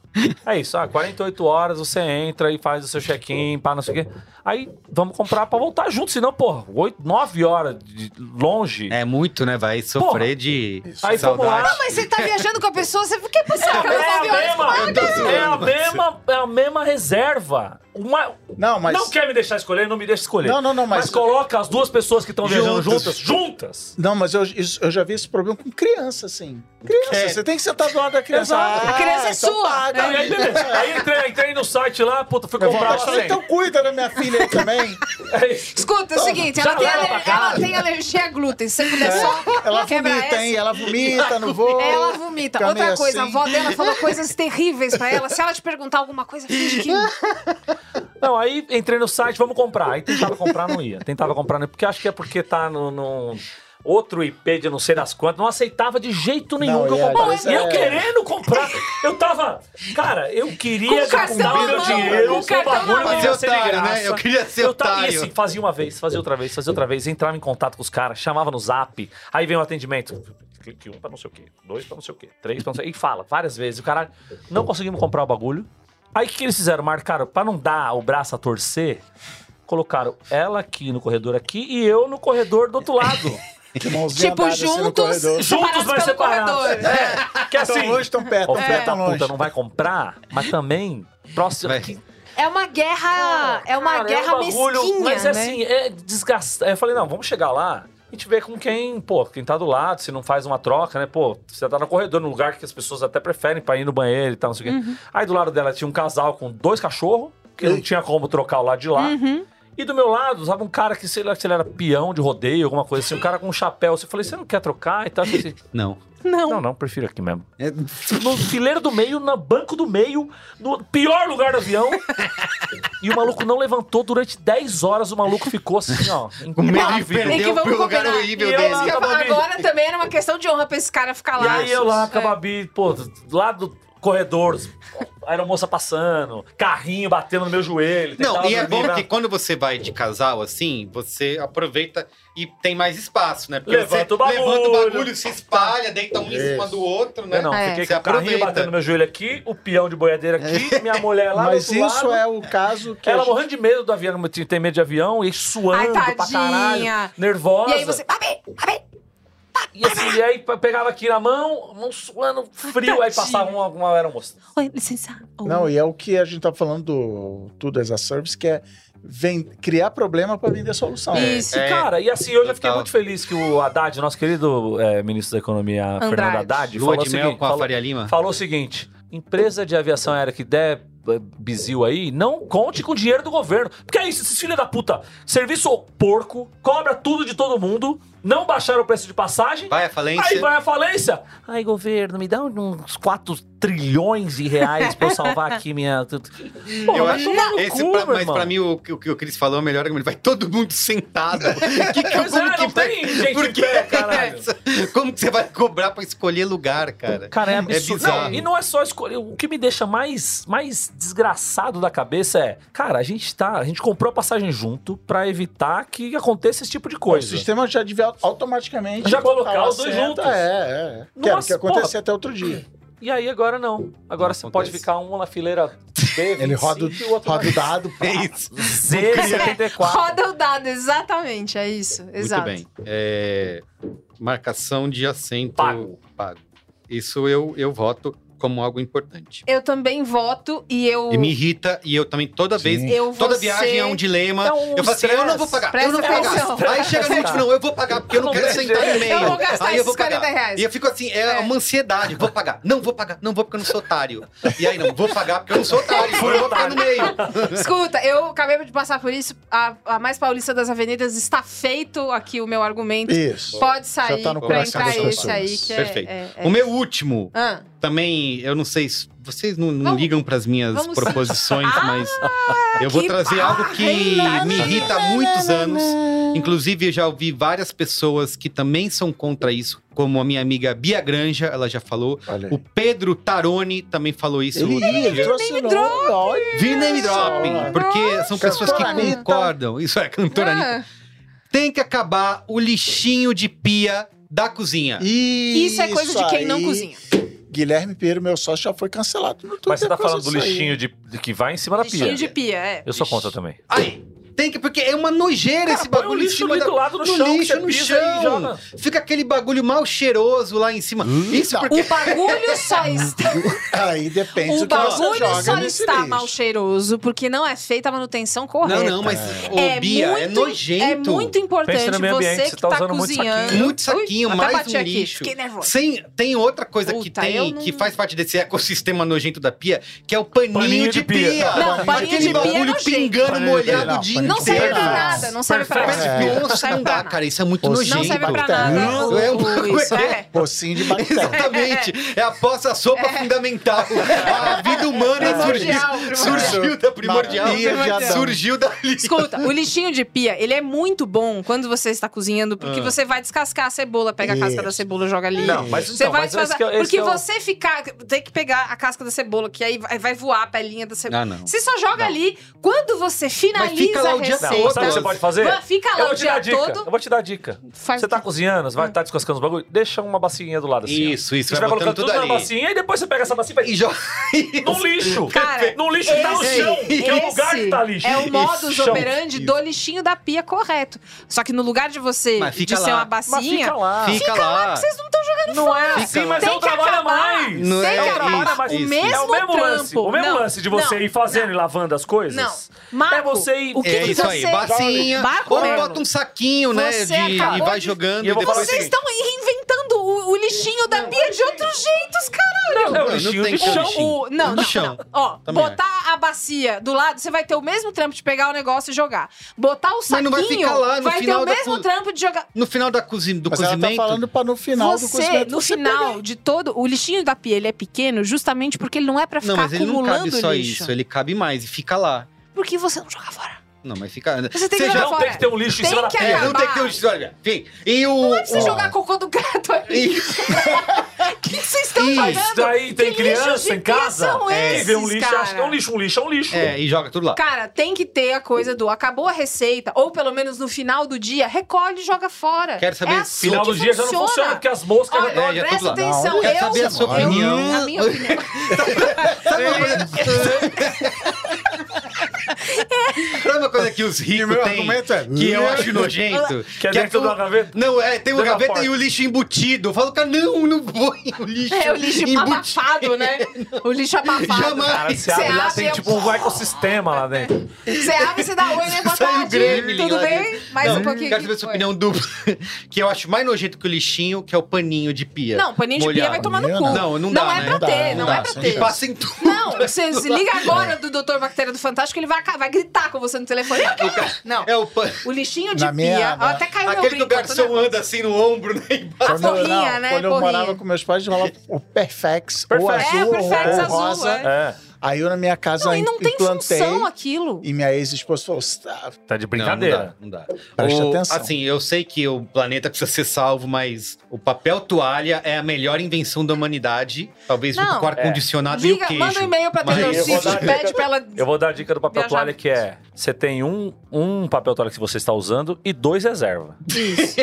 é isso, ah, 48 horas você entra e faz o seu check-in, pá, não sei o quê. Aí vamos comprar pra voltar junto, senão, pô, oito, nove horas de longe. É muito, né? Vai sofrer de Aí vamos lá. saudade. Não, mas você tá viajando com a pessoa, você por que É passar aquelas a 9 horas? mesma, Eu tô é a zoando, mesma, é a mesma reserva. uma- Não, mas- Não quer me deixar escolher, não me deixa escolher. Não, não, não, mas- coloca as duas pessoas que estão viajando Juntas. juntas, juntas. Não, mas eu, isso- eu já vi esse problema com criança, assim. Criança, É. você tem que sentar do lado da criança. Ah, então Exato. A criança é sua. Não, e aí, beleza. Aí entrei, entrei no site lá, puta, fui comprar também. Então cuida da minha filha aí também. É isso. Escuta, é o seguinte, ela já tem, leva ale- pra casa. É. ela tem alergia a glúten. Se você puder só Ela quebrar vomita, essa. hein? Ela vomita no voo. Ela vomita. Fica Outra meio coisa, assim. a avó dela falou coisas terríveis pra ela. Se ela te perguntar alguma coisa, finge que... Não, aí entrei no site, vamos comprar. Aí tentava comprar, não ia. Tentava comprar, não ia. Porque acho que é porque tá no- num Outro IP de não sei das quantas, não aceitava de jeito nenhum Não, que eu e às comprasse. E vezes eu é- querendo comprar, eu tava. Cara, eu queria Com o cartão na dar o meu mão, com dinheiro, o cartão na mão. bagulho devia Ser ser de otário, né? graça. Eu queria ser eu tava, otário. E assim, fazia uma vez, fazia outra vez, fazia outra vez, entrava em contato com os caras, chamava no zap, aí vem o atendimento. Clique um pra não sei o quê, dois pra não sei o quê, três pra não sei o quê. E fala várias vezes. O cara não conseguimos comprar o bagulho. Aí o que, que eles fizeram? Marcaram, pra não dar o braço a torcer, colocaram ela aqui no corredor aqui e eu no corredor do outro lado. Que mãozinha Tipo, dada, assim, no juntos, corredor. Juntos separados vai pelo separados. corredor. É, que Tão Então, assim, longe, tão perto, tão é, perto, tão oferta tá longe. puta não vai comprar, mas também próximo... tá Vai. que- É uma guerra. é uma Cara, guerra um bagulho, mesquinha. Mas né? assim, é desgastante. Eu falei, não, vamos chegar lá. A gente vê com quem, pô, quem tá do lado, se não faz uma troca, né? Pô, você tá no corredor, num lugar que as pessoas até preferem pra ir no banheiro e tal, não sei o Uhum. quê. Aí do lado dela tinha um casal com dois cachorros, que não tinha como trocar o lado de lá. Uhum. E do meu lado, sabe, um cara que, sei lá, se ele era peão de rodeio, alguma coisa assim, um cara com um chapéu. Assim, eu falei, você não quer trocar e tal? Eu falei assim, Não. não. não, prefiro aqui mesmo. É- No fileiro do meio, no banco do meio, no pior lugar do avião. e o maluco não levantou durante 10 horas, o maluco ficou assim, ó. em- Com medo de Maravilha. é que perder vamos o lugar combinar. horrível E eu dele. lá- Eu falo, Agora também era uma questão de honra pra esse cara ficar E lá. É. aí eu lá com a Babi, pô, lá do corredor, a aeromoça passando, carrinho batendo no meu joelho. Não, tentava e é dormir, bom né? que quando você vai de casal assim, você aproveita e tem mais espaço, né? Levanta você o bagulho. levanta o bagulho, se espalha, deita um em cima Isso. do outro, né? Eu não, É. fiquei Você com o carrinho aproveita. batendo no meu joelho aqui, o peão de boiadeira aqui, minha mulher lá Mas do outro isso lado. é o caso que. Ela a gente- morrendo de medo do avião, tem tem medo de avião, e suando Ai, pra tadinha. caralho, nervosa. E aí você... Babi, Babi. E assim, e aí pe- pegava aqui na mão, mão suando, frio, aí passava uma, uma aeromoça. Oi, licença. Oi. Não, e é o que a gente tá falando do Tudo as a Service, que é vem- criar problema pra vender solução. Isso. É. Cara, e assim, hoje eu fiquei total. muito feliz que o Haddad, nosso querido eh, ministro da Economia, Fernando Haddad, Lua falou, de o mel seguinte, com a falou- Faria Lima. falou o seguinte: empresa de aviação aérea que der eh, bizil aí, não conte com o dinheiro do governo. Porque é isso, esses filhos da puta, serviço porco, cobra tudo de todo mundo, não baixaram o preço de passagem. Vai a Aí falência. vai a falência. Ai, governo, me dá uns 4 trilhões de reais pra eu salvar aqui minha. Pô, Eu vai acho tomar no esse cu, pra- meu mas pra irmão. mim o, que- o que o Cris falou é o melhor argumento. Vai todo mundo sentado. que, que, Pois é, que não tem gente em pé, caralho. Como que você vai cobrar pra escolher lugar, cara? Cara, é absurdo. bizarro. Não, e não é só escolher. O que me deixa mais, mais desgraçado da cabeça é, cara, a gente tá. A gente comprou a passagem junto pra evitar que aconteça esse tipo de O coisa. sistema já devia automaticamente. Já botar colocar o os dois assento. juntos. É, é. é. que era o que Nossa, acontecia porra. até outro dia. E aí agora não. Agora Não você pode acontece. ficar um na fileira B, Ele roda, o- e o outro roda na o dado. pá. É isso. Z74. Roda o dado, exatamente, é isso. Exato. Muito bem. É, marcação de assento Pago. pago. Isso eu, eu voto como algo importante. Eu também voto e eu... E me irrita, e eu também, toda vez, Eu vou toda ser- viagem é um dilema. É um eu falo assim, eu não vou stress. pagar, eu Presta não vou atenção. pagar. Aí chega no último, não, eu vou pagar, porque eu não Eu não quero vejo sentar no jeito. meio. Eu vou gastar aí eu vou esses 40 pagar. reais. E eu fico assim, é, uma ansiedade, vou pagar, não vou pagar, não vou porque eu não sou otário. E aí, não, vou pagar porque eu não sou otário, eu vou pagar no meio. Escuta, eu acabei de passar por isso. A, a mais paulista das avenidas está feito aqui o meu argumento. Isso. Pode sair Já tá no pra coração entrar das esse pessoas. aí que é- Perfeito. é- é- O meu último Ah, também, eu não sei, se- vocês não, não Vamos- ligam para as minhas vamos- Ah, proposições, mas eu vou que trazer algo que barra, me hein? irrita há muitos anos. Inclusive, eu já ouvi várias pessoas que também são contra isso, como a minha amiga Bia Granja, ela já falou. Olha aí. O Pedro Taroni também falou isso. Ele outro ia, ele dia. trouxe o nome. olha. Vi name Nossa. dropping, porque são pessoas que Cantora Anitta. concordam. Isso é, cantora né? Anitta. ah, Tem que acabar o lixinho de pia da cozinha. isso é coisa de quem não aí. cozinha. Guilherme Pinheiro, meu sócio, já foi cancelado no Twitter. Mas você tá por causa falando do disso aí. lixinho de, de que vai em cima da Lixinho pia. de pia, é. Eu sou contra também. Aí, Tem que, porque é uma nojeira Cara, esse põe o bagulho lixo em cima ali da- do lado, no no chão, Ah, que lixo, você no pisa e chão. joga. Fica aquele bagulho mal cheiroso lá em cima. Hum? Isso porque O bagulho só está, Aí depende o do que você bagulho joga só nesse está lixo. mal cheiroso porque não é feita a manutenção correta. Não, não, mas ô, Bia, é nojento. É muito Pensa importante no meio ambiente, você você que tá tá, usando muito cozinhando. Muito saquinho, Ui, até mais bati um aqui, lixo. Fiquei nervosa. Sem, tem outra coisa que Puta, tem, eu não- que faz parte desse ecossistema nojento da pia, que é o paninho, Paninho de de pia. pia. Não, paninho Aquele de pia é bagulho nojento. pingando Paninho de pia, molhado não, o dia paninho de Não serve inteiro. pra Perfeito. nada, não serve pra Perfeito. nada. Mas, É. nossa, Serve não dá, pra cara. Isso é muito Não nojento. Não serve pra Tá. nada. É um o- o- Isso é. Pocinho de bactéria. Exatamente. É a pós-sopa fundamental. A vida humana surgiu, Primordial, primordial. surgiu da primordial. Na pia de Adão. Surgiu dali. Escuta, o lixinho de pia, ele é muito bom quando você está cozinhando, porque você vai descascar a cebola, pega a casca da Isso. cebola e joga ali. Ah. Não, mas Você então, vai mas esse descascar. que é- esse porque que é o- você ficar. Tem que pegar a casca da cebola, que aí vai vai voar a pelinha da cebola. Ah, não. Você só joga ali. Quando você finaliza fica lá o a dia receita. Não, sabe o que você pode fazer? tá Vai, Fica lá Eu o vou te dar dia dica. todo. Eu vou te dar dica. Faz Você tá cozinhando, você vai estar descascando os bagulho, deixa uma bacinha do lado assim. ó. Isso, isso, Você vai vai botando colocando tudo tudo na ali. bacinha e depois você pega essa bacinha E e joga. vai no lixo. Cara, no lixo que tá no esse- chão, que é o lugar esse que tá lixo. É o modus Chão. operandi do lixinho da pia correto. Só que no lugar de você Mas de fica ser lá. uma Mas fica bacinha, lá. Fica, lá. vocês não estão jogando Não é Fica assim, lá. mas Tem é um que trabalho a acabar. mais. Não Tem é que acabar isso, mais. O isso. É mesmo o mesmo trampo. lance. O mesmo Não, lance de você não, ir fazendo e lavando as coisas. Não. Marco, é você ir. o que é que isso aí, você- bacinha. Marco ou Melo, bota um saquinho, né? você de- e acabou vai de- jogando. E eu vou falar depois... assim, Vocês estão reinventando o, o lixinho da pia de outros jeitos, caralho! É o Não, lixinho não tem de como. chão. lixinho. O- não, No não, chão. não. Ó, Também botar a bacia do lado, você vai ter o mesmo trampo de pegar o negócio e jogar. Botar o Mas saquinho, não vai ficar lá no vai ter final o da mesmo co- trampo de jogar. No final da cozinha, do Mas ela cozimento. tá falando pra no final do Você, cozimento no você final pegar. de todo, o lixinho da pia, ele é pequeno justamente porque ele não é pra ficar Não, mas ele não acumulando cabe só lixo. isso. Ele cabe mais e fica lá. Porque você não joga fora. Não, mas fica. Você tem que já- jogar Não fora. tem que ter um lixo em Tem cima da que pia. É, não acabar. tem que ter um olha, Enfim. E o. Não é pra você jogar cocô do gato ali. E- O que que vocês estão Isso fazendo? Daí tem Que lixos de criança em pia casa. são Quem vê um esses, lixo, acha que é um cara? lixo, um lixo é um lixo. É, e joga tudo lá. Cara, tem que ter a coisa do acabou a receita, ou pelo menos no final do dia, recolhe e joga fora. Quero saber é se assim Final que do dia já funciona. não funciona, porque as moscas já Olha, estão É, já tudo presta lá. atenção, Não, eu... Quero saber a sua Olha, opinião. A minha opinião. Sabe uma coisa? Sabe uma coisa que os E ricos meu têm argumento é- que eu acho nojento? Que é dentro o- da gaveta? Não, é, tem uma Dentro da gaveta porta. e o lixo embutido. Eu falo, cara, não, não põe o lixo É o lixo embutido. abafado, né? O lixo abafado. Jamais. Cara, se Você abre lá, abre, tem eu- tipo um ecossistema lá dentro. Você abre, você dá oi, né? Boa Saiu tarde. Gremlin Tudo lá bem? dentro. Mais Não, um pouquinho. Quero saber a sua opinião dupla. Que eu acho mais nojento que o lixinho, que é o paninho de pia. Não, paninho de pia Molhado. vai tomar no Não, cu. não, não dá, é né? pra Não dá, ter, não não, dá, é pra sem ter. E passa em tudo. Não, você se liga agora do Dr. Bactéria do Fantástico, ele vai, aca- vai gritar com você no telefone. Eu quero. Não, É o pan... o lixinho de pia. Na minha- ó, Até caiu Aquele que meu o brinco. eu garçom tô nervosa. anda assim no ombro, né? embaixo. Quando eu- porrinha, não, né? Quando eu Porrinha. morava com meus pais, eu falava o Perfex, ou Perfex. azul, É, o Perfex ou, ou azul, rosa. é. É. Aí eu na minha casa Não, e im- não tem implantei. função aquilo. E minha ex-esposa falou: "Tá, Tá de Não, brincadeira. Não dá, não dá. Presta O- atenção. Assim, eu sei que o planeta precisa ser salvo, mas o papel toalha é a melhor invenção da humanidade. Talvez junto Não. com o ar-condicionado e o Liga, queijo. manda um e-mail pra Mas- Taylor Eu vou Swift, dar- pede pra ela... Eu vou dar a dica do papel Viajar toalha, que é... Você tem um, um papel toalha que você está usando e dois reserva. Isso.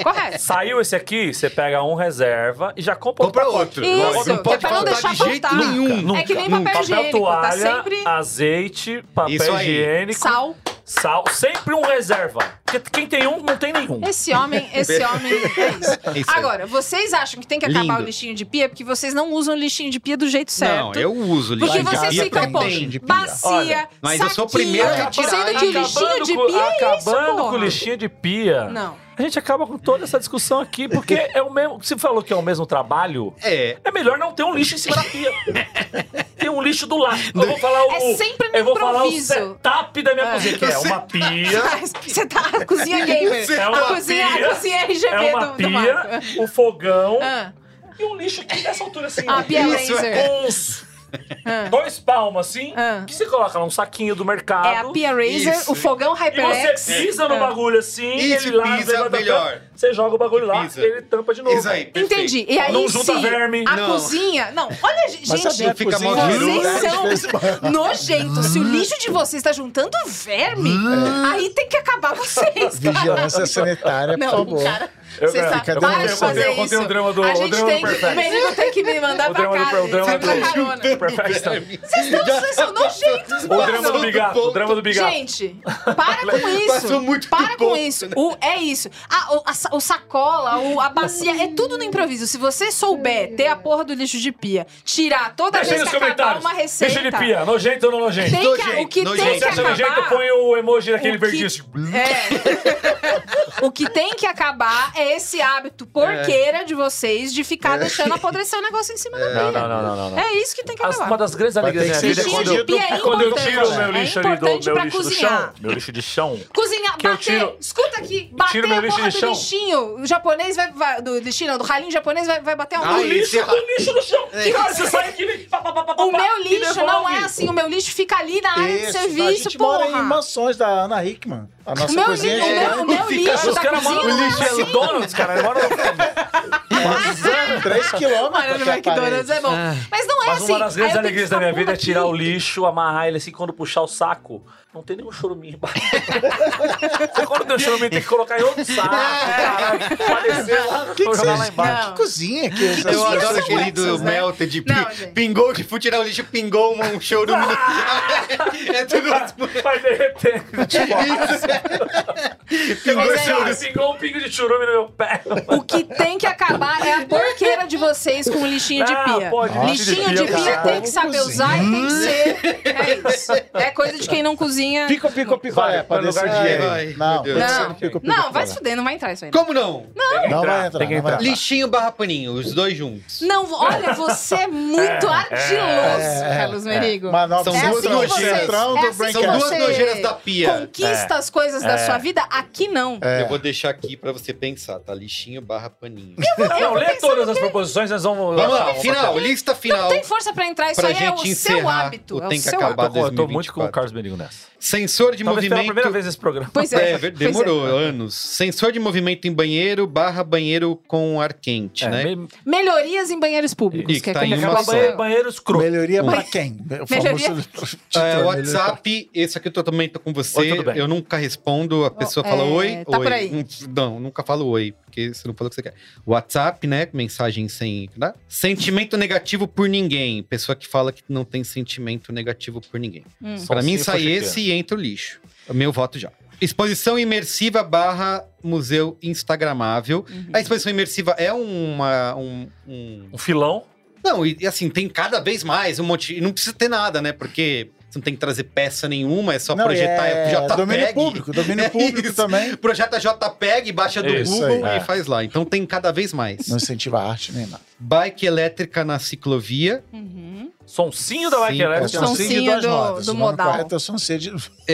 Correto. Saiu esse aqui, você pega um reserva e já compra, Compra pacote. outro. Isso, Não que pode é pra não faltar deixar de jeito faltar. um. nenhum. Nunca, É que nem nunca. papel Papel higiênico, toalha, tá sempre azeite, Isso papel aí. higiênico, sal. sal. Sempre um reserva. Porque quem tem um, não tem nenhum. Esse homem, esse homem é isso. É isso aí. Agora, vocês acham que tem que acabar Lindo. o lixinho de pia porque vocês não usam o lixinho de pia do jeito certo. Não, eu uso lixo. Porque de vocês pia ficam, pra pô, mim. lixinho de pia. bacia, Olha, mas eu sou o saquinha, primeiro a tirar, Sendo que hein? o lixinho de pia é isso, Acabando porra. com o lixinho de pia. Não. A gente acaba com toda essa discussão aqui, porque é o mesmo... Você falou que é o mesmo trabalho... É. É melhor não ter um lixo em cima da pia. Tem um lixo do lado. Eu vou falar o. É sempre no Eu vou falar o improviso. setup da minha É. cozinha, que é uma pia. Mas Você tá a cozinha gamer. Você É a, uma cozinha, pia, a cozinha RGB É uma do, do Marco. pia, o fogão Ah, e um lixo aqui dessa altura assim. Ah, ó. pia Isso laser. É. é- Com Uns dois palmos assim, Ah. que você coloca num saquinho do mercado. É a Pia É. Razer, Isso. o fogão E você HyperX. pisa no bagulho assim, E se ele lá, pisa, você vai tampando, melhor. Você joga o bagulho lá, Pisa. ele tampa de novo. Isso aí. perfeito. Entendi. E aí, Não junta se verme. A Não. cozinha. Não, olha, gente. Mas sabe é- a fica cozinha? é mó Vocês giru, né? Vocês são nojentos. Se o lixo de vocês tá juntando verme, aí tem que acabar vocês. cara. É, Vigilância sanitária, É, por Não, favor. cara. Eu, Você sabe, Cadê o- para de eu um fazer contei- eu isso. contei o drama do- a o gente drama do tem que, o Perfect. menino tem que me mandar O pra drama do- casa. o drama ele tem do- que dar carona. Perfeito. Vocês tão- vocês são nojentos, O drama mano. do bigato, o drama do bigato. Gente, para com isso. Passou muito do para com ponto, isso. O, é isso. A, o, a sa- o sacola, o, a bacia, é tudo no improviso. Se você souber ter a porra do lixo de pia, tirar toda Deixa aí vez nos que acabar comentários. uma receita. Deixa ele pia, nojento ou não nojento? Tem que, o que Nojento, tem Se nojento. que acha acabar. nojento, põe o emoji daquele O que- verdinho. É. o que tem que acabar é esse hábito porqueira de vocês de ficar deixando apodrecer o negócio em cima da pia. Não, não, não, não, não. não. É isso que tem que As- acabar. uma das grandes Mas alegrias tem da que minha vida ser Lixo é quando, eu, de pia é quando eu importante. tiro o meu É lixo ali do importante meu pra lixo do cozinhar. chão, meu lixo de chão, Cozinhar, Que eu bater. tiro- escuta aqui, bater tiro meu a lixo porra de do chão. lixinho. O japonês vai, vai- Do lixinho, não, do ralinho japonês vai, vai bater algum Ah, O Aí, lixo sei lá. do lixo do chão. É. Que hora você sai aqui e pá, pá, pá, pá, pá, O pá, meu e lixo não é devolve. então assim. O meu lixo fica ali na área de Isso, a serviço, gente porra. mora em mansões da Ana Hickman. A O nossa meu, né? li- cozinha o é meu, o meu Fica- lixo Os da caras cozinha moram no não é lixo assim. McDonald's, cara. Eles moram no... 3 Mano, quilômetros. no McDonald's é bom. Mas não é Mas assim. uma das grandes Aí eu tenho que alegrias da ficar minha vida é pondo tirar o aqui. lixo, amarrar ele assim, quando puxar o saco, não tem nenhum choruminho embaixo. Então, quando tem um choruminho, tem que colocar em outro saco. caralho. Faleceu lá, Ah, Que que vou jogar vocês- lá embaixo. Não. Que cozinha que é essa? Eu Os adoro são aquele do Texas, né? Melted. Não, pin- gente. pingou, tipo, tirar o lixo, pingou um um choro no. é tudo. Vai derreter. Isso. Pingou Mas é choro. Assim, igual um pingo de churume no meu pé. O que tem que acabar é a porqueira de vocês com o lixinho de Ah, pia. pode, lixinho de pia, cara. tem que saber usar e tem que ser. É isso. É coisa de quem não cozinha. Pico, pico, pico. Vai, é, pra vai no descer. lugar de- Ai, Não, meu Deus. descer Não. no pico, pico, Não, vai pra se lá. fuder, não vai entrar isso aí. Como não? Não vai entrar, não Tem que vai entrar. entrar. Lixinho barra paninho, os dois juntos. Não, olha, você é muito ardiloso, é, Carlos Merigo. Mas não, São é duas assim que nojeiras. você- Centrão do É assim que São Braincast. duas você nojeiras da pia. Conquista as coisas é. da sua vida, aqui não. Eu vou deixar aqui pra você pensar, tá? Lixinho barra paninho. Não, lê todas as proposições, nós vamos... Vamos lá, final, lista final. é um Tem força pra entrar, isso Pra aí é o gente seu encerrar hábito. o é o Tem que seu Acabar hábito. Eu tô- eu tô 2024. muito com o Carlos Berigo nessa. Sensor de Talvez pela movimento. primeira vez nesse programa. Pois É, é. ver- pois é. demorou anos. Sensor de movimento em banheiro barra banheiro com ar quente, É. né? É, meio- Melhorias em banheiros públicos, Isso, que é tá quando em uma acaba só. banheiro, banheiro escroto. Melhoria pra quem? O Melhoria- famoso título, É, melhoria pra- WhatsApp, esse aqui eu também tô com você. Oi, tudo bem. eu nunca respondo, a pessoa fala é, oi. tá oi. por aí. Hum, Não, nunca falo oi, porque você não falou o que você quer. WhatsApp, né? Mensagem sem. né? Sentimento negativo por ninguém. Pessoa que fala que não tem sentimento negativo por ninguém. Hum. Só Pra mim se sai for esse e entra o lixo. O Meu voto já. Exposição imersiva barra museu instagramável. A exposição imersiva é uma, um- um Um filão. não, e e assim, tem cada vez mais um monte. E não precisa ter nada, né? Porque você não tem que trazer peça nenhuma, é só Não, projetar é é... tá JPEG. domínio público, domínio É público isso. também. Projeta JPEG, baixa do Isso Google aí. e É. faz lá. Então tem cada vez mais. Não incentiva a arte nem nada. Bike elétrica na ciclovia. Uhum. Soncinho da né? Sim, Mike É Elétrica. o soncinho soncinho de duas do- modas. do O nome modal. correto é o soncinho de...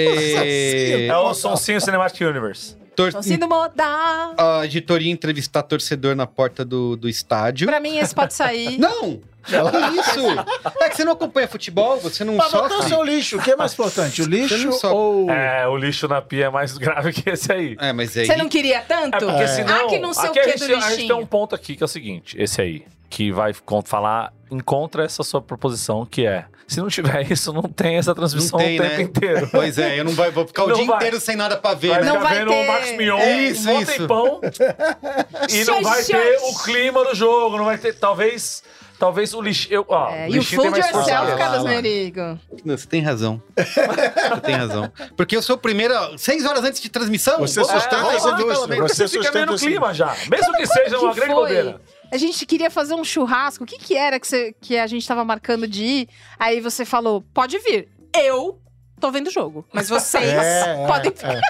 É... É o Soncinho Cinematic Universe. tor- Então, sendo modal. A editoria entrevistar torcedor na porta do, do estádio. Pra mim, esse pode sair. Não! Que isso! É que você não acompanha futebol, você não Pra botar o sofre. seu lixo, o que é mais importante? O lixo sofre. ou... É, o lixo na pia é mais grave que esse aí. É, mas aí... Você não queria É tanto? porque Ah, senão. que não sei o que aqui a, gente, do a gente tem um lixinho. ponto aqui que é o seguinte: esse aí, que vai con- falar, encontra essa sua proposição, que é: se não tiver isso, não tem essa transmissão tem, o tempo né? inteiro. Pois é, eu não vai- vou ficar o Não dia vai. inteiro sem nada pra ver, Vai né? ficar Não vai vendo ter- o Max Mignon, É isso, um isso. tempão, e não vai ter o clima do jogo, não vai ter. Talvez. Talvez o lixo. Eu, ó, É, o e o lixinho tem food mais força. Lá, yourself, lá, Carlos lá. Merigo. Não, você tem razão. você tem razão. Porque eu sou o primeiro. ó, Seis horas antes de transmissão. Você vamos- sustenta vamos essa lá, pelo indústria, menos. você Fica meio sustenta no assim. esse- clima já. Mesmo que seja uma que grande foi? bobeira. A gente queria fazer um churrasco. O que que era que, você- que a gente tava marcando de ir? Aí você falou, pode vir. Eu tô vendo o jogo. Mas vocês É, podem é, é.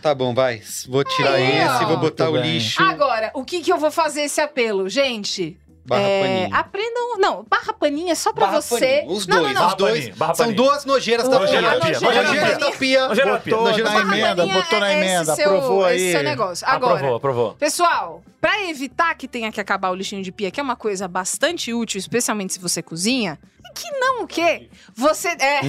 Tá bom, vai. Vou tirar Aí, esse, ó. vou botar Muito o bem. lixo. Agora, o que, que eu vou fazer esse apelo? Gente, barra é, paninho. aprendam. Não, barra paninha é só pra Barra você. paninho. Os não, dois, não, os Barra dois. paninho, barra são paninho. duas nojeiras da Nojeiras pia. da pia, Nojeiras ah, nojeiras da pia. Nojeiras da pia. Botou Nojeiras na da não. pia. emenda, Paninha botou na é esse emenda, seu- aprovou esse aí. seu negócio. Agora, Aprovou, aprovou. Pessoal, para evitar que tenha que acabar o lixinho de pia, que é uma coisa bastante útil, especialmente se você cozinha, e que não o quê? Você é,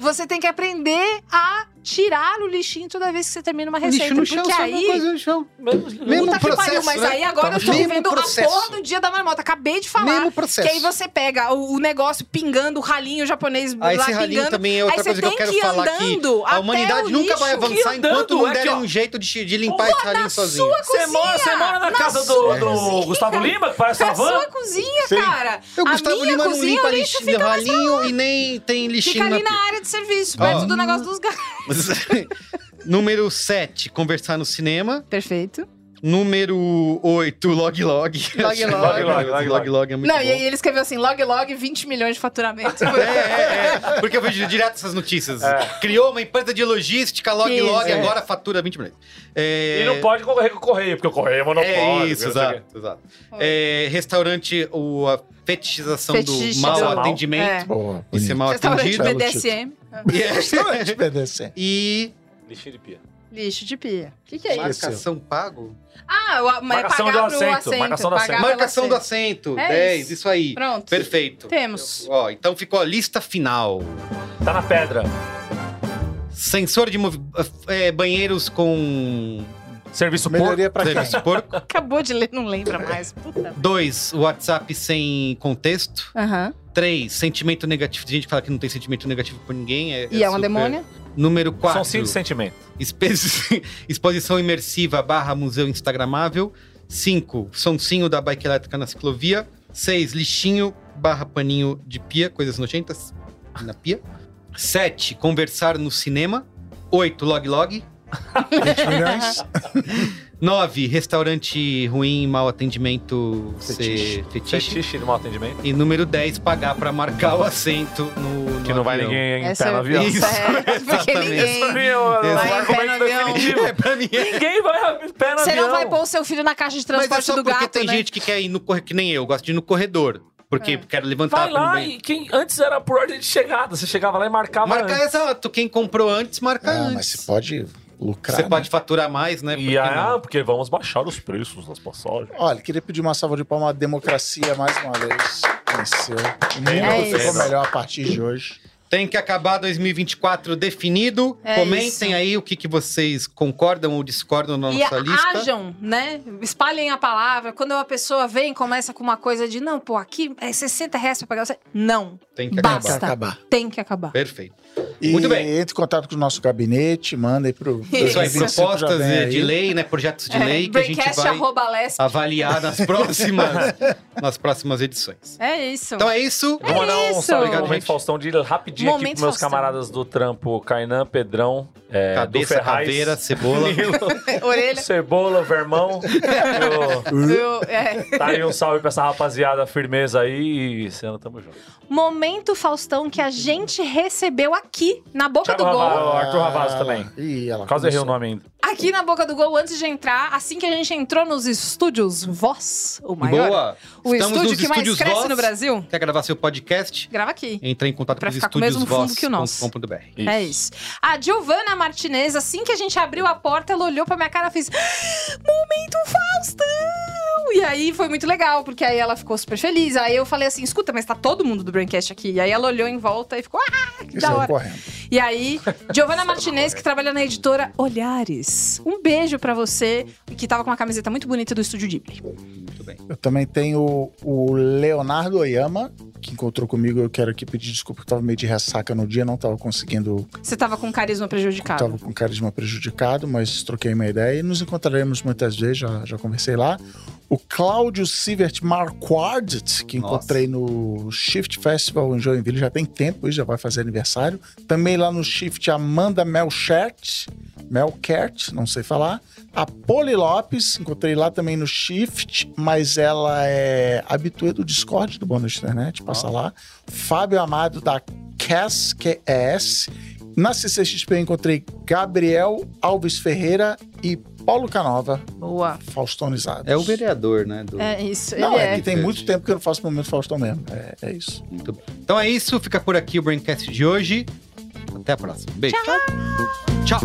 você tem que aprender a tirar o lixinho toda vez que você termina uma O receita. lixo no chão, porque sabe uma aí. coisa no chão. Menos- Mesmo Puta que pariu, processo, mas né? aí agora eu tô Mesmo vivendo processo. a porra do dia da marmota. Acabei de falar. Mesmo processo. Que aí você pega o, o negócio pingando, o ralinho japonês Ah, lá esse ralinho pingando. também é outra aí você coisa que eu tem quero que ir falar aqui. andando A até humanidade o nunca vai lixo. avançar andando, enquanto não é derem aqui, ó. um jeito de, de limpar esse ralinho sozinho. Sua Você cozinha! mora, você mora na, casa do, sua do cozinha. Gustavo Lima, que parece Na a van? sua cozinha, Sim. cara. Eu, a Gustavo minha Lima não cozinha, limpa o lixo lixo, fica mais pra um ralinho e nem tem lixinho Fica ali na na área de serviço, Ó. perto do negócio dos gatos. Número 7, conversar no cinema. Perfeito. Número 8, log log. Log log. log log. Log log, é muito Não, bom. e aí ele escreveu assim, log log, 20 milhões de faturamento. É, é, é, porque eu vejo direto essas notícias. É. Criou uma empresa de logística, log Isso, log, é. agora fatura 20 milhões. É, E não pode concorrer com o correio, porque o correio é monopólio. É isso, não sei o quê. exato, exato. É, restaurante, o, a fetichização do Fetiche mau do- atendimento. Boa. E ser mal É. Restaurante atendido. é Belo BDSM, Restaurante BDC. E Lixinho de pia. lixo de pia. O que, que é isso? marcação pago? Ah, o, mas é Marcação pagar do pro assento, assento. marcação do pagar assento. pelo Marcação do assento. É 10, isso. isso, aí. Pronto. Perfeito. Temos. Ó, então ficou a lista final. Tá na pedra. Sensor de movi- eh, banheiros com Serviço público. Melhoria pra quem? serviço porco. Acabou de ler, não lembra mais. Puta. 2. WhatsApp sem contexto. Aham. 3. Sentimento negativo. Tem gente que fala que não tem sentimento negativo por ninguém. É, E é uma super- demônia? Número 4. São cinco sentimentos. Espe- Exposição imersiva barra museu instagramável. 5. Sonsinho da bike elétrica na ciclovia. 6. Lixinho barra paninho de pia, coisas nojentas na pia. 7. Conversar no cinema. 8. Log log. 20 milhões? 9. Restaurante ruim, mau atendimento, Fetiche. ser fetiche. Xixi do mau atendimento. E número 10, pagar pra marcar o assento no. no Que não vai avião. ninguém em Essa pé no avião. Isso. É, porque Exatamente. ninguém... é o- é o Vai em pé argumento no avião. definitivo. É, pra mim é. Ninguém vai em pé no Você avião. não vai pôr o seu filho na caixa de Mas é transporte só do porque gato, tem né? É. gente que quer ir no corredor, que nem eu, gosto de ir no corredor. Porque quero levantar Vai pra não lá banheiro. e quem antes era por ordem de chegada. Você chegava lá e marcava Marca antes. exato. Quem comprou antes, marca Ah, mas antes. você pode lucrar. Você né? pode faturar mais, né? Por E que ah, não? porque vamos baixar os preços das passagens. Olha, queria pedir uma salva de palmas à democracia mais uma vez. Venceu. O É mundo ficou isso. melhor a partir de hoje. Tem que acabar 2024 definido. É Comentem isso. aí o que, que vocês concordam ou discordam na E nossa lista. hajam, né? Espalhem a palavra. Quando uma pessoa vem e começa com uma coisa de não, pô, aqui é 60 reais pra pagar você. Não, Tem que Basta. acabar. acabar. tem que acabar. Perfeito. Tá. E Muito bem. Entre em contato com o nosso gabinete, manda aí pro. Isso aí, 2025 já propostas vem eh, aí. de lei, né? Projetos de lei que a gente Breakcast vai É, arroba lesp. avaliar nas próximas, nas próximas edições. É isso. Então é isso. Vou mandar um isso. salve pro Obrigado, Momento gente. Faustão de rapidinho aqui Momento pros meus Faustão. camaradas do trampo, Kainan, Pedrão, é, do Cabeça, Ferraz, caveira, cebola. é Orelha. Cebola, Vermão. Eu- Eu- é. Tá aí um salve pra essa rapaziada firmeza aí e Senna, tamo junto. Momento Faustão que a gente recebeu aqui na boca Thiago do gol. Ravazzo, Arthur Ravazzo também. Ih, ela Quase errei o começou. nome ainda. Aqui na boca do gol, antes de entrar, assim que a gente entrou nos estúdios Voz, o maior. Boa. O estúdio nos que mais estúdios cresce Voz. no Brasil. Quer gravar seu podcast? Grava aqui. Entra em contato Pra com os ficar com o mesmo estúdios fundo que o nosso. voz.com.br. É isso. A Giovana Martinez, assim que a gente abriu a porta, ela olhou pra minha cara e fez: "Ah, Momento Faustão! E aí foi muito legal, porque aí ela ficou super feliz. Aí eu falei assim: escuta, mas tá todo mundo do Braincast aqui. E aí ela olhou em volta e ficou: ah, que Isso é da aí, hora. correndo. E aí, Giovana é Martinez, que trabalha na editora Olhares. Um beijo pra você, que tava com uma camiseta muito bonita do Estúdio Ghibli. Muito bem. Eu também tenho o- o Leonardo Oyama, que encontrou comigo. Eu quero aqui pedir desculpa, que eu tava meio de ressaca no dia, não tava conseguindo. Você tava com um carisma prejudicado. Tava com carisma prejudicado, mas troquei uma ideia e nos encontraremos muitas vezes, já, já conversei lá. O Cláudio Sievert Marquardt, que Nossa. encontrei no Shift Festival em Joinville, já tem tempo, já vai fazer aniversário. Também lá no Shift, Amanda Melchert, Melkert, não sei falar. A Poli Lopes, encontrei lá também no Shift, mas ela é habituê do Discord do Bônus Internet, passa lá. Fábio Amado, da Cass, que é S. Na CCXP eu encontrei Gabriel Alves Ferreira e Paulo Canova, Boa. faustonizados. É o vereador, né? do- É isso, ele Não, é, é. que tem muito tempo que eu não faço momento Faustão mesmo. É, é isso. Muito bem. Então é isso. Fica por aqui o Braincast de hoje. Até a próxima. Beijo. Tchau.